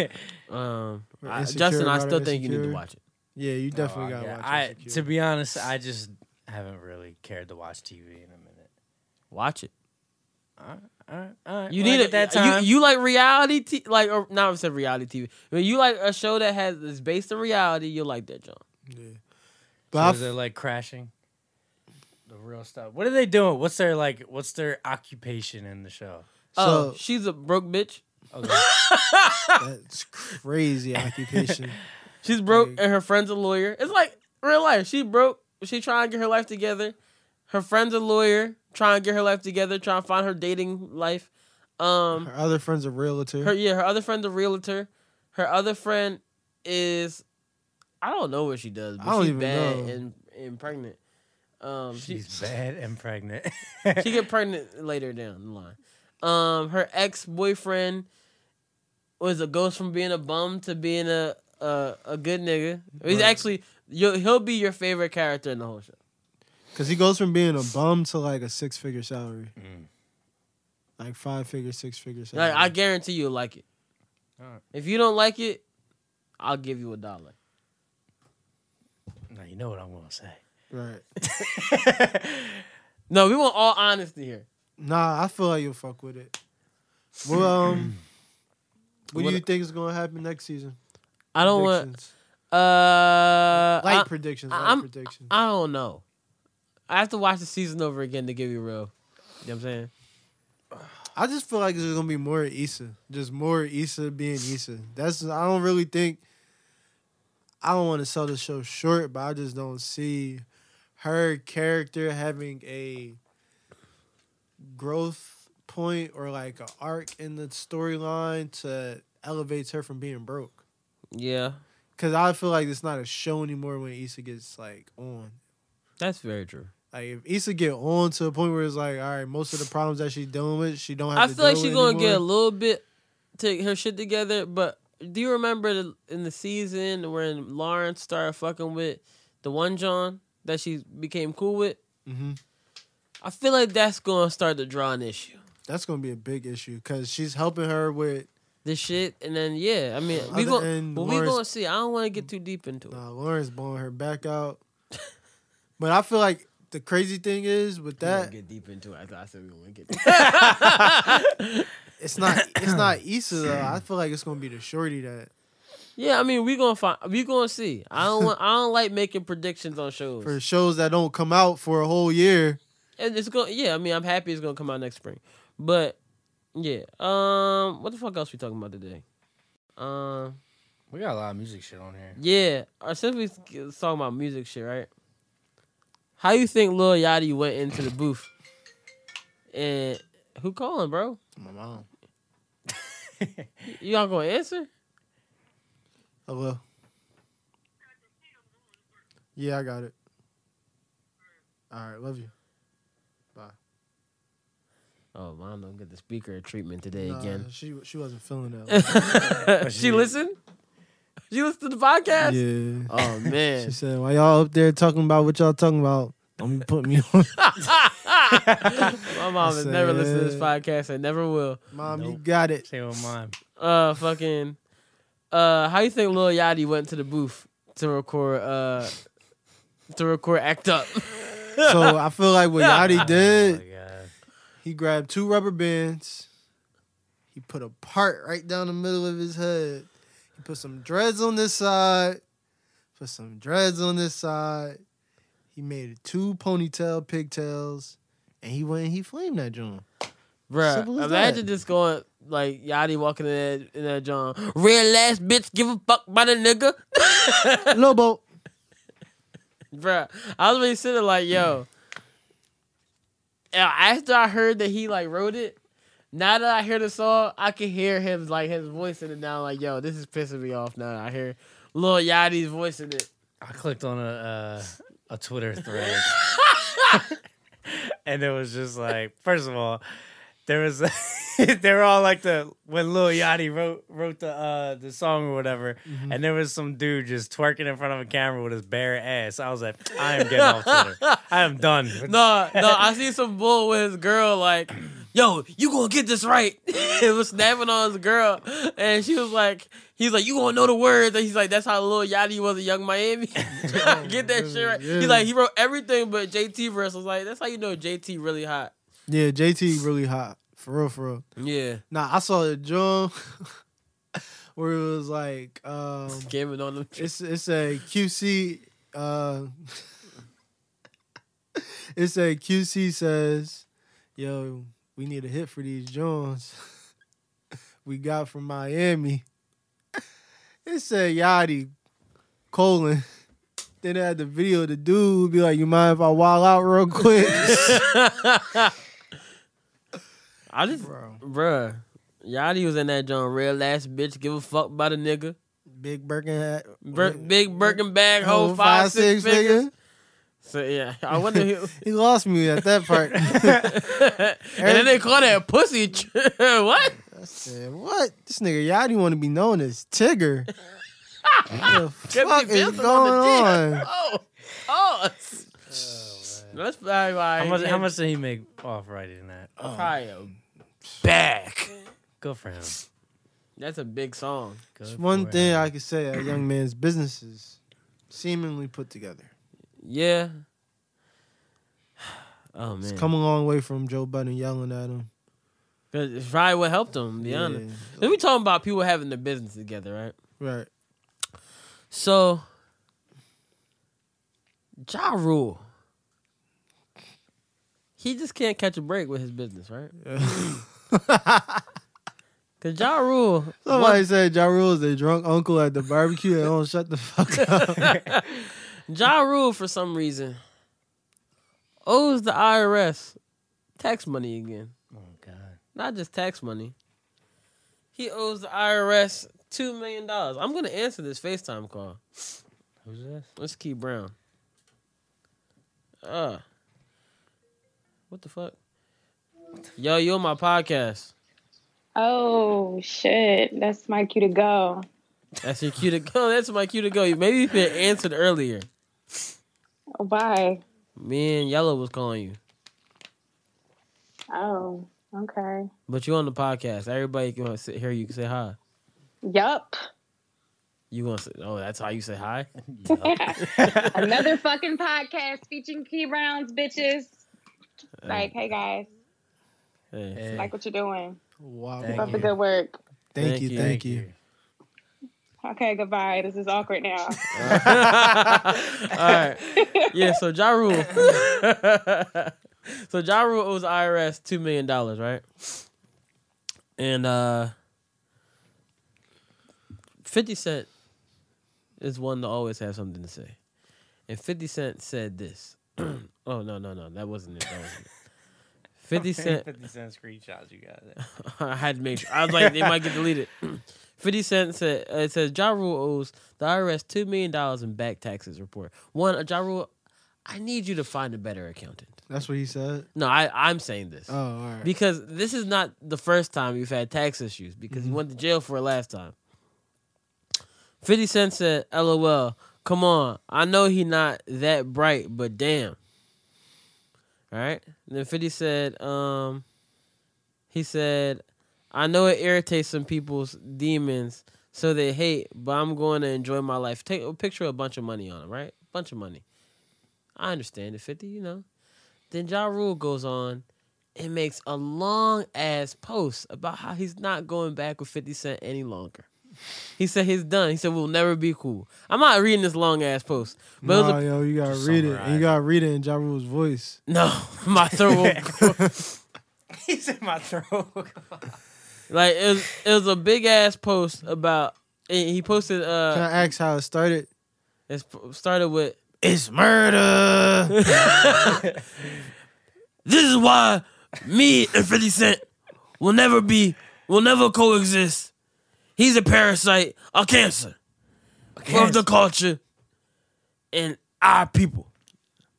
S1: Um,
S4: We're
S1: I-
S4: insecure
S1: Justin, I
S4: about
S1: still
S4: our
S1: think you need to
S4: insecure.
S1: watch it.
S4: Yeah, you definitely
S3: Oh,
S4: gotta
S3: yeah,
S4: watch.
S3: I,
S4: Insecure.
S3: to be honest, I just haven't really cared to watch TV in a minute.
S1: Watch it.
S3: All right, all right.
S1: You
S3: well, I
S1: need
S3: get
S1: it.
S3: that time.
S1: You, you like reality, t- like or not? I said reality TV. But you like a show that has is based in reality. You like that, John?
S4: But
S3: So
S4: I
S3: is it like crashing? The real stuff. What are they doing? What's their like? What's their occupation in the show?
S1: Oh,
S4: So-
S1: she's a broke bitch.
S3: Okay.
S1: Oh.
S4: f- that's crazy occupation.
S1: She's broke,
S4: Like-
S1: and her friend's a lawyer. It's like real life. She broke. She trying to get her life together. Her friend's a lawyer, trying to get her life together, trying to find her dating life. Um,
S4: Her other friend's a realtor.
S1: her yeah, her other friend's a realtor. Her other friend is, I don't know what she does, but
S4: I don't
S1: she's
S4: even
S1: bad
S4: know.
S1: and and pregnant. Um, she-
S3: She's bad and pregnant.
S1: she get pregnant later down the line. Um, her ex boyfriend was a ghost from being a bum to being a a, a good nigga. He's
S4: Right.
S1: actually you'll, he'll be your favorite character in the whole show.
S4: Cause he goes from being a bum to like a six figure salary,
S3: Mm.
S4: like five figure, six figure salary.
S1: Like, I guarantee you'll like it.
S3: Alright.
S1: If you don't like it, I'll give you a dollar.
S3: now you know what I'm gonna say.
S4: right.
S1: No, we want all honesty here.
S4: Nah, I feel like you'll fuck with it. Well, um, what,
S1: What-
S4: do you think is gonna happen next season?
S1: I don't want
S4: Predictions.
S1: uh
S4: light
S1: I,
S4: predictions.
S1: I-
S4: Light
S1: I'm-
S4: predictions.
S1: I don't know. I have to watch the season over again to give you real. You know what I'm saying?
S4: I just feel like there's gonna be more Issa, just more Issa being Issa. That's I don't really think. I don't want to sell the show short, but I just don't see her character having a growth point or like an arc in the storyline to elevates her from being broke.
S1: Yeah.
S4: Cause I feel like it's not a show anymore when Issa gets like on.
S1: That's very true.
S4: Like if Issa get on to a point where it's like, all right, most of the problems that she's dealing with, she don't have.
S1: I
S4: to
S1: feel like
S4: deal
S1: she's
S4: with
S1: gonna get a
S4: anymore.
S1: little bit to her shit together, but do you remember the, in the season when Lauren started fucking with the one John that she became cool with?
S4: Mhm.
S1: I feel like that's gonna start to draw an issue.
S4: That's gonna be a big issue because she's helping her with
S1: this shit, and then yeah, I mean
S4: Other
S1: we going
S4: than
S1: well, we
S4: Lawrence-
S1: gonna see. I don't want to get too deep into it.
S4: Nah, Lauren's uh, blowing her back out. but I feel like the crazy thing is with that,
S1: get deep into it. I thought I said we gonna get. Deep.
S4: it's not it's not Issa though. I feel like it's gonna be the shorty that
S1: yeah, I mean we gonna find. We gonna see. I don't want. I don't like making predictions on shows.
S4: for shows that don't come out for a whole year.
S1: And it's going. to Yeah, I mean I'm happy it's gonna come out next spring, but yeah. Um, what the fuck else we talking about today? Um,
S3: We got a lot of music shit on here.
S1: yeah. Or since we s- talking about music shit, right? How you think Lil Yachty went into the booth? And who calling, bro?
S4: My mom.
S1: Y'all gonna answer?
S4: Hello. Yeah, I got it. All right, love you.
S1: Oh, mom, don't get the speaker treatment today
S4: Nah,
S1: again.
S4: she she wasn't feeling that.
S1: she listened? She listened to the podcast?
S4: yeah.
S1: Oh man.
S4: She said, "Why y'all up there talking about what y'all talking about? Don't be putting me on."
S1: My mom has never listened to this
S4: said-
S1: podcast and never will.
S4: Mom, you
S3: Nope.
S4: got it.
S3: Say with mine.
S1: Uh fucking uh how you think Lil Yachty went to the booth to record uh to record act up?
S4: So I feel like what Yachty
S3: Oh
S4: did,
S3: my god.
S4: he grabbed two rubber bands, he put a part right down the middle of his head, he put some dreads on this side, put some dreads on this side, he made it two ponytail pigtails, and he went and he flamed that joint. Simple
S1: Bruh,
S4: as
S1: imagine
S4: that.
S1: just going like Yachty walking in that in that John. Real ass bitch, give a fuck about a nigga.
S4: Lobo,
S1: Bruh, I was really sitting like, yo. Yeah, After I heard that he like wrote it, now that I hear the song, I can hear him like his voice in it now. Like, yo, this is pissing me off now. that I hear Lil Yachty's voice in it.
S3: I clicked on a uh, a Twitter thread, and it was just like, first of all, there was they were all like the when Lil Yachty wrote wrote the uh, the song or whatever, and there was some dude just twerking in front of a camera with his bare ass. I was like, I am getting off Twitter. I am done.
S1: No, no, I see some bull with his girl like, yo, you gonna get this right. it was snapping on his girl, and she was like, he's like, you gonna know the words, and he's like, that's how Lil Yachty was a young Miami. get that shit right. He's like, he wrote everything but JT verse. I was like, that's how you know JT really hot.
S4: yeah, JT really hot for real, for real.
S1: Yeah,
S4: Nah, I saw the joint where it was like, um,
S1: gambling on them.
S4: It's it's a QC. Uh, it's a QC says, "Yo, we need a hit for these Jones. we got from Miami." It's a Yachty colon. Then I had the video. of The dude who be like, "You mind if I wild out real quick?"
S1: I just,
S4: Bro.
S1: bruh, Yachty was in that John real ass bitch. Give a fuck about a nigga.
S4: Big Birkin hat,
S1: Bir- big Birkin bag, hold
S4: Oh,
S1: five, six
S4: six
S1: figures.
S4: figure.
S1: So yeah, I wonder. Who-
S4: He lost me at that part.
S1: and then they call that pussy. ch- what?
S4: I said, what? This nigga Yachty want to be known as Tigger. what the
S1: Can't
S4: fuck
S1: be
S4: is
S1: built
S4: going
S1: on the dick.
S4: on?
S1: Oh, oh. it's- That's probably why.
S3: How much,
S1: he
S3: how
S1: had-
S3: much did he make off writing that?
S1: Probably a back.
S3: Good for him.
S1: That's a big song.
S3: Good
S4: It's one
S3: for
S4: thing
S3: him.
S4: I could say a young man's business is seemingly put together.
S1: Yeah. Oh man.
S4: It's come a long way from Joe Budden yelling at him.
S1: 'Cause It's probably what helped them. To be honest. Then we talking about people having their business together, right?
S4: Right.
S1: So, Ja Rule. He just can't catch a break with his business, right? Cause Ja Rule,
S4: Somebody said Ja Rule is a drunk uncle at the barbecue and don't shut the fuck up.
S1: Ja Rule for some reason owes the IRS tax money again.
S3: Oh god.
S1: Not just tax money. He owes the IRS two million dollars. I'm gonna answer this FaceTime call.
S3: Who's this?
S1: Let's keep Brown. Uh what the fuck? Yo, you on my podcast.
S5: Oh shit, that's my cue to go.
S1: That's your cue to go. That's my cue to go. Maybe you been answered earlier.
S5: Why? Oh,
S1: Me and Yellow was calling you.
S5: Oh, Okay.
S1: But you on the podcast. Everybody gonna sit here. You can say hi.
S5: Yup.
S1: You gonna say? Oh, that's how you say hi.
S5: Another fucking podcast featuring P Browns bitches. Like, hey guys,
S1: Hey.
S3: Hey,
S5: like what you're doing.
S4: Wow.
S3: Thank
S4: Thank,
S5: Love the
S3: you.
S5: good work.
S1: Thank
S4: you,
S1: you.
S4: thank you.
S5: Okay, goodbye. This is awkward now.
S1: All right. Yeah, so Ja Rule. so Ja Rule owes IRS $2 million, right? And uh, 50 Cent is one to always have something to say. And 50 Cent said this. oh, no, no, no. That wasn't it. That wasn't it. 50 Cent
S3: Fifty cent screenshots you got.
S1: I had to make sure. I was like, they might get deleted. 50 Cent said, uh, it says, Ja Rule owes the IRS $2 million in back taxes report. One, Ja Rule, I need you to find a better accountant.
S4: That's what he said.
S1: No, I, I'm saying this.
S4: Oh, all right.
S1: Because this is not the first time you've had tax issues because you went to jail for it last time. 50 Cent said, LOL, come on. I know he not that bright, but damn. All right. And then 50 said, um, he said, I know it irritates some people's demons, so they hate, but I'm going to enjoy my life. Take a picture of a bunch of money on him, right? Bunch of money. I understand it, 50, you know. Then Ja Rule goes on and makes a long ass post about how he's not going back with 50 Cent any longer. He said he's done. He said we'll never be cool. I'm not reading this long ass post. But it was
S4: no,
S1: a-
S4: yo, you gotta
S3: Just
S4: read it. And
S3: summarize
S4: you gotta read it in Ja Rule's voice.
S1: no, my throat will
S3: He's in my throat.
S1: Like it was, it was a big ass post about. and He posted.
S4: Can
S1: Uh,
S4: I ask how it started?
S1: it started with.
S4: It's murder.
S1: This is why me and Fifty Cent will never be, will never coexist. He's a parasite, a cancer, of the culture, and our people.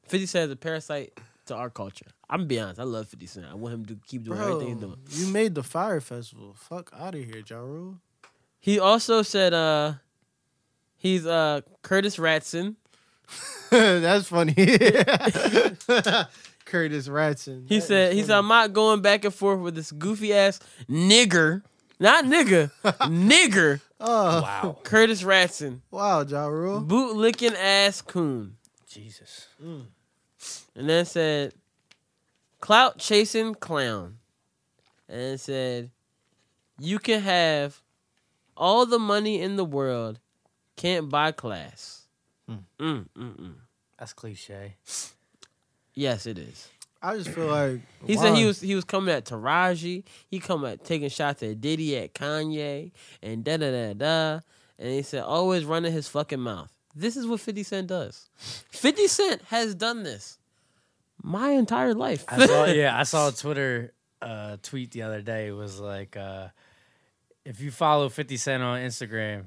S1: Fifty Cent is a parasite to our culture. I'm be honest. I love Fifty Cent. I want him to keep doing everything he's
S4: Bro,
S1: doing.
S4: you made the fire festival. Fuck out of here, Ja Rule.
S1: He also said, uh, he's uh Curtis Ratson.
S4: That's funny. Curtis Ratson.
S1: He said, he said, I'm not going back and forth with this goofy ass nigger. Not nigga, nigger.
S4: "Oh
S3: Wow.
S1: Curtis Ratson.
S4: wow, Ja Rule."
S1: Boot licking ass coon.
S3: Jesus.
S1: And then said, clout chasing clown. And then said, you can have all the money in the world, can't buy class. Mm, mm, mm.
S3: Hmm. That's cliche.
S1: Yes, it is.
S4: I just feel like
S1: He said he
S4: why?
S1: was he was coming at Taraji. He come at taking shots at Diddy at Kanye and da da da da. And he said always running his fucking mouth. This is what Fifty Cent does. Fifty Cent has done this my entire life.
S3: I saw, yeah, I saw a Twitter uh, tweet the other day. It was like, uh, if you follow 50 Cent on Instagram,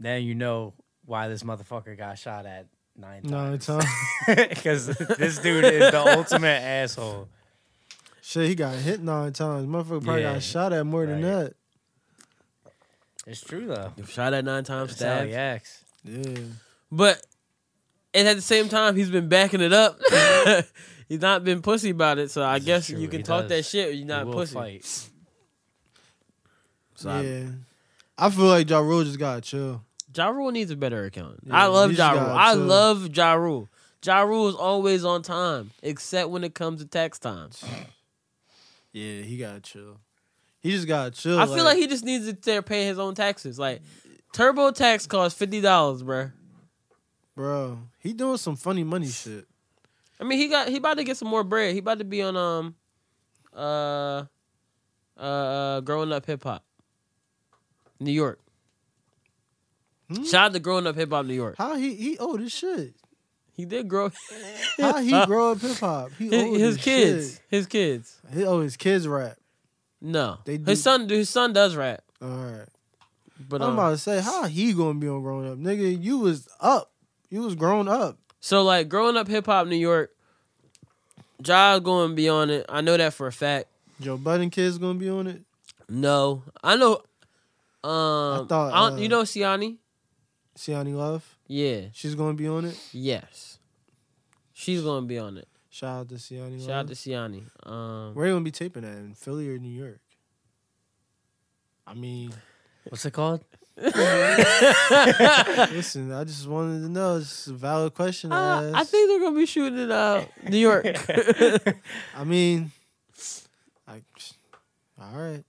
S3: then you know why this motherfucker got shot at nine
S4: No,
S3: times.
S4: it's on.
S3: Because this dude is the ultimate asshole.
S4: Shit, he got hit nine times. Motherfucker probably
S3: Yeah,
S4: got shot at more than
S3: right.
S4: that.
S3: It's true, though.
S1: Shot at nine times,
S3: E
S1: stabbed.
S3: Yaks.
S4: Yeah.
S1: But and at the same time, he's been backing it up. he's not been pussy about it. So I
S3: is
S1: guess
S3: true.
S1: you can
S3: He
S1: talk
S3: does.
S1: that shit. Or you're
S3: He
S1: not
S3: will
S1: pussy.
S3: fight.
S1: So I-
S4: yeah. I feel like Ja Rule just gotta chill.
S1: Ja Rule needs a better accountant.
S4: Yeah,
S1: I love
S4: he's
S1: Ja
S4: got
S1: Rule.
S4: it,
S1: I
S4: too.
S1: love Ja Rule. Ja Rule is always on time, except when it comes to tax time.
S4: Yeah, he gotta chill. He just gotta chill.
S1: I feel like he just needs to start paying his own taxes. Like TurboTax costs fifty dollars, bruh.
S4: bro, he doing some funny money shit.
S1: I mean, he got he about to get some more bread. He about to be on um, uh, uh, growing up hip hop, New York.
S4: Hmm?
S1: Shout out to growing up hip hop New York.
S4: How he he old as shit.
S1: He did grow
S4: How he grow up hip hop? He
S1: his,
S4: old
S1: his
S4: as
S1: kids.
S4: shit.
S1: His kids.
S4: He, oh, his kids rap.
S1: No,
S4: They do-
S1: his son. His son does rap.
S4: All right.
S1: But
S4: I'm
S1: um,
S4: about to say, how he gonna be on Grown Up, nigga? You was up. You was grown up.
S1: so like growing up hip hop New York, Ja going to be on it. I know that for a fact.
S4: Joe Budden kids gonna be on it.
S1: No, I know. Um, I
S4: thought,
S1: don't-
S4: uh,
S1: you know Siani?
S4: Siani Love,
S1: Yeah.
S4: she's gonna be on it.
S1: Yes. She's going to be on it.
S4: Shout out to Siani.
S1: Shout out to Siani. Um,
S4: Where are you gonna be taping at? In Philly or New York? I mean,
S3: What's it called?
S4: listen, I just wanted to know. It's a valid question. To
S1: uh,
S4: ask.
S1: I think they're gonna be shooting in uh, New York.
S4: I mean, I, all right,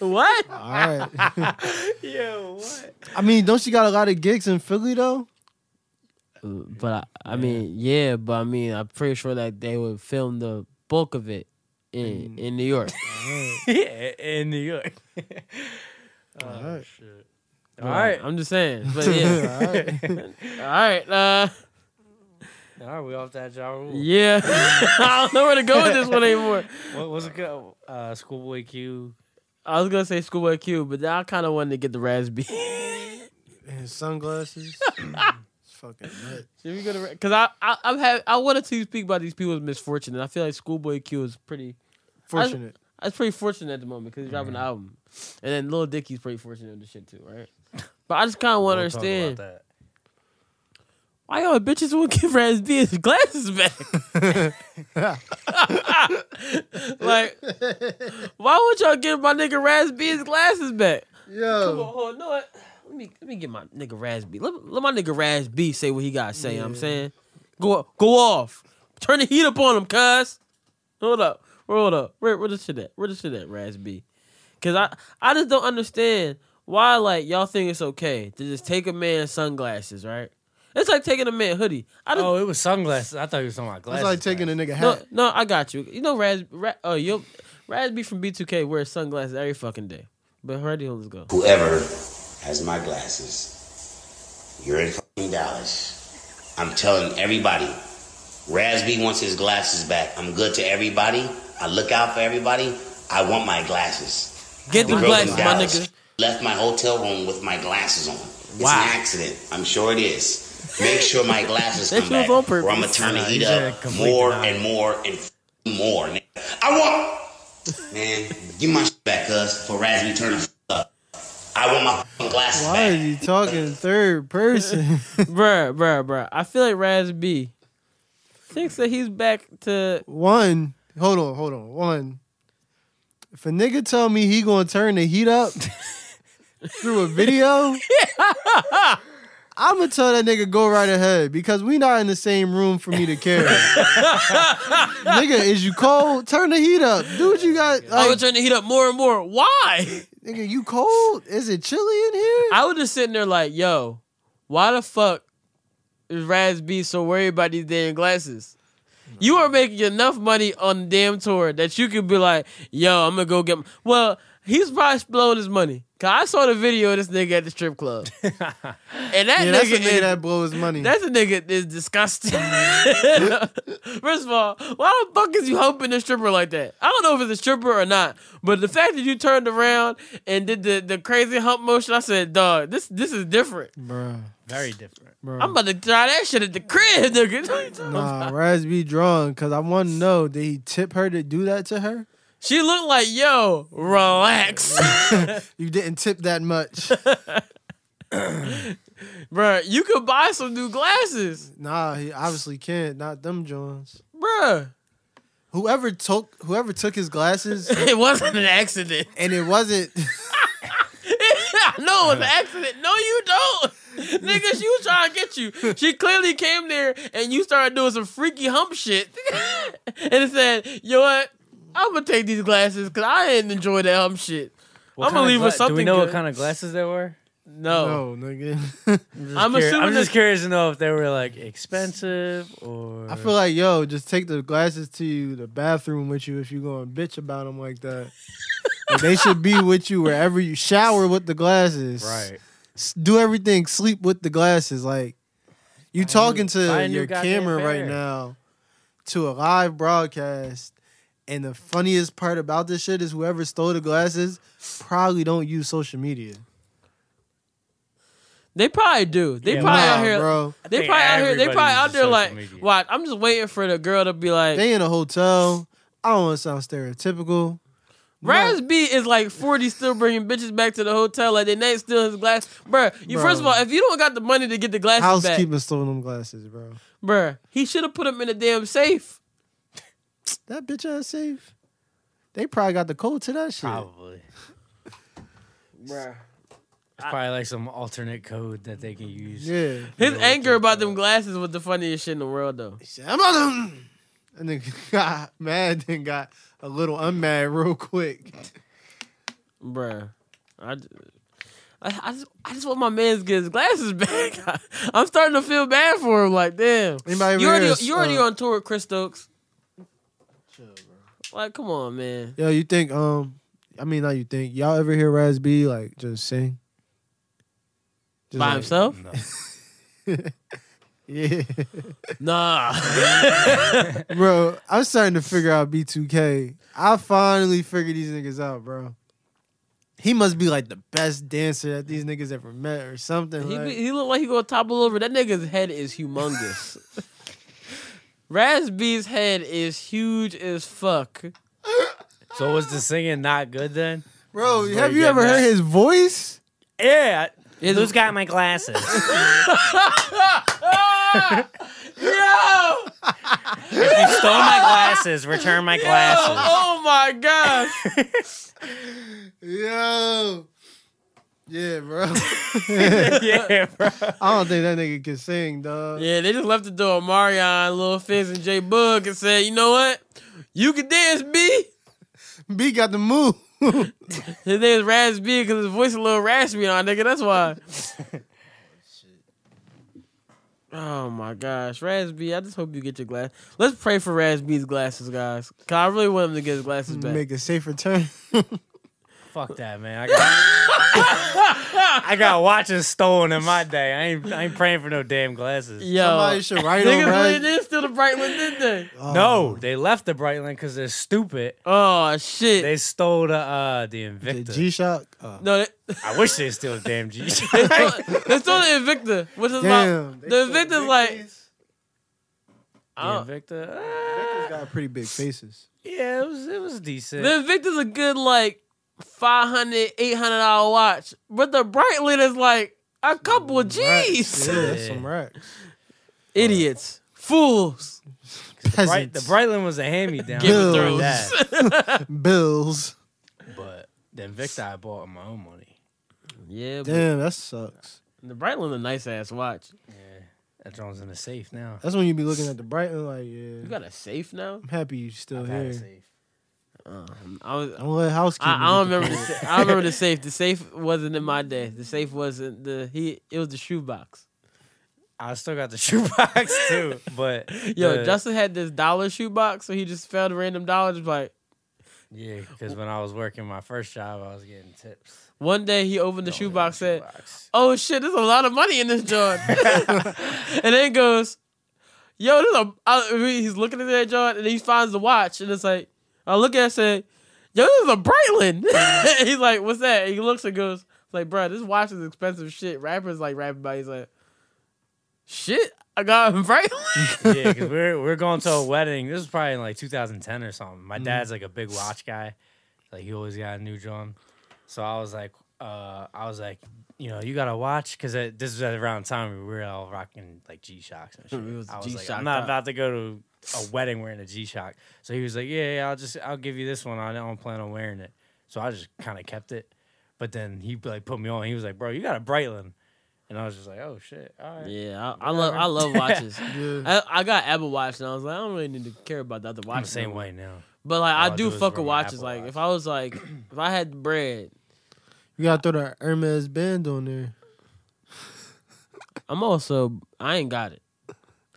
S1: what?
S4: all right.
S3: Yo, what?
S4: I mean, don't you got a lot of gigs in Philly though?
S1: But I, I mean, yeah. But I mean, I'm pretty sure that they would film the bulk of it in in New York.
S3: yeah, in New York. oh,
S4: Alright.
S3: shit. All right.
S1: I'm just saying. But yeah,
S4: all right.
S1: all right. Uh,
S3: All right, we off that Ja Rule.
S1: yeah. I don't know where to go with this one anymore.
S3: What was it called? Uh, Schoolboy Q.
S1: I was gonna say Schoolboy Q, but then I kind of wanted to get the Raspy.
S4: and sunglasses. it's fucking nuts.
S1: Should we go to because I I I've had, I wanted to speak about these people's misfortune, and I feel like Schoolboy Q is pretty.
S4: Fortunate.
S1: That's pretty fortunate at the moment because he's dropping an album, and then Lil Dicky's pretty fortunate with the shit too, right? But I just kind of want to understand
S3: that.
S1: why y'all bitches won't give Raspy his glasses back. like, why won't y'all give my nigga Raspy his glasses back? Come on,
S4: Yo,
S1: hold on, know what? Let me let me get my nigga Raspy. Let, let my nigga Raspy say what he gotta say. you know what I'm
S4: Yeah.
S1: saying, go go off. Turn the heat up on him, cuz. Hold up, hold up. Where where the shit at? Where the shit at, Raspy? Cause I I just don't understand why like y'all think it's okay to just take a man's sunglasses, right? It's like taking a man hoodie. I don't.
S3: Oh, it was sunglasses. I thought it was on my glasses.
S4: it's like taking a nigga
S1: No,
S4: hat.
S1: no, I got you. You know, Raz, Ra- oh, you, Raspy from B2K wears sunglasses every fucking day. But hurry, let's go.
S6: Whoever has my glasses, you're in fucking Dallas. I'm telling everybody, Rasby wants his glasses back. I'm good to everybody. I look out for everybody. I want my glasses.
S1: Get the
S6: The girl from
S1: glasses, my
S6: Dallas
S1: nigga.
S6: left my hotel room with my glasses on. It's
S1: Wow.
S6: an accident. I'm sure it is. Make sure my glasses
S1: That
S6: come
S1: shit was
S6: back,
S1: on purpose.
S6: or I'm gonna turn the
S3: Nah,
S6: heat
S3: he's a
S6: up
S3: complete
S6: more
S3: denier.
S6: and more and f***ing more. nigga. I want. Man, give my shit back, cuz, for Rasby turn the f- up. I want my fucking glasses
S4: Why
S6: back.
S4: is he talking third person?
S1: bruh, bruh, bruh. I feel like Raz B thinks that he's back to
S4: One, hold on, hold on. One, if a nigga tell me he gonna turn the heat up through a video, I'm gonna tell that nigga go right ahead because we not in the same room for me to care. nigga, is you cold? Turn the heat up. Do what you got.
S1: I
S4: Like,
S1: was trying to heat up more and more. Why?
S4: nigga, you cold? Is it chilly in here?
S1: I was just sitting there like, yo, why the fuck is Raz B so worried about these damn glasses? You are making enough money on the damn tour that you could be like, yo, I'm gonna go get. m-" Well, he's probably blowing his money. Cause I saw the video of this nigga at the strip club, and that
S4: yeah,
S1: nigga
S4: that's what
S1: is-
S4: made that blow his money.
S1: That's a nigga is disgusting. First of all, why the fuck is you humping a stripper like that? I don't know if it's a stripper or not, but the fact that you turned around and did the, the crazy hump motion, I said, dog, this this is different.
S4: Bruh,
S3: Very different.
S4: bruh.
S1: I'm about to try that shit at the crib, nigga. What you talking about?
S4: Nah, Raz be drawn because I want to know did he tip her to do that to her?
S1: She looked like, yo, relax.
S4: You didn't tip that much.
S1: Bruh, you could buy some new glasses.
S4: nah, he obviously can't. Not them Jones.
S1: Bruh,
S4: Whoever took whoever took his glasses
S1: it wasn't an accident.
S4: and it wasn't.
S1: no, it's an accident. No, you don't. Nigga, she was trying to get you. She clearly came there and you started doing some freaky hump shit. and it said, you know what? I'm going to take these glasses because I didn't enjoy that hump shit. I'm going to leave with something
S3: Do we know
S1: good.
S3: what kind of glasses they were?
S1: No.
S4: No, nigga.
S1: I'm
S3: Curi-
S1: assuming
S3: I'm just
S1: that-
S3: curious to know if they were like expensive or.
S4: I feel like yo, just take the glasses to the bathroom with you if you going bitch about them like that. Like, they should be with you wherever you shower with the glasses.
S3: right.
S4: S- Do everything. Sleep with the glasses. Like you talking
S3: buy a
S4: to
S3: new
S4: your
S3: goddamn
S4: camera right
S3: pair.
S4: now to a live broadcast. And the funniest part about this shit is whoever stole the glasses probably don't use social media.
S1: They probably do. They
S3: Yeah,
S1: probably
S4: Nah,
S1: out here.
S4: bro.
S1: They
S3: think
S1: probably out here. They
S3: everybody
S1: probably out
S3: uses
S1: there
S3: social
S1: like,
S3: media.
S1: watch. I'm just waiting for the girl to be like,
S4: They in a hotel. I don't want to sound stereotypical,
S1: Raz B is like 40 still bringing bitches back to the hotel like they name still his glass. Bruh, you first of
S4: Bro.
S1: all, if you don't got the money to get the glasses back,
S4: Housekeeping stole them glasses, bro.
S1: bruh, he should have put them in a damn safe.
S4: That bitch ass safe. They probably got the code to that shit.
S3: Probably.
S1: Bruh.
S3: It's probably like some alternate code that they can use.
S4: Yeah.
S1: His
S3: You know,
S1: anger about them glasses was the funniest shit in the world though.
S4: He said, I'm on them. And then got mad, then got a little unmad real quick.
S1: Bruh. I ju- I, I just, I just want my man to get his glasses back. I, am starting to feel bad for him. Like, damn.
S4: Anybody ever
S1: you already,
S4: hear us,
S1: you already
S4: uh,
S1: on tour with Chris Stokes. Like, come on, man.
S4: Yo, you think, um, I mean, not you think, y'all ever hear Raz B like just sing? Just
S1: By
S4: like-
S1: himself?
S3: No.
S4: Yeah.
S1: Nah.
S4: bro, I'm starting to figure out B2K. I finally figured these niggas out, bro. He must be like the best dancer that these niggas ever met or something.
S1: He,
S4: like-
S1: be, he look like he gonna topple over. That nigga's head is humongous. Raz B's head is huge as fuck.
S3: So was the singing not good then?
S4: bro,
S3: Where
S4: have
S3: you
S4: you ever
S3: getting
S4: heard
S3: that?
S4: his voice?
S3: Yeah.
S1: Is
S3: Who's got my glasses?
S1: Yo!
S3: if you stole my glasses, return my glasses.
S1: Oh my gosh.
S4: Yo. Yeah, bro.
S3: yeah, bro.
S4: I don't think that nigga can sing, dog.
S1: yeah, they just left the door. Marion, Lil Fizz, and J Bug and said, you know what? You can dance, B.
S4: B got the move.
S1: His name is Raz B because his voice a little raspy on nigga. That's why. Oh my gosh, Raz B! I just hope you get your glass. Let's pray for Raz B's glasses, guys. Cause I really want him to get his glasses back.
S4: Make a safe return.
S3: Fuck that, man. I got, I got watches stolen in my day. I ain't, I ain't praying for no damn glasses.
S1: Yo,
S4: Somebody should write on
S1: niggas really
S4: Raz.
S1: did steal the Brightland, didn't they?
S4: Oh.
S3: No, they left the Brightland because they're stupid.
S1: Oh shit!
S3: They stole the uh, the
S4: The
S3: Invicta.
S4: G Shock.
S1: no, they,
S3: I wish they still the damn G.
S1: they stole, they stole the Invicta, which is
S4: Damn.
S1: my the Invicta's like oh,
S3: The Invicta. uh,
S4: got pretty big faces.
S3: yeah, it was it was decent.
S1: the Invicta's a good like 500 800 dollar watch, but the Brightland is like a couple of G's.
S4: Yeah, that's
S3: Yeah.
S4: some racks.
S1: Idiots, fools,
S3: Bright, the
S4: Peasants.
S3: Brightland was a hand me down.
S1: Game of
S4: Bills.
S1: Thrones.
S4: Bills.
S3: But the Invicta I bought with my own money.
S1: yeah, but
S4: Damn, that sucks.
S1: the Brightland's a nice ass watch.
S3: That drone's in the safe now.
S4: That's when you be looking at the Brighton like,
S1: You
S4: yeah.
S1: got a safe now? Um,
S4: I'm happy you still
S3: I've had
S4: here.
S3: it safe.
S1: I was.
S4: Don't let housekeeping.
S1: I, I don't
S4: get the
S1: remember. The,
S4: credit.
S1: sa- I remember the safe. The safe wasn't in my day. The safe wasn't the he. It was the shoebox.
S3: I still got the shoebox too, but
S1: Yo,
S3: the-
S1: Justin had this dollar shoebox, so he just found a random dollar. Just like
S3: yeah, because when I was working my first job, I was getting tips.
S1: one day, he opened the
S3: Don't
S1: shoebox,
S3: have a
S1: said,
S3: shoebox.
S1: "Oh shit, there's a lot of money in this jar," and then goes, "Yo, there's a." I, I mean, he's looking at that jar, and he finds the watch, and it's like, I look at, it, say, "Yo, this is a Breitling." he's like, "What's that?" And he looks and goes, "Like, bro, this watch is expensive shit." Rappers like rapping about, it. he's like, "Shit, I got a Breitling."
S3: yeah, because we're we're going to a wedding. This was probably in like 2010 or something. My dad's like a big watch guy, like he always got a new drum. So I was like, uh, I was like, you know, you got a watch because this was around the time we were all rocking like G Shocks and shit.
S1: It was
S3: I was like,
S1: G-Shock
S3: I'm not
S1: time.
S3: about to go to a wedding wearing a G Shock. So he was like, yeah, yeah, I'll just I'll give you this one. I don't plan on wearing it. So I just kind of kept it. But then he like put me on. He was like, bro, you got a Breitling. And I was just like, oh shit, all right.
S1: yeah, I, I love, I love watches.
S4: Yeah.
S1: I, I got Apple Watch, and I was like, I don't really need to care about the other watch.
S3: I'm the same way now.
S1: But like, I
S3: All I
S1: do,
S3: do is
S1: fuck with
S3: run my
S1: watches.
S3: Apple
S1: Like,
S3: Watch.
S1: if I was like, if I had bread,
S4: You gotta throw that Hermes band on there.
S1: I'm also, I ain't got it.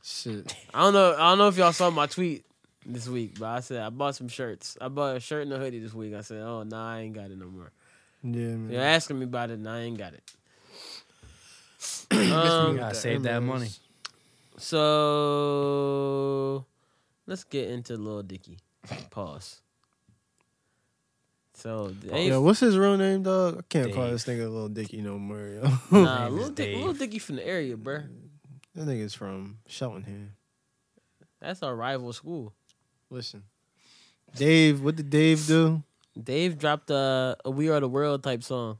S4: Shit.
S1: I don't know. I don't know if y'all saw my tweet this week, but I said I bought some shirts. I bought a shirt and a hoodie this week. I said, oh nah, I ain't got it no more.
S4: Yeah, man.
S3: Hmm.
S1: You're asking me about it, and I ain't got it.
S3: You
S1: um,
S3: gotta
S4: the
S3: save that
S4: Hermes.
S3: money.
S1: so let's get into Lil Dicky. Pause. So they-
S4: Yo, what's his real name, dog? I can't call
S3: Dave.
S4: this nigga Little Dicky no more. Yo.
S1: nah,
S3: name is
S1: Lil, Dick, Lil
S3: Dave.
S1: Dicky from the area, bruh.
S4: that nigga's from Sheltonham.
S1: That's our rival school.
S4: Listen, Dave, what did Dave do?
S1: Dave dropped a, a "We Are the World" type song.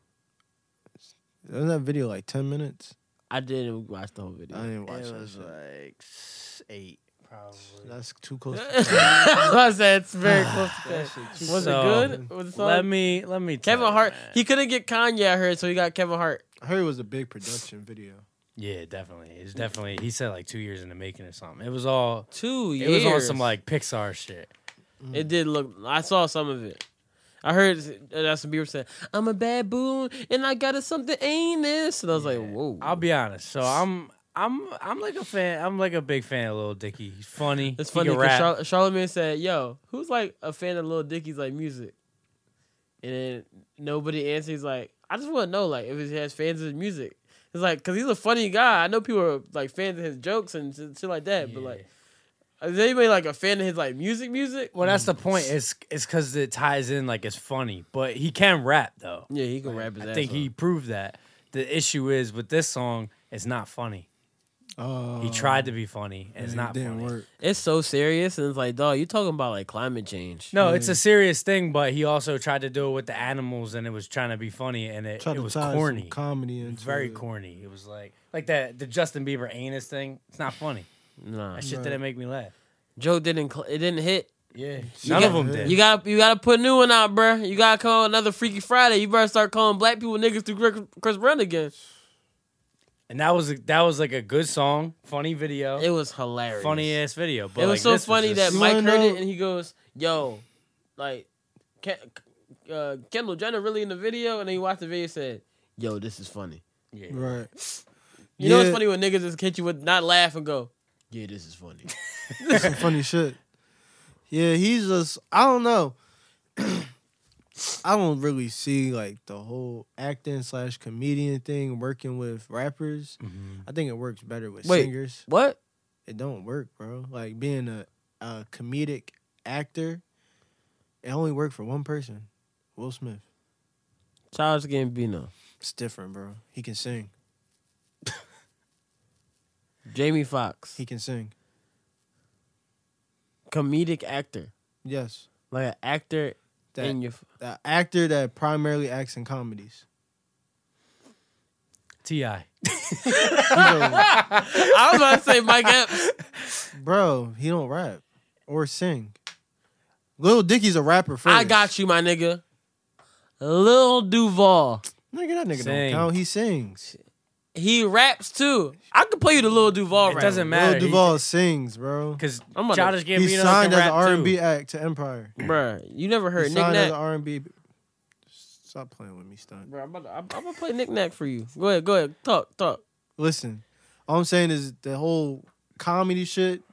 S4: Isn't that video like ten minutes?
S1: I didn't watch the whole video.
S4: I didn't watch that. shit.
S3: like s- eight, probably.
S4: That's too close. to
S1: I said it's very close to
S4: That
S1: that.
S4: shit's
S1: Was
S3: So,
S1: it good? Was the song-
S3: Let me let me. tell
S1: Kevin
S3: you,
S1: Hart.
S3: man.
S1: He couldn't get Kanye out here, so he got Kevin Hart.
S4: I heard it was a big production video.
S3: yeah, definitely. It's definitely. He said like two years in the making or something. It was all.
S1: Two
S3: It
S1: years.
S3: was on some like Pixar shit.
S1: It did look. I saw some of it. I heard uh, Justin Bieber said, "I'm a baboon and I got a something anus," and I was like,
S3: Yeah.
S1: "Whoa."
S3: I'll be honest. So I'm. I'm I'm like a fan. I'm like a big fan of Lil Dicky. He's funny.
S1: It's
S3: He can
S1: funny because Char-
S3: rap.
S1: Charlamagne said, "Yo, who's like a fan of Lil Dicky's like music?" And then nobody answers. He's like, "I just want to know like if he has fans of his music." It's like because he's a funny guy. I know people are like fans of his jokes and shit shit like that. But
S3: Yeah.
S1: like, is anybody like a fan of his like music? Music?
S3: Well, that's the point. It's it's because it ties in like it's funny, but he can rap though.
S1: Yeah, he can rap his
S3: I
S1: ass
S3: think
S1: off.
S3: he proved that. The issue is with this song, it's not funny.
S4: Oh,
S1: Uh,
S3: He tried to be funny, and
S4: it
S3: it's not
S4: didn't
S3: funny.
S4: work.
S1: It's so serious, and it's like, dog, you talking about like climate change?
S3: No, it's
S4: Mm.
S3: a serious thing, but he also tried to do it with the animals, and it was trying to be funny, and it,
S4: Tried
S3: it
S4: to
S3: was
S4: tie some
S3: corny,
S4: comedy into
S3: very
S4: it.
S3: corny. It was like like that the Justin Bieber anus thing. It's not funny.
S1: nah.
S3: That shit
S4: Right.
S3: didn't make me laugh.
S1: Joke didn't. Cl- it didn't hit.
S3: Yeah, none
S1: got-
S3: of them did.
S1: You got to you got to put a new one out, bruh. You got to call another Freaky Friday. You better start calling black people niggas through Chris- Chris Brown again.
S3: and that was that was like a good song, funny video,
S1: It was hilarious.
S3: funny ass video. But
S1: it was
S3: like,
S1: so
S3: this
S1: funny
S3: just-
S1: that
S4: You
S1: Mike
S4: wanna
S1: heard it
S4: know-
S1: and he goes, "Yo, like, Ken, uh, Kendall Jenner really in the video?" And then he watched the video and said, "Yo, this is funny."
S3: Yeah.
S4: Right.
S1: You know what's
S4: Yeah.
S1: funny when niggas just hit you with not laugh and go, "Yeah, this is funny."
S4: some funny shit. Yeah, he's just I don't know. I don't really see like the whole acting slash comedian thing working with rappers. I think it works better with
S1: Wait.
S4: singers.
S1: what?
S4: It don't work, bro. Like being a, a comedic actor, it only worked for one person, Will Smith.
S1: Charles Gambino,
S4: It's different, bro. He can sing.
S1: Jamie Foxx,
S4: He can sing.
S1: comedic actor,
S4: Yes,
S1: like an actor
S4: that
S1: in your.
S4: the actor that primarily acts in comedies.
S3: Ti.
S4: Yo,
S1: I was about to say Mike Epps.
S4: Bro, he don't rap or sing. Lil Dicky's a rapper first.
S1: I got you, my nigga. Lil Duval.
S4: Nigga, that nigga
S3: Sing.
S4: don't count. He sings.
S1: He raps too. I could play you the Lil Duval
S3: It
S1: rap.
S3: doesn't
S4: Lil
S3: matter.
S4: Duval sings, bro.
S3: Because
S1: I'm gonna-
S3: Childish Gambino
S4: He signed
S3: can
S4: as an
S3: rap
S4: R and B
S3: too.
S4: act to Empire.
S1: Bruh, you never
S4: He
S1: heard Nick
S4: signed as
S1: Nack.
S4: an R and B. Stop playing with me, stunt.
S1: Bruh, I'm about to- I'm- I'm gonna play Nick Nack for you. Go ahead, go ahead. Talk, talk.
S4: Listen, all I'm saying is the whole comedy shit.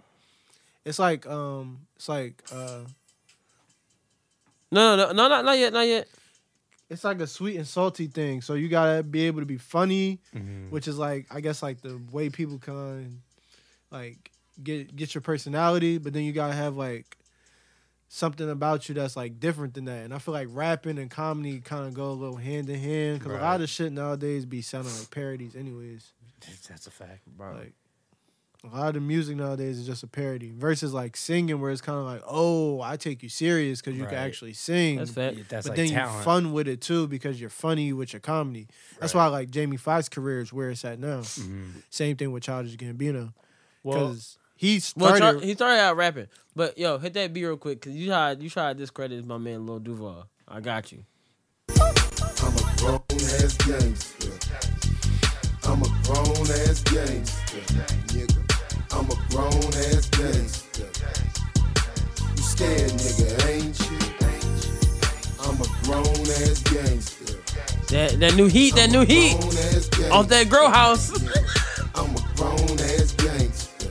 S4: It's like um, it's like uh,
S1: No, no, no, no, not, not yet, not yet.
S4: it's like a sweet and salty thing. So you gotta be able to be funny,
S3: Mm-hmm.
S4: which is like I guess like the way people can like get get your personality, but then you gotta have like something about you that's like different than that. And I feel like rapping and comedy kind of go a little hand in hand because a lot
S3: Right.
S4: of shit nowadays be sounding like parodies, anyways.
S3: That's a fact.
S4: Like a lot of the music nowadays is just a parody versus like singing where it's kind of like oh I take you serious because you
S3: Right.
S4: can actually sing.
S1: That's
S3: Yeah,
S1: fact.
S3: that's
S4: but
S3: like
S4: then
S3: talent.
S4: you're fun with it too because you're funny with your comedy. That's why like Jamie Foxx's career is where it's at now. Same thing with Childish Gambino
S3: Mm-hmm. well,
S4: because he
S1: Well,
S4: started.
S1: Char- he started out rapping, but yo, hit that B real quick, cause you tried, you tried to discredit my man Lil Duval. I got you.
S2: I'm a grown ass gangster. I'm a grown ass gangster, nigga. I'm a grown ass gangster. You scared, nigga, ain't you? I'm a grown ass gangster.
S1: That that new heat, that new heat
S2: Grown ass gangster.
S1: off that grow house.
S2: I'm a grown ass gangster.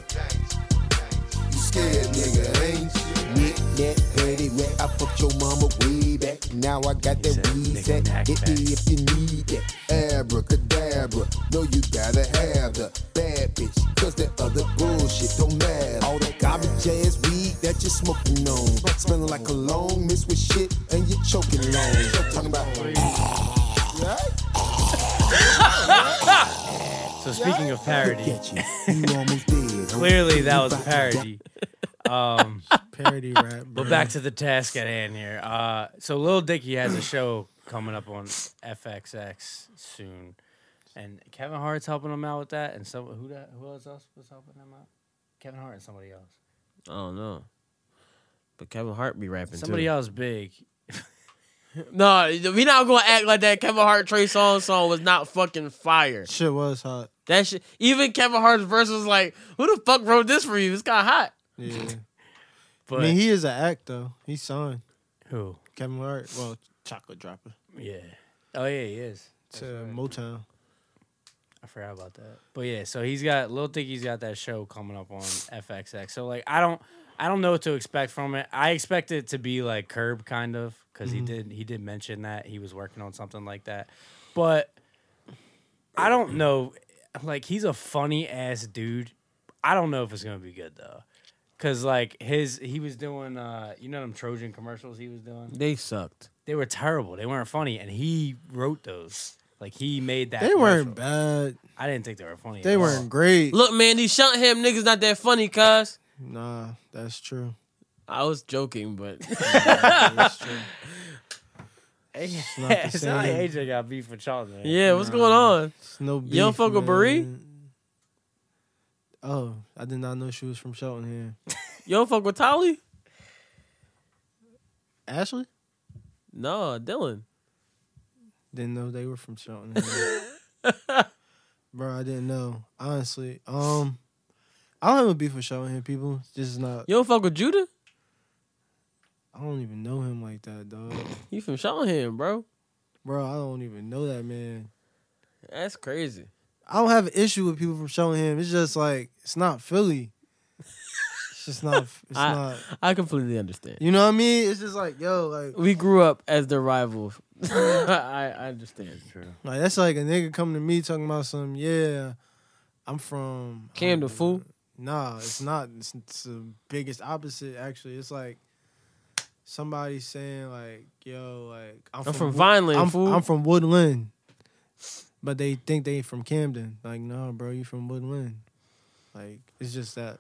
S2: You scared, nigga, ain't you?
S7: Nick that dirty rat, I fucked your mama way back. Now I got that weed set. Hit me if you need that. Abracadabra, no, you gotta have the bad bitch. Cause that other bullshit don't matter. All that garbage ass weed that you're smoking on. Smelling like cologne, mixed with shit, and you're choking long. Talking about
S3: so speaking of parody,
S7: get you. You almost dead.
S3: clearly that was a parody. Um,
S4: parody rap.
S3: But back to the task at hand here. Uh, so Lil Dicky has a show coming up on FXX soon, and Kevin Hart's helping him out with that. And some who that who else else was helping him out? Kevin Hart and somebody else.
S1: I don't know. But Kevin Hart be rapping
S3: Somebody
S1: too.
S3: else big.
S1: No, we not gonna act like that. Kevin Hart Trey Songz song was not fucking fire.
S4: shit was hot.
S1: That shit. Even Kevin Hart's verse was like, "Who the fuck wrote this for you? It's kind of hot."
S4: Yeah,
S3: But
S4: I mean he is an act though. He signed
S3: who?
S4: Kevin Hart. Well, chocolate dropper
S3: Yeah. Oh yeah, he is.
S4: to Motown.
S3: I forgot about that. But yeah, so he's got Lil Dicky's got that show coming up on FXX. So like I don't I don't know what to expect from it. I expect it to be like Curb kind of because
S4: Mm-hmm.
S3: he did he did mention that he was working on something like that. But I don't know like he's a funny ass dude. I don't know if it's gonna be good though. Cause like his he was doing uh you know them Trojan commercials he was doing?
S1: They sucked.
S3: They were terrible. They weren't funny and he wrote those. Like he made that
S4: They weren't
S3: commercial.
S4: bad.
S3: I didn't think they were funny.
S4: They
S3: at all.
S4: weren't great.
S1: Look, man, these shunt him niggas not that funny, cuz.
S4: Nah, that's true.
S1: I was joking, but
S4: That's true.
S3: It's
S4: not the
S3: it's not like
S4: same.
S3: AJ got beef with y'all, man.
S1: yeah, what's going on?
S4: It's no beef,
S1: don't fuck with Bree?
S4: man. Oh, I did not know she was from Shelton here.
S1: You don't fuck with Tolly?
S4: Ashley
S1: No, Dylan.
S4: didn't know they were from Shelton here. Bro, I didn't know. Honestly, um, I don't have a beef with Shelton here. People, this is not.
S1: You don't fuck with Judah?
S4: I don't even know him like that, dog.
S1: You from Shawham, bro?
S4: Bro, I don't even know that man.
S1: That's crazy.
S4: I don't have an issue with people from showing him. It's just like it's not Philly. It's just not. It's
S1: I-
S4: not.
S1: I completely understand.
S4: You know what I mean? It's just like yo, like
S1: We grew up as the rival. I, I understand. True.
S4: like that's like a nigga coming to me talking about some. Yeah, I'm from
S1: Cam
S4: um,
S1: the fool.
S4: Nah, it's not. It's, it's the biggest opposite. Actually, it's like somebody saying like yo, like I'm,
S1: I'm from
S4: Wood-
S1: Vineland,
S4: I'm,
S1: fool.
S4: I'm from Woodland, but they think they from Camden. Like no, bro, you from Woodland. Like it's just that.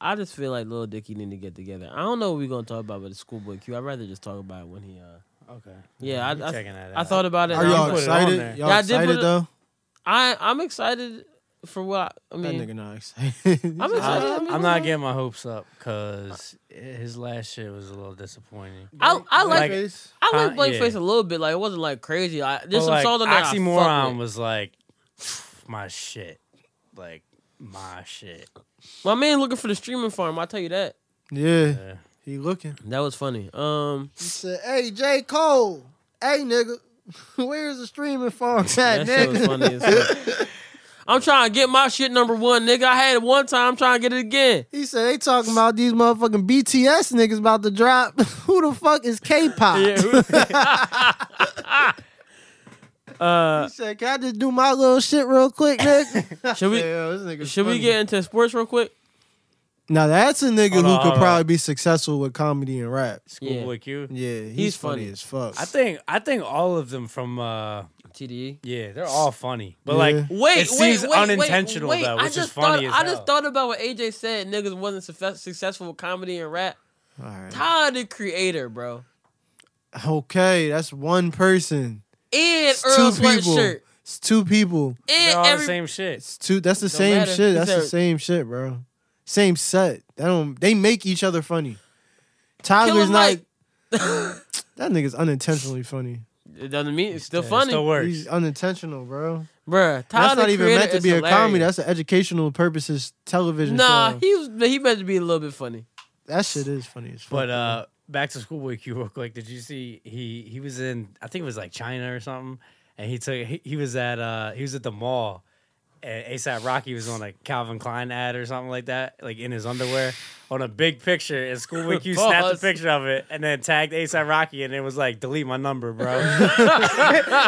S1: I just feel like Lil Dicky need to get together. I don't know what we're gonna talk about with the schoolboy Q. I'd rather just talk about it when he. uh
S3: Okay.
S1: Yeah, I,
S3: I'm
S1: I,
S3: checking that
S1: I
S3: out.
S1: thought about it.
S4: Are
S1: and
S3: you
S1: I'm
S4: y'all
S1: like,
S3: put it on
S4: excited?
S3: there.
S4: Y'all
S1: Yeah, I did
S4: excited
S1: put it-
S4: though?
S1: I I'm excited for what I
S4: That
S1: mean.
S4: nigga not excited.
S1: I'm
S3: I,
S1: excited. I, mean,
S3: am not getting my hopes up because his last shit was a little disappointing.
S1: I, I like,
S3: Like,
S1: I like
S3: huh?
S1: Blackface
S3: Yeah.
S1: a little bit. Like it wasn't like crazy. I,
S3: But,
S1: there's some
S3: like,
S1: songs on there I fuck
S3: Oxymoron
S1: with.
S3: was like my shit, like my shit.
S1: My man looking for the streaming farm. I will tell you that.
S4: yeah,
S3: Yeah.
S4: he looking.
S1: That was funny. Um,
S4: He said, "Hey, J. Cole, hey nigga, where's the streaming farm at,
S1: that shit was funny as fuck. I'm trying to get my shit number one, nigga. I had it one time. I'm trying to get it again.
S4: He said they talking about these motherfucking BTS niggas about to drop. who the fuck is K-pop?
S1: Uh,
S4: He said, "Can I just do my little shit real quick, nigga?" I
S1: Should we-
S4: said, "Yo, this nigga's
S1: should we
S4: funny."
S1: get into sports real quick?
S4: Now that's a nigga
S3: Hold
S4: who
S3: on,
S4: could
S3: hold on.
S4: probably be successful with comedy and rap.
S3: Schoolboy Q.
S4: Yeah, he's,
S1: He's
S4: funny.
S1: funny.
S4: as fuck.
S3: I think I think all of them from uh
S1: TDE.
S3: yeah they're all funny, but
S4: Yeah.
S3: like
S4: Wait,
S1: Wait,
S3: it
S1: wait,
S3: seems
S1: wait,
S3: unintentional
S1: wait, wait.
S3: though,
S1: I
S3: which is
S1: just
S3: funny
S1: thought,
S3: as
S1: I just
S3: hell.
S1: thought about what AJ said. Niggas wasn't sufe- successful with comedy and rap.
S4: All right.
S1: Ty the Creator, bro,
S4: Okay, that's one person.
S1: and
S4: It's
S1: Earl
S4: two people.
S1: Sweatshirt,
S4: It's two people.
S3: they're
S1: and
S3: all
S1: every
S3: the same shit.
S4: It's two. That's the
S1: Don't
S4: same
S1: matter.
S4: shit.
S1: He
S4: That's the
S1: said-
S4: same shit, bro. Same set. They don't. They make each other funny.
S1: Killer
S4: Tyler's not.
S1: Mike.
S4: That nigga's unintentionally funny.
S1: It doesn't mean it's still
S3: Yeah, it
S1: funny,
S3: Still works.
S4: He's unintentional, bro.
S1: Bruh, Tyler
S4: That's not
S1: the
S4: even
S1: Creator
S4: meant to
S1: is
S4: be a comedy.
S1: hilarious.
S4: That's an educational purposes television
S1: nah,
S4: show.
S1: he was he meant to be a little bit funny.
S4: that shit is funny as fuck.
S3: But
S4: bro.
S3: uh, back to Schoolboy Q real quick. Did you see he he was in I think it was like China or something, and he took he, he was at uh he was at the mall, and ASAP Rocky was on a Calvin Klein ad or something like that, like in his underwear on a big picture, and Schoolboy Q snapped a
S1: Pause.
S3: picture of it and then tagged ASAP Rocky, and it was like delete my number, bro.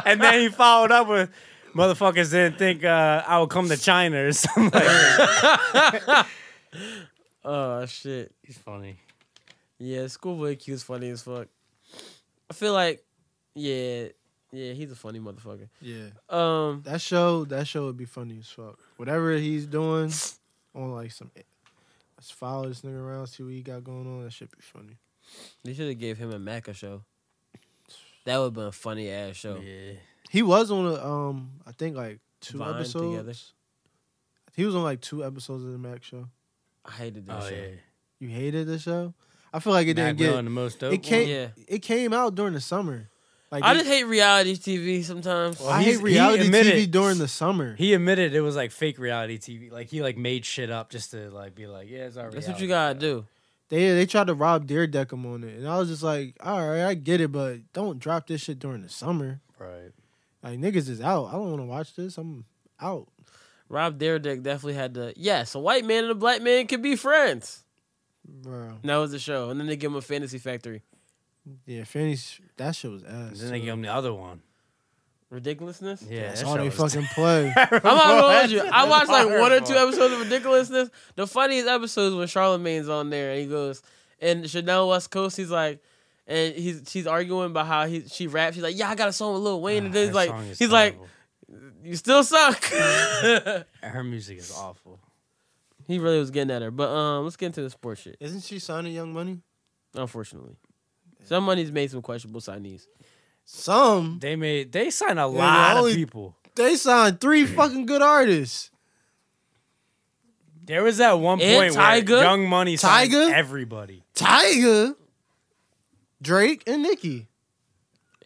S3: and then he followed up with. Motherfuckers didn't think uh, I would come to China or something. Like that.
S1: Oh shit,
S3: He's funny.
S1: yeah, Schoolboy Q is funny as fuck. I feel like, yeah, yeah, he's a funny motherfucker.
S4: yeah,
S1: Um,
S4: that show. That show would be funny as fuck. Whatever he's doing on like some Let's follow this nigga around, see what he got going on. That should be funny.
S1: They should have gave him a Mac a show. That would have been a funny ass show.
S3: Yeah.
S4: He was on a um, I think like two
S1: Vine
S4: episodes.
S1: together.
S4: He was on like two episodes of the Mac show.
S1: I hated that
S3: Oh
S1: show.
S3: yeah.
S4: You hated the show? I feel like it
S3: Mac
S4: didn't get
S3: Miller and the most dope.
S4: it came
S1: Yeah.
S4: it came out during the summer. Like
S1: I
S4: they-
S1: just hate reality TV sometimes.
S3: Well,
S4: I
S3: he's-
S4: hate reality
S3: he
S4: TV
S3: admitted-
S4: during the summer.
S3: He admitted it was like fake reality TV. Like he like made shit up just to like be like, yeah, it's our.
S1: That's what
S3: reality
S1: you gotta
S3: show.
S1: do.
S4: they they tried to rob Daredevil on it, and I was just like, all right, I get it, but don't drop this shit during the summer.
S3: Right.
S4: Like niggas is out. I don't want to watch this. I'm out.
S1: Rob Dyrdek definitely had to. Yes, a white man and a black man could be friends.
S4: Bro,
S1: And that was the show, and then they give him a Fantasy Factory.
S4: yeah, Fanny's that shit was ass.
S3: Then they
S4: too.
S3: give him the other one.
S1: Ridiculousness.
S3: Yeah,
S4: That's
S3: that
S4: all
S3: show
S4: they
S3: was
S4: fucking play.
S1: I'm not gonna hold you.
S3: That's
S1: I watched like one or two
S3: horrible.
S1: episodes of Ridiculousness. The funniest episode is when Charlemagne's on there and he goes, and Chanel West Coast, he's like, and he's she's arguing about how he she raps. She's like, yeah, I got a song with Lil Wayne, and then
S3: Ah,
S1: he's
S3: that
S1: like,
S3: song
S1: he's
S3: is
S1: like,
S3: terrible.
S1: you still suck.
S3: her music is awful.
S1: he really was getting at her. But um, let's get into the sports shit.
S4: Isn't she signing Young Money?
S1: Unfortunately, some money's made some questionable signees.
S4: Some
S3: They made they signed a
S4: the
S3: lot
S4: only-
S3: of people.
S4: they signed three
S1: Mm.
S4: fucking good artists.
S3: There was that one
S1: And
S3: point where
S1: Tyga.
S3: Young Money signed
S4: Tyga.
S3: everybody.
S4: Tiger, Drake, and Nicki.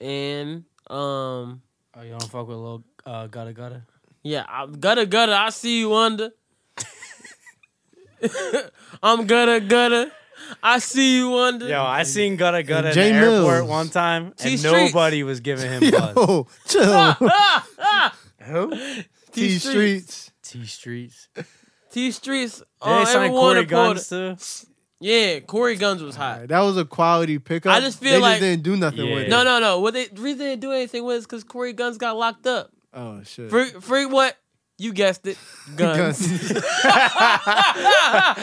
S1: And um,
S3: Oh, you don't fuck with little uh, Gotta Gotta.
S1: yeah, I'm gutta gutta. I see you under. I'm gutta gutta. I see you under.
S3: Yo, I seen Gotta Gotta in the
S4: Jay
S3: airport
S4: Mills.
S3: one time,
S1: T
S3: and
S1: Streets.
S3: nobody was giving him buzz.
S4: Yo, chill.
S1: ah, ah.
S3: Who?
S4: T Streets.
S3: T Streets.
S1: T Streets.
S3: Did they
S1: Oh,
S3: sign
S1: everyone
S3: Corey
S1: applauded.
S3: Guns too?
S1: Yeah, Corey Guns was hot.
S4: Alright, that was a quality pickup.
S1: I just feel
S4: they
S1: like-
S4: just didn't do nothing
S3: Yeah.
S4: with it.
S1: No, no, no. What they the reason they didn't do anything was because Corey Guns got locked up.
S4: Oh shit.
S1: Free, free what? You guessed it, Guns. Ah,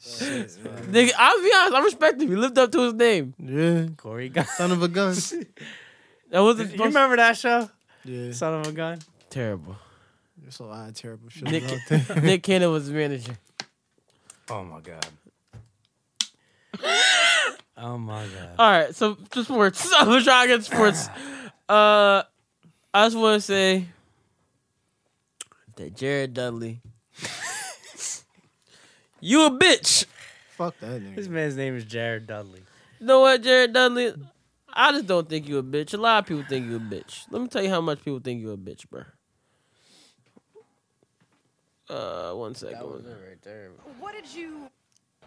S4: Shit, man.
S1: Nigga, I'll be honest. I respect him. He lived up to his name.
S4: yeah.
S3: Corey Guns.
S4: Son of a gun.
S1: That wasn't
S3: You
S1: supposed-
S3: remember that show?
S4: Yeah.
S3: Son of a gun.
S1: terrible.
S4: There's a lot of terrible shit
S1: Nick-
S4: out there.
S1: Nick Cannon was his manager.
S3: Oh my god. oh my god.
S1: All right, so to sports. I'm trying to get sports. Uh, I just want to say that Jared Dudley, you a bitch.
S4: Fuck that
S3: This
S4: nigga.
S3: man's name is Jared Dudley.
S1: You know what, Jared Dudley? I just don't think you a bitch. A lot of people think you a bitch. Let me tell you how much people think you a bitch, bro. Uh, one second.
S3: right there.
S8: What did you,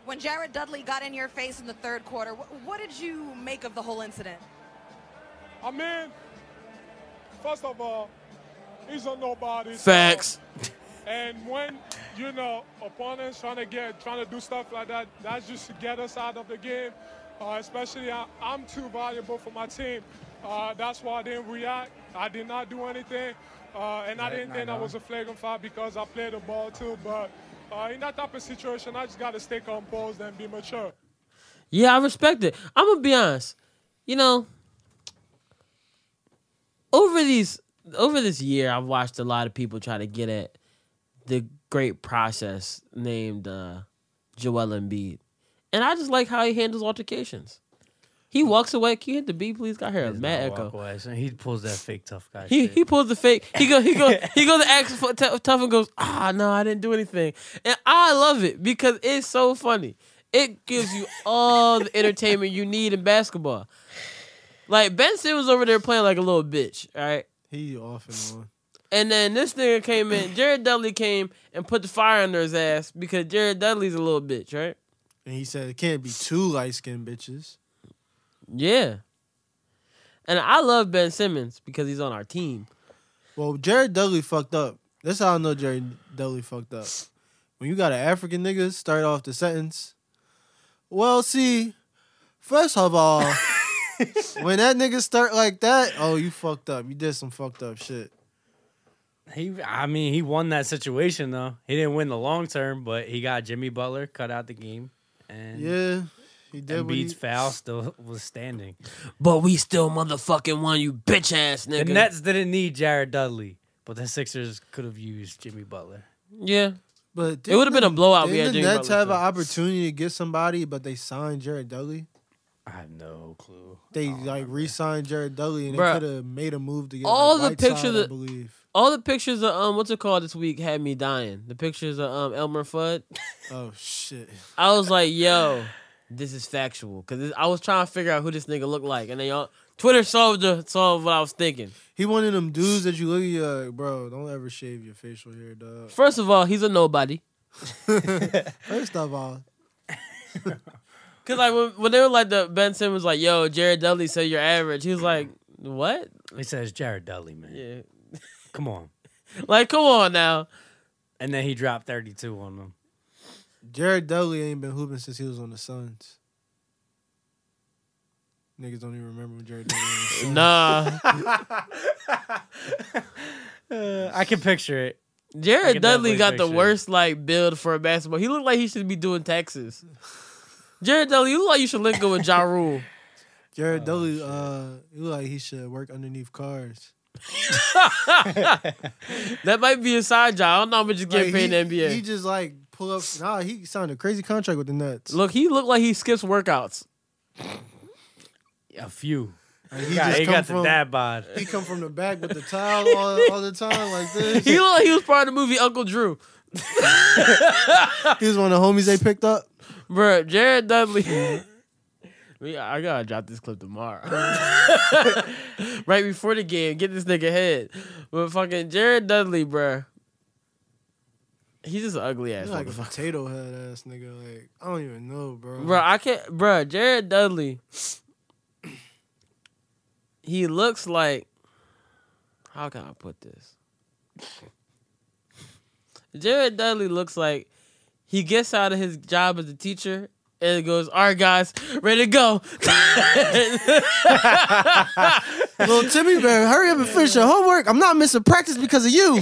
S8: when Jared Dudley got in your face in the third quarter, what, what did you make of the whole incident?
S9: I mean, first of all, he's a nobody. so-
S1: Facts.
S9: and when you know opponents trying to get trying to do stuff like that, that's just to get us out of the game. Uh, especially I, I'm too valuable for my team. Uh, that's why I didn't react. I did not do anything, uh, and I didn't think I was a flagrant foul because I played the ball too. But uh, in that type of situation, I just got to stay composed and be mature.
S1: Yeah, I respect it. I'm gonna be honest. You know, over these over this year, I've watched a lot of people try to get at the great process named uh, Joel Embiid, and I just like how he handles altercations. He walks away. Can you hit the beat, please? Got here a mad echo.
S3: He pulls that fake tough guy.
S1: He
S3: shit.
S1: he pulls the fake. He go he go he goes to ask for t- tough and goes ah no I didn't do anything and I love it because it's so funny. It gives you all the entertainment you need in basketball. Like Ben Simmons was over there playing like a little bitch, all right.
S4: He off and on.
S1: And then this nigga came in. Jared Dudley came and put the fire under his ass because Jared Dudley's a little bitch, right?
S4: And he said it can't be two light skinned bitches.
S1: Yeah. And I love Ben Simmons because he's on our team.
S4: Well, Jared Dudley fucked up. That's how I know Jared Dudley fucked up. When you got an African nigga start off the sentence, well, see, first of all, when that nigga start like that, oh, you fucked up. You did some fucked up shit.
S3: He, I mean, he won that situation though. He didn't win the long term, but he got Jimmy Butler cut out the game, and
S4: Yeah, he did.
S3: and
S4: What he,
S3: beats foul still was standing.
S1: But we still motherfucking won, you bitch ass
S3: The
S1: nigga.
S3: Nets didn't need Jared Dudley, but the Sixers could have used Jimmy Butler.
S1: yeah.
S4: But
S1: It would've been a blowout if we
S4: didn't
S1: had
S4: The
S1: Jimmy
S4: Nets
S1: Butler,
S4: have an
S1: too.
S4: opportunity to get somebody, but they signed Jared Dudley.
S3: I have no clue.
S4: They like re-signed Jared Dudley, and
S1: Oh, Bruh.
S4: they could have made a move to get
S1: All
S4: like,
S1: the
S4: Whiteside,
S1: pictures
S4: I
S1: that-
S4: believe.
S1: All the pictures of um what's it called this week had me dying. The pictures of um Elmer Fudd.
S4: Oh shit!
S1: I was like, yo, this is factual. Cause this- I was trying to figure out who this nigga looked like. And then y'all Twitter solved the, solved what I was thinking.
S4: He one of them dudes that you look at, you like, bro, don't ever shave your facial hair, dog.
S1: First of all, he's a nobody.
S4: First of all,
S1: Cause like when, when they were like the Ben Simmons like, yo, Jared Dudley said you're average. He was like, What?
S3: He says Jared Dudley, man.
S1: Yeah.
S3: Come on.
S1: Like, come on now.
S3: And then he dropped 32 on them.
S4: Jared Dudley ain't been hooping since he was on the Suns. Niggas don't even remember when Jared Dudley. was on the Suns.
S1: Nah.
S3: Uh, I can picture it. I
S1: Jared
S3: can
S1: Dudley
S3: definitely
S1: got the
S3: picture it.
S1: worst like build for a basketball. He looked like he should be doing Texas. Jared Dudley, you look like you should link up with Ja Rule.
S4: Jared Dudley, uh, he look like he should work underneath cars.
S1: That might be a side job. I don't know. I'm just getting
S4: Like,
S1: paid in the
S4: he,
S1: NBA.
S4: he just like pull up. Nah, he signed a crazy contract with the Nets.
S1: Look, he looked like he skips workouts.
S3: A few.
S4: Like, he
S3: He, got,
S4: just
S3: he
S4: come
S3: got
S4: from
S3: the dad bod.
S4: he come from the back with the towel all, all the time like this.
S1: He looked like he was part of the movie Uncle Drew.
S4: He was one of the homies they picked up.
S1: Bruh, Jared Dudley. We- I gotta drop this clip tomorrow. right before the game, get this nigga head. But fucking Jared Dudley, bruh. He's just an ugly ass
S4: He's like a
S1: motherfucker.
S4: potato head ass nigga. Like I don't even know, bro.
S1: Bro, I can't. Bro, Jared Dudley. He looks like. How can I put this? Jared Dudley looks like he gets out of his job as a teacher and goes, "All right, guys, ready to go."
S4: Little Timmy Bear, hurry up and finish your homework. I'm not missing practice because of you.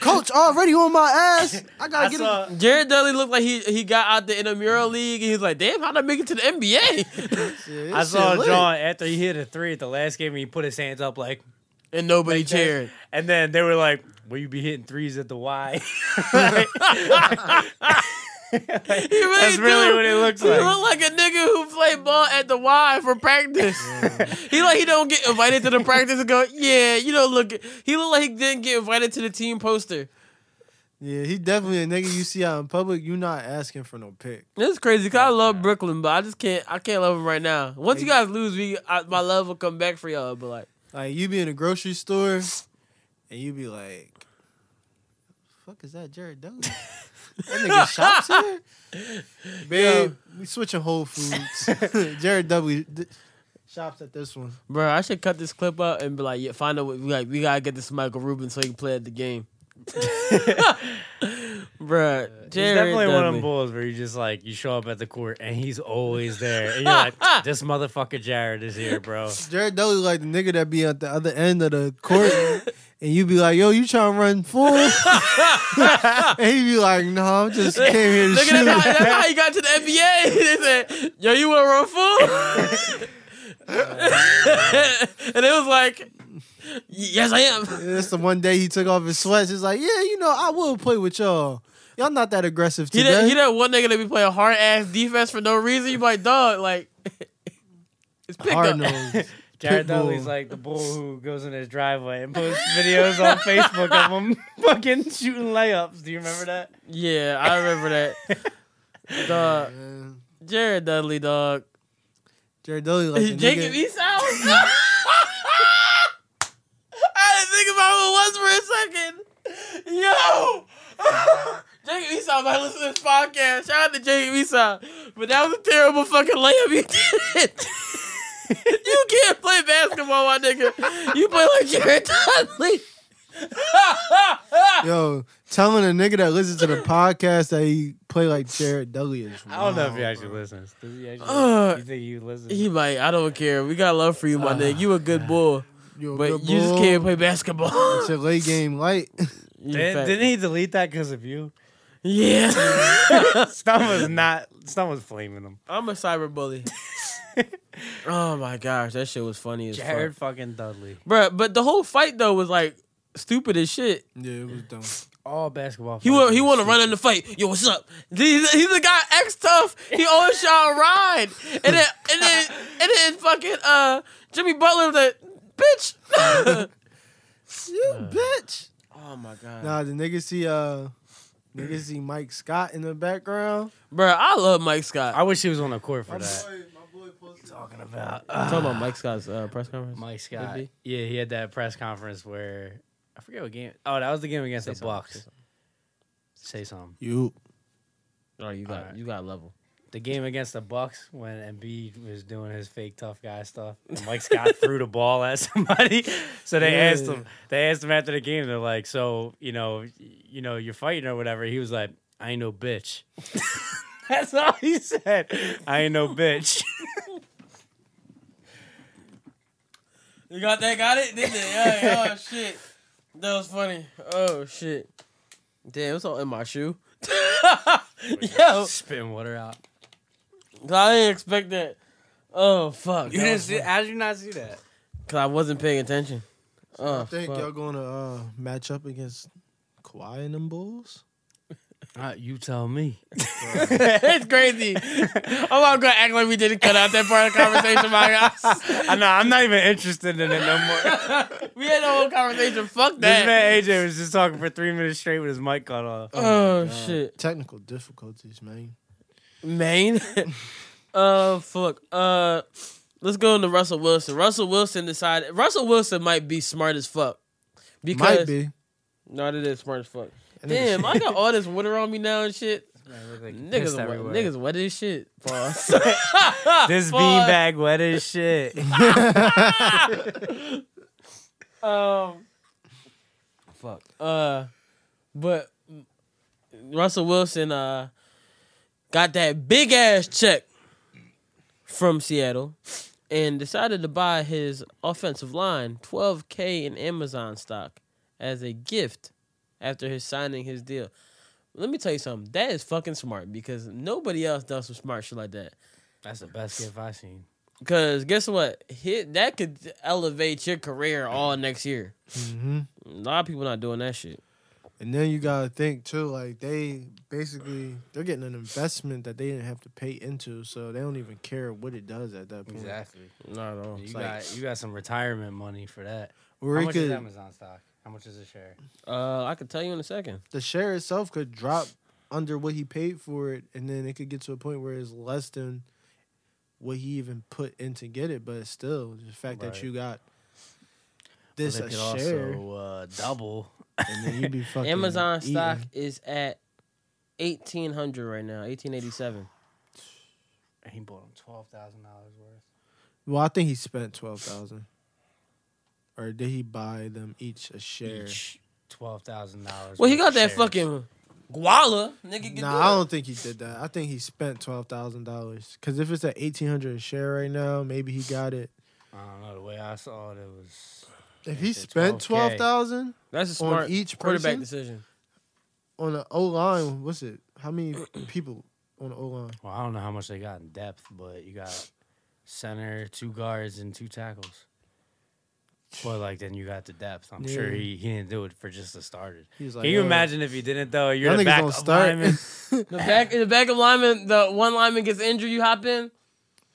S4: Coach already on my ass. I gotta
S3: I
S4: get
S3: saw,
S1: Jared Dudley looked like he he got out the intramural league and he's like, "Damn, how'd I make it to the NBA?"
S4: it. Yeah,
S3: I
S4: this
S3: saw
S4: shit lit.
S3: John after he hit a three at the last game and he put his hands up like,
S1: and nobody cheered.
S3: and then they were like, Will you be hitting threes at the Y?
S1: He really
S3: That's really
S1: do.
S3: what it looks
S1: He
S3: like.
S1: look like a nigga who played ball at the Y for practice. he like he don't get invited to the practice and go, yeah, you don't look. He look like he didn't get invited to the team poster.
S4: Yeah, he definitely a nigga you see out in public. You not asking for no pick.
S1: It's crazy because I love Brooklyn, but I just can't. I can't love him right now. Once you guys lose, we I, my love will come back for y'all. But like,
S4: Like you be in a grocery store and you be like, "Fuck is that, Jared Dudley? that nigga shops here, babe. We switching Whole Foods. Jared Dudley d- shops at this one.
S1: bro, I should cut this clip up and be like, yeah, find out what we like. We gotta get this Michael Rubin so he can play at the game. Bruh, Jared
S3: He's definitely one of
S1: Dudley.
S3: them bulls where you just like you show up at the court and he's always there, and you're like, this motherfucker Jared is here, bro.
S4: Jared Dudley like the nigga that be at the other end of the court, and you be like, "Yo, you trying to run full?" and he be like, "No, nah, I just came here to
S1: Look at
S4: shoot."
S1: that. That's how he got to the NBA. they said, Yo, you want to run full? and it was like, "Y- Yes, I am.
S4: That's the one day he took off his sweats. He's like, "Yeah, you know, I will play with y'all. Y'all not that aggressive
S1: He
S4: today."
S1: that, he that one nigga that be playing hard ass defense for no reason. You like, dog, like, it's
S4: Hard
S1: pickup.
S4: nose.
S3: Jared
S4: Pitbull.
S3: Dudley's like the bull who goes in his driveway and posts videos on Facebook of him fucking shooting layups. Do you remember that?
S1: Yeah, I remember that. dog,
S4: Man.
S1: Jared Dudley, dog.
S4: Jared Dudley like the
S1: Jacob
S4: nigga,
S1: Esau? I didn't think about who it was for a second. Yo! Jacob Esau might listen to this podcast. Shout out to Jacob Esau. But that was a terrible fucking layup you did. you can't play basketball, my nigga. You play like Jared Dudley.
S4: yo telling a nigga that listens to the podcast that he play like Jared Dudley is.
S3: I don't know if
S4: wrong,
S3: he
S4: bro.
S3: actually listens. Does he actually?
S1: Oh, Uh,
S3: you think he listens?
S1: he might. I don't care. We got love for you, my nigga. You a good boy.
S4: You a
S1: But
S4: good
S1: you just
S4: bull.
S1: can't play basketball.
S4: It's a late game light.
S1: You
S3: Did,
S1: fat-
S3: didn't he delete that because of you?
S1: Yeah.
S3: Stump was not. Stump was flaming him.
S1: I'm a cyber bully. oh my gosh, that shit was funny as
S3: Jared
S1: fuck.
S3: fucking Dudley.
S1: Bruh, but the whole fight though was like stupid as shit.
S4: yeah, it was dumb.
S3: all basketball.
S1: He want he
S3: fighters.
S1: want to run in the fight. Yo, what's up? He's, he's a guy X tough. He always y'all ride, and then and then and then fucking uh Jimmy Butler the bitch.
S4: You bitch.
S1: oh my god,
S4: Nah, the niggas see uh niggas see Mike Scott in the background.
S1: bro, I love Mike Scott.
S3: I wish he was on the court for that. Talking about
S1: I'm talking about Mike Scott's uh, press conference.
S3: Mike Scott.
S1: be.
S3: Yeah, he had that press conference where I forget what game. Oh, that was the game against
S1: Say
S3: the
S1: something, say
S3: Bucks.
S1: something.
S3: Say something.
S4: You
S1: Oh, you got
S3: Alright.
S1: you got level.
S3: The game against the Bucks when Embiid was doing his fake tough guy stuff. And Mike Scott threw the ball at somebody. So they asked him. They asked him after the game. They're like, "So you know, y- you know, you're fighting or whatever." He was like, "I ain't no bitch." That's all he said. I ain't no bitch.
S1: You got that? Got it? Did they? oh shit, that was funny. Oh shit, damn, it's all in my shoe. Yo,
S3: Spitting water out.
S1: I didn't expect that. Oh fuck, that was funny.
S3: How did you not see that?
S1: Cause I wasn't paying attention. Oh,
S4: I think
S1: fuck.
S4: y'all gonna uh match up against Kawhi and them Bulls?
S3: Uh, you tell me.
S1: it's crazy. Oh, I'm not gonna act like we didn't cut out that part of the conversation, my
S3: I know. I'm not even interested in it no more.
S1: guys. We had a whole conversation. Fuck
S3: this
S1: that.
S3: man AJ was just talking for three minutes straight with his mic cut off.
S1: Oh shit,
S4: Technical difficulties, man.
S1: Maine. uh, fuck. Uh, let's go into Russell Wilson. Russell Wilson decided. Russell Wilson might be smart as fuck. Because
S4: Might be.
S1: no, that is smart as fuck. Damn, I got all this water on me now and shit. Niggas, wet, niggas wet as shit. Pause.
S3: This
S1: Pause.
S3: beanbag wet as shit.
S1: Um, fuck. Uh, but Russell Wilson uh got that big ass check from Seattle and decided to buy his offensive line 12k in Amazon stock as a gift after his signing his deal. Let me tell you something. That is fucking smart because nobody else does some smart shit like that.
S3: That's the best gift I've seen.
S1: Cause guess what? Hit that could elevate your career all next year.
S4: hmm
S1: A lot of people not doing that shit.
S4: And then you gotta think too, like they basically they're getting an investment that they didn't have to pay into, so they don't even care what it does at that point.
S1: Not at all.
S3: You
S4: It's
S3: got
S4: like-
S3: you got some retirement money for that.
S4: Or
S3: How
S4: it
S3: much
S4: could,
S3: is Amazon stock? How much is a share?
S1: Uh, I could tell you in a second.
S4: the share itself could drop under what he paid for it, and then it could get to a point where it's less than what he even put in to get it. But still, the fact that
S3: Right.
S4: you got this a
S3: Well, they
S4: share,
S3: could also uh, double.
S4: and then you be fucking
S1: Amazon stock
S4: eating.
S1: is at eighteen hundred right now, eighteen eighty seven.
S3: He bought him twelve thousand dollars worth.
S4: Well, I think he spent twelve thousand, or did he buy them each a share?
S3: Twelve thousand dollars.
S1: Well, he got that fucking guala, nigga. Get
S4: Nah, I don't think he did that. I think he spent twelve thousand dollars. Cause if it's at eighteen hundred a share right now, maybe he got it.
S3: I don't know the way I saw it. It was
S4: If he
S3: said
S4: spent
S3: 12K.
S4: twelve thousand
S1: That's a
S4: on
S1: smart
S4: each
S1: quarterback
S4: person?
S1: decision.
S4: on the O line, what's it? How many people on the O line?
S3: well, I don't know how much they got in depth, but you got center, two guards, and two tackles. But like then you got the depth. I'm sure
S4: Yeah.
S3: he, he didn't do it for just the starters.
S4: He was like,
S3: Can you
S4: "Oh,
S3: imagine if he didn't though? You're
S4: y'all
S3: the
S4: niggas
S3: back
S4: gonna
S3: of
S4: start."
S3: lineman.
S1: The back, the back of lineman, the one lineman gets injured, you hop in.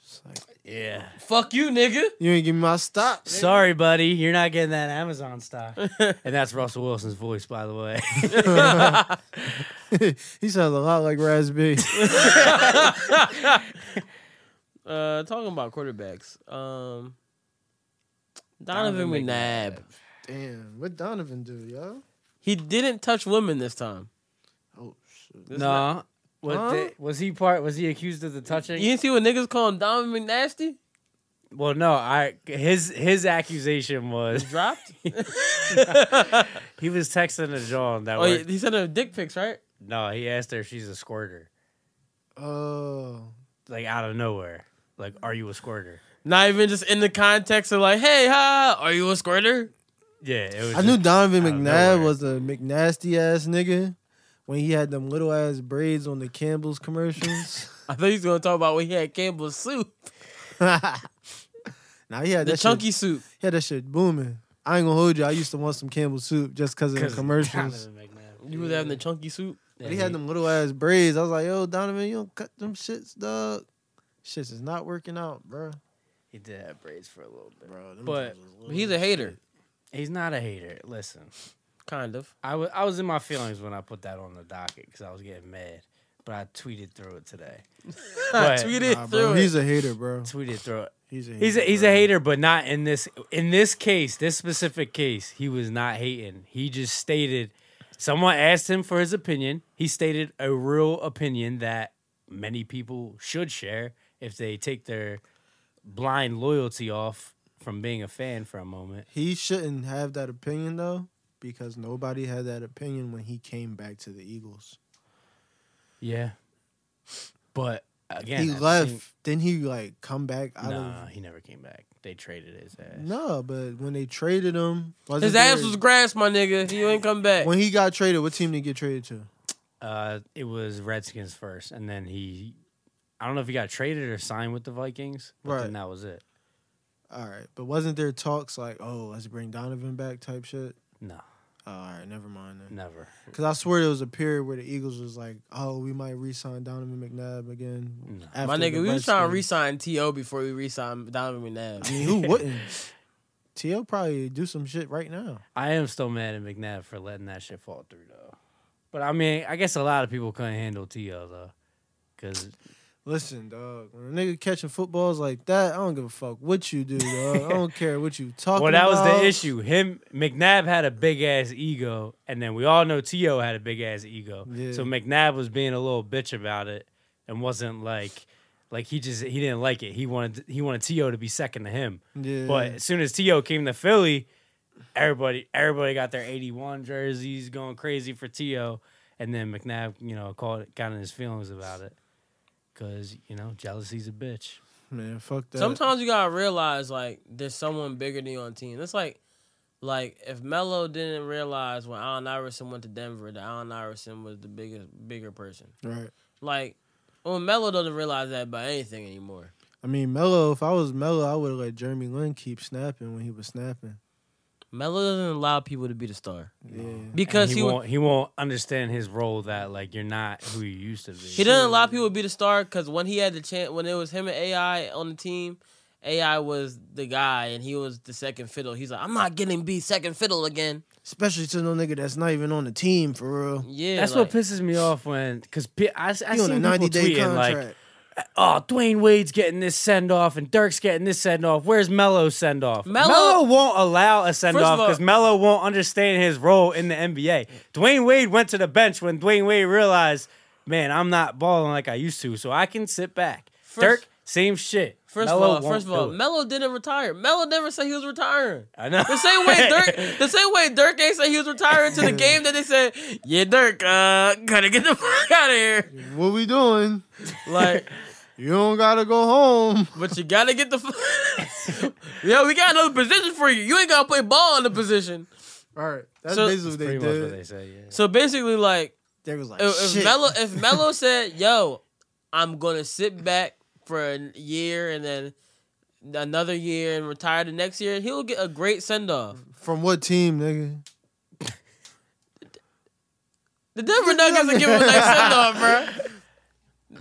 S4: It's like,
S3: Yeah.
S1: Fuck you, nigga.
S4: you ain't give me my stop.
S3: Sorry, buddy, you're not getting that Amazon stock. and that's Russell Wilson's voice, by the way.
S4: he sounds a lot like Raspberry.
S1: Uh, talking about quarterbacks. Um, Donovan,
S3: Donovan
S1: McNabb.
S4: Damn, what Donovan do, yo?
S1: He didn't touch women this time.
S4: Oh shit.
S1: This not-
S3: no. What
S1: Huh?
S3: the- was he part? Was he accused of the touching?
S1: you didn't see what niggas calling Donovan McNasty?
S3: Well, no. I his his accusation was
S1: Dropped.
S3: he was texting a John that
S1: Oh,
S3: worked-
S1: yeah, he sent her dick pics, right?
S3: No, he asked her if she's a squirter,
S4: Oh.
S3: like out of nowhere. Like, are you a squirter?
S1: Not even just in the context of like, hey, ha, are you a squirter?
S3: Yeah, it was.
S4: I knew
S3: just-
S4: Donovan
S3: out of
S4: McNabb
S3: nowhere.
S4: was a McNasty ass nigga when he had them little ass braids on the Campbell's commercials.
S1: I thought he was gonna talk about when he had Campbell's soup,
S4: now he had
S1: the
S4: that
S1: chunky
S4: Shit,
S1: soup.
S4: he had that shit booming. I ain't gonna hold you. I used to want some Campbell's soup just because of the
S3: 'cause
S4: commercials.
S3: Donovan McNabb.
S1: You was having the chunky soup.
S4: But he had them little ass braids. I was like, yo, Donovan, you don't cut them shits, dog. Shits is not working out, bro.
S3: He did have braids for a little bit,
S4: Bro, them
S3: but
S4: joints was
S1: But He's a hater,
S3: he's not a hater. Listen,
S1: kind of.
S3: I was I was in my feelings when I put that on the docket because I was getting mad, but I tweeted through it today. But-
S1: Tweeted
S4: Nah, bro,
S1: through
S4: he's
S1: it.
S4: a hater, bro.
S3: Tweeted through it.
S4: He's a hater,
S3: He's a, he's
S4: bro.
S3: a hater, but not in this in this case, this specific case. He was not hating. He just stated. Someone asked him for his opinion. He stated a real opinion that many people should share if they take their blind loyalty off from being a fan for a moment.
S4: He shouldn't have that opinion though, because nobody had that opinion when he came back to the Eagles.
S3: Yeah, but again,
S4: he
S3: at the
S4: left,
S3: same-
S4: then he like come back out
S3: nah,
S4: of.
S3: he never came back. They traded his ass.
S4: No, but when they traded him, wasn't
S1: His ass
S4: there-
S1: was grass, my nigga. He ain't come back.
S4: when he got traded. What team did he get traded to?
S3: Uh, it was Redskins first, and then he. I don't know if he got traded or signed with the Vikings, but
S4: Right.
S3: then that was it.
S4: All right, but wasn't there talks like, oh, let's bring Donovan back type shit?
S3: No,
S4: Oh, all right, never mind. Then.
S3: never.
S4: Because I swear there was a period where the Eagles was like, oh, we might re-sign Donovan McNabb again.
S3: No.
S4: after
S1: My
S4: the
S1: nigga, we was trying to
S4: Redskins.
S1: re-sign T.O. before we re-sign Donovan McNabb.
S4: I mean, who wouldn't? T.O. probably do some shit right now.
S3: I am still mad at McNabb for letting that shit fall through, though. But I mean, I guess a lot of people couldn't handle T.O. though, because
S4: Listen, dog. When a nigga catching footballs like that, I don't give a fuck what you do, dog. I don't care what you talking
S3: well, that was
S4: about.
S3: the issue. Him McNabb had a big ass ego, and then we all know T.O. had a big ass ego.
S4: Yeah.
S3: So McNabb was being a little bitch about it, and wasn't like, like he just he didn't like it. He wanted he wanted T.O. to be second to him.
S4: Yeah.
S3: But as soon as T.O. came to Philly, everybody everybody got their 81 jerseys going crazy for T.O. And then McNabb, you know, called got in his feelings about it. Cause, you know, jealousy's a bitch.
S4: man, fuck that.
S1: Sometimes you gotta realize like there's someone bigger than you on the team. It's like like if Melo didn't realize when Allen Iverson went to Denver that Allen Iverson was the biggest bigger person.
S4: right.
S1: Like well Melo doesn't realize that about anything anymore.
S4: I mean, Melo. If I was Melo, I would have let Jeremy Lin keep snapping when he was snapping.
S1: Melo doesn't allow people to be the star.
S4: Yeah.
S1: Because
S3: And
S1: he
S3: he,
S1: wa-
S3: won't he won't understand his role that like you're not who you used to be.
S1: He doesn't allow people to be the star because when he had the chance, when it was him and AI on the team, AI was the guy and he was the second fiddle. He's like, I'm not getting be second fiddle again.
S4: Especially to no nigga that's not even on the team for real.
S1: Yeah,
S3: That's
S1: like,
S3: what pisses me off when because I,
S4: He on
S3: I
S4: a
S3: seen people
S4: ninety day
S3: tweeting like
S4: contract.
S3: oh, Dwayne Wade's getting this send off and Dirk's getting this send off. Where's Melo's send off?
S1: Melo-
S3: Melo, won't allow a send off
S1: all-
S3: because Melo won't understand his role in the NBA. Dwayne Wade went to the bench when Dwayne Wade realized, man, I'm not balling like I used to, so I can sit back. Dirk, same shit.
S1: First
S3: Melo
S1: of all,
S3: won't
S1: first of all,
S3: do it.
S1: Melo didn't retire. Melo never said he was retiring.
S3: I know.
S1: The same way Dirk, the same way Dirk ain't say he was retiring to the game that they said, "Yeah, Dirk, uh, gotta get the fuck out of here."
S4: what we doing?
S1: Like,
S4: You don't gotta go home.
S1: but you gotta get the. Fuck. Yo, we got another position for you. You ain't gotta play ball in the position.
S4: All right. That's
S1: So-
S4: basically what they
S3: Pretty much what they
S4: did.
S3: say. Yeah.
S1: So basically, like,
S4: They was like,
S1: if, Oh, if
S4: shit.
S1: Melo, if Melo said, "Yo, I'm gonna sit back for a year and then another year and retire the next year," he'll get a great send off.
S4: From what team, nigga?
S1: The Denver Nuggets are giving him a nice send off, bro.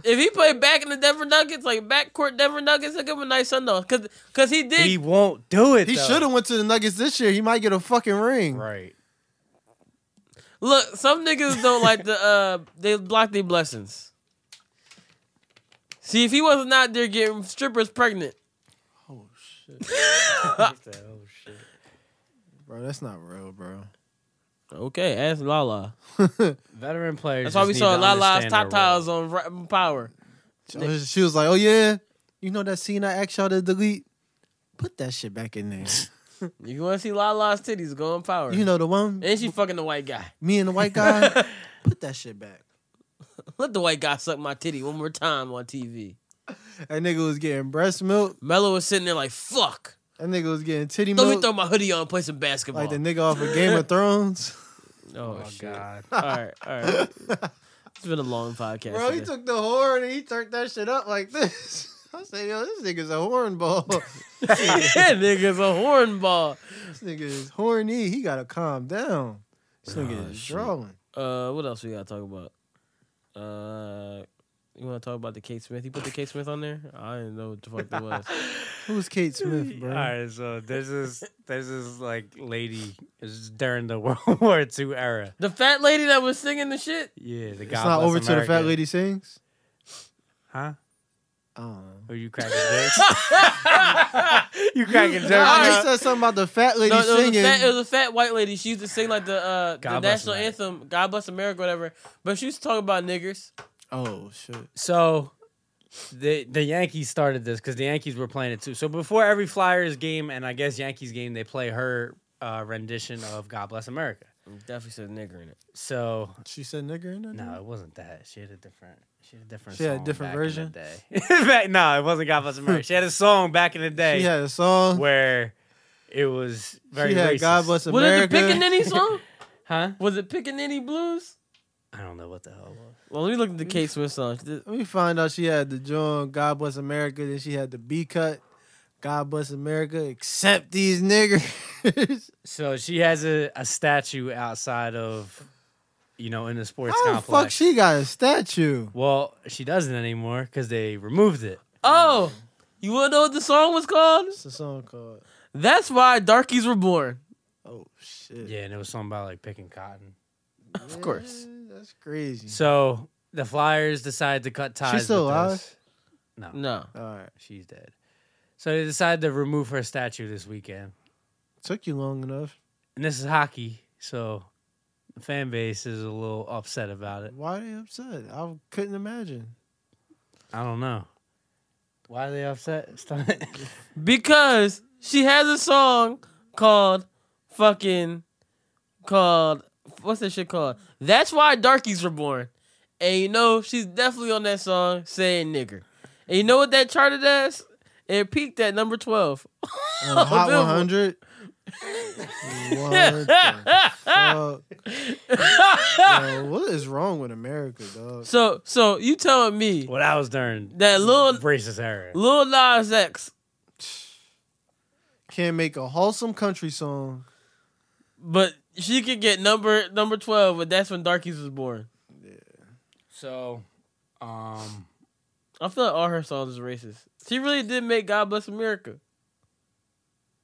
S1: If he played back in the Denver Nuggets, like backcourt Denver Nuggets, they'll give him a nice send off. Cause, cause he did.
S3: He won't do it.
S4: He
S3: though.
S4: should have went to the Nuggets this year. He might get a fucking ring.
S3: Right.
S1: Look, some niggas don't like the uh they block their blessings. See, if he wasn't out there getting strippers pregnant,
S4: Bro, that's not real, bro.
S1: okay, ask Lala.
S3: Veteran players.
S1: That's why
S3: just
S1: we
S3: need
S1: saw
S3: to
S1: Lala's top
S3: understand their role.
S1: tiles on Ra- Power.
S4: So she was like, "Oh yeah, you know that scene I asked y'all to delete? Put that shit back in there.
S1: If you want to see Lala's titties, go on Power.
S4: you know the one
S1: and she fucking the white guy.
S4: me and the white guy. Put that shit back."
S1: Let the white guy suck my titty one more time on TV.
S4: That nigga was getting breast milk.
S1: Mello was sitting there like, fuck.
S4: That nigga was getting titty
S1: Let me
S4: milk.
S1: throw my hoodie on and play some basketball.
S4: like the nigga off of Game of Thrones.
S1: Oh, shit.
S3: God.
S1: All right, all right. It's been a long podcast.
S4: Bro, he
S1: today.
S4: took the horn and he turned that shit up like this. I said, yo, this nigga's a hornball.
S1: yeah, nigga's a hornball.
S3: Oh,
S4: this nigga is horny. He gotta calm down. This nigga is drawing.
S1: Uh, what else we gotta talk about? Uh, you want to talk about the Kate Smith? You put the Kate Smith on there? I didn't know what the fuck that was.
S4: Who's Kate Smith, bro?
S3: All right, so there's this there's this like lady this is during the World War II era.
S1: The fat lady that was singing the shit.
S3: Yeah, the God
S4: It's not
S3: Bless
S4: over till the fat
S3: America. Oh.
S4: lady sings.
S3: huh?
S4: I don't know.
S3: Are you cracking jokes? you cracking jokes?
S4: I
S3: bro?
S4: said something about the fat lady
S1: No, it was, a
S4: singing.
S1: fat, it was a fat white lady. She used to sing like the uh, the
S3: God bless
S1: national
S3: America.
S1: anthem, "God Bless America," whatever. But she used to talk about niggers.
S4: oh shit!
S3: So the the Yankees started this because the Yankees were playing it too. So before every Flyers game and I guess Yankees game, they play her uh, rendition of "God Bless America."
S1: Definitely said nigger in it.
S3: So
S4: She said nigger in there.
S3: no, it wasn't that. She had a different. She had a different.
S4: She had a
S3: song
S4: different
S3: back
S4: version?
S3: In the day. Back- no, it wasn't "God Bless America." she had a song back in the day
S4: she had a song.
S3: where it was very
S4: she had
S3: racist.
S4: God
S1: Was
S4: bless
S1: it the
S4: America.
S1: Pickaninny song?
S3: Huh?
S1: Was it Pickaninny Blues?
S3: I don't know what the hell. It was.
S1: Well, let me look at the Kate Smith song.
S4: Let me find out. She had the joint "God Bless America." Then she had the B cut "God Bless America." Except these niggers.
S3: So she has a, a statue outside of, you know, in the sports
S4: How the
S3: complex.
S4: fuck she got a statue?
S3: Well, she doesn't anymore because they removed it.
S1: Oh, you want to know what the song was called?
S4: What's the song called?
S1: That's why darkies were born.
S4: Oh shit!
S3: Yeah, and it was something about like picking cotton.
S1: Of course.
S4: Yeah, that's crazy.
S3: So the Flyers decided to cut ties.
S4: Mm. still
S3: with
S4: alive?
S3: us. No,
S1: No.
S4: All right,
S3: she's dead. So they decided to remove her statue this weekend,
S4: took you long enough.
S3: and this is hockey, so the fan base is a little upset about it.
S4: Why are they upset? I couldn't imagine.
S3: I don't know. Why are they upset? Stop.
S1: Because she has a song called fucking called what's that shit called? That's why darkies were born. And you know she's definitely on that song saying nigger. And you know what that charted as? It peaked at number twelve.
S4: On Uh, Hot
S1: Billboard.
S4: 100. what the fuck? Yo, what is wrong with America, dog?
S1: So so you telling me
S3: well, that was during
S1: that Lil
S3: racist era.
S1: Lil Nas X
S4: Can't make a wholesome country song.
S1: but she could get number number twelve, but that's when Darkies was born.
S3: So, um,
S1: I feel like all her songs is racist. She really did make God Bless America.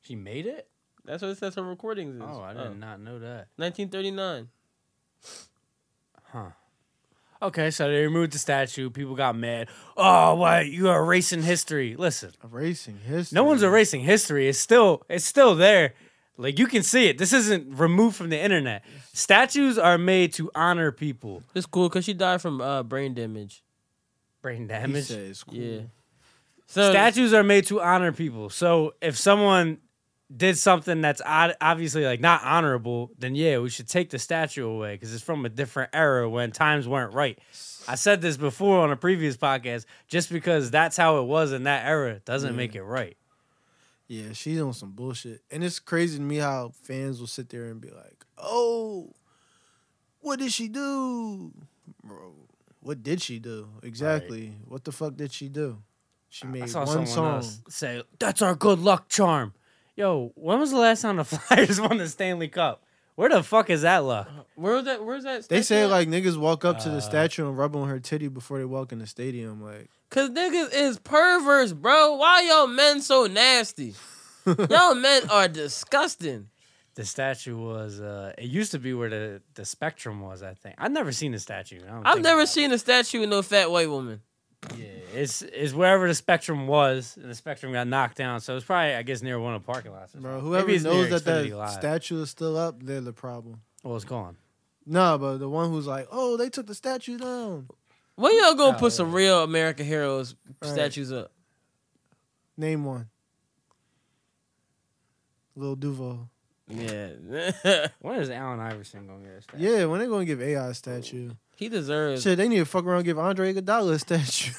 S3: she made it.
S1: That's what it says her recordings is.
S3: Oh, I did not know that.
S1: 1939.
S3: Okay, so they removed the statue. People got mad. Oh, what? You are erasing history. Listen,
S4: Erasing history.
S3: no one's erasing history. It's still, it's still there. Like you can see it. This isn't removed from the internet. Statues are made to honor people.
S1: It's cool because she died from uh, brain damage.
S3: Brain
S4: He
S3: damage.
S4: said it's cool.
S1: Yeah. So
S3: Statues are made to honor people. So if someone did something that's od- obviously like not honorable, then yeah, we should take the statue away because it's from a different era when times weren't right. I said this before on a previous podcast. Just because that's how it was in that era
S4: Mm.
S3: doesn't make it right.
S4: Yeah, she's on some bullshit. And it's crazy to me how fans will sit there and be like, oh, what did she do? Bro, what did she do? Exactly. What the fuck did she do? She made
S3: I saw
S4: one
S3: someone
S4: song.
S3: else say, "That's our good luck charm." Yo, when was the last time the Flyers won the Stanley Cup? Where the fuck is that luck?
S1: where was that? Where's that?
S4: They say like niggas walk up to
S3: Uh,
S4: the statue and rub on her titty before they walk in the stadium. Like,
S1: cause niggas is perverts, bro. Why y'all men so nasty? y'all men are disgusting.
S3: The statue was. Uh, it used to be where the, the Spectrum was. I think I've never seen the statue. now I'm
S1: I've
S3: thinking
S1: never
S3: about
S1: seen a statue with no fat white woman.
S3: it. Yeah, it's it's wherever the Spectrum was, and the Spectrum got knocked down. So it's probably I guess near one of the parking lots. or
S4: bro,
S3: something.
S4: whoever
S3: Maybe it's
S4: knows
S3: near
S4: that that
S3: Xfinity Live.
S4: statue is still up, they're the problem.
S3: well, it's gone.
S4: No, but the one who's like, oh, they took the statue down.
S1: When y'all gonna
S3: Oh,
S1: put some real American heroes
S4: Right.
S1: statues up?
S4: Name one. Lil Duval.
S1: Yeah,
S3: When is Allen Iverson gonna get a statue?
S4: Yeah, when they gonna give AI a statue?
S1: he deserves.
S4: Shit, they need to fuck around and give Andre Iguodala a statue.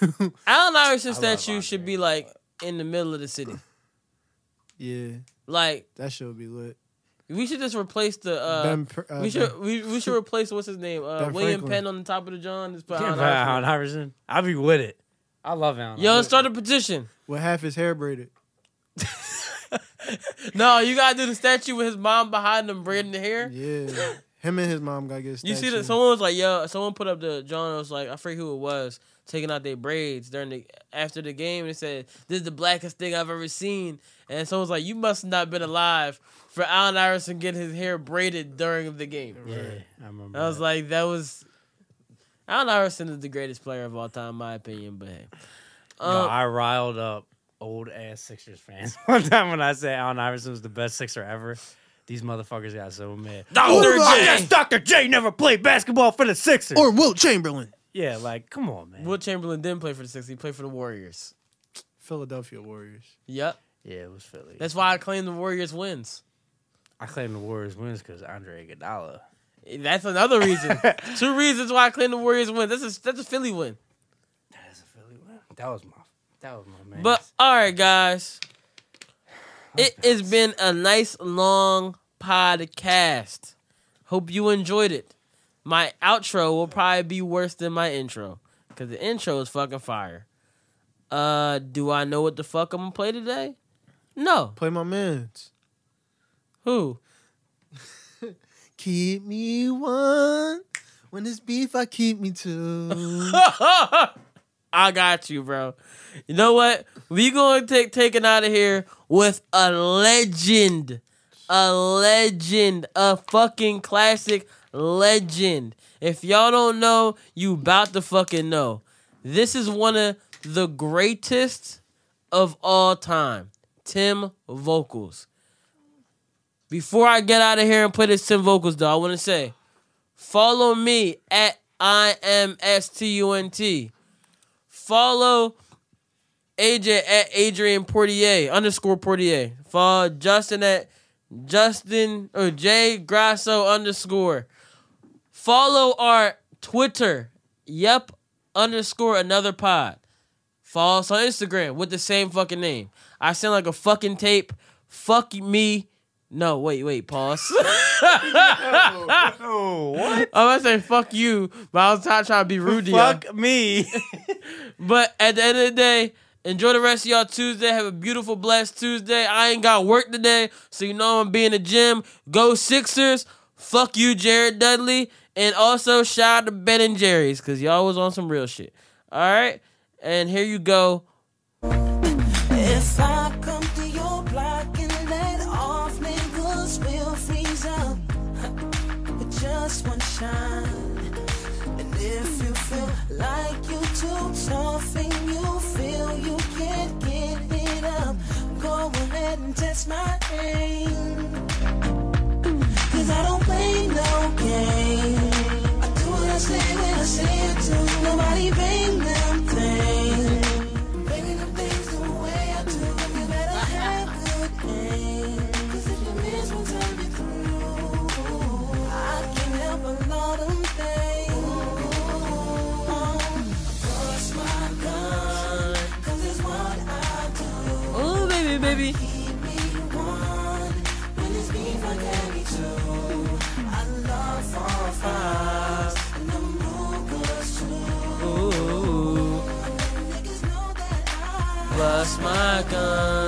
S1: Alan Iverson
S3: I love
S1: statue
S3: Andre.
S1: should be like in the middle of the city.
S4: yeah,
S1: Like
S4: that shit would be lit. we
S1: we should just replace the uh,
S4: ben, Pr- uh,
S1: we should
S4: Ben-
S1: we, we should replace what's his name uh,
S4: Ben
S1: William
S4: Franklin.
S1: Penn on the top of the John. Just put
S3: Yeah,
S1: Allen
S3: but
S1: Iverson.
S3: Allen Iverson. I'll be with it. I love Allen.
S1: Yo,
S3: Iverson.
S1: let's start a petition.
S4: with half his hair braided.
S1: No, you gotta do the statue with his mom behind him braiding the hair.
S4: Yeah, Him and his mom got to get. A
S1: You see that
S4: statue.
S1: someone was like, "Yo," someone put up the John. was like, I forget who it was, taking out their braids during the after the game. and said, "This is the blackest thing I've ever seen." And someone was like, "You must not been alive for Allen Iverson getting his hair braided during the game."
S3: I remember.
S1: I was like, that was. Allen Iverson is the greatest player of all time, in my opinion. But hey,
S3: Yo,
S1: um,
S3: I riled up old ass Sixers fans one time when I said Allen Iverson was the best Sixer ever. These motherfuckers got so mad.
S1: Dr.
S3: Who the
S1: J!
S3: fuck is Dr. J never played basketball for the Sixers.
S4: Or Will Chamberlain.
S3: yeah, like come on, man.
S1: Will Chamberlain didn't play for the Sixers. He played for the Warriors.
S4: Philadelphia Warriors.
S1: Yep,
S3: Yeah, it was Philly.
S1: that's why I claim the Warriors wins.
S3: I claim the Warriors wins because Andre Iguodala.
S1: That's another reason. Two reasons why I claim the Warriors win. That's a that's a Philly win.
S3: That is a Philly win. That was my. That was my man.
S1: But all right, guys, it has been a nice long podcast. Hope you enjoyed it. My outro will probably be worse than my intro because the intro is fucking fire. Uh, do I know what the fuck I'm gonna play today? No.
S4: Play my man's.
S1: Who?
S4: Keep me one. When it's beef, I keep me two.
S1: I got you, bro. You know what? We gonna take taken out of here with a legend, a legend, a fucking classic legend. If y'all don't know, you about to fucking know. This is one of the greatest of all time. Tim Vocals. Before I get out of here and play this Tim Vocals, though, I want to say, follow me at I M S T U N T follow AJ at Adrian Portier underscore Portier. Follow Justin at Justin or J Grasso underscore. Follow our Twitter. Yep underscore another pod. Follow us on Instagram with the same fucking name. I sound like a fucking tape. Fuck me. No, wait, wait, pause.
S3: oh, what?
S1: I was gonna say fuck you, but I was trying to be rude to you.
S3: Fuck me.
S1: But at the end of the day, enjoy the rest of y'all Tuesday. Have a beautiful, blessed Tuesday. I ain't got work today, so you know I'm gonna be in the gym. Go Sixers. Fuck you, Jared Dudley. And also shout out to Ben and Jerry's, cause y'all was on some real shit. All right. And here you go.
S10: If I come to your block and that off niggas will freeze up with just one shot. And if you feel like you too tough and you feel you can't get it up, go ahead and test my aim. Cause I don't play no game. I do what I say when I say it to nobody bang them things. Baby, them things the way I do, you better have good aim. 'Cause if you miss one time, you through. I can help a lot of things. Bust my gun, 'cause it's what I do.
S1: Oh baby, baby.
S10: Keep me one when it's beef, I carry two. I love four fives, and them blue girls too.
S1: Ooh,
S10: Niggas know that I
S1: bust my gun.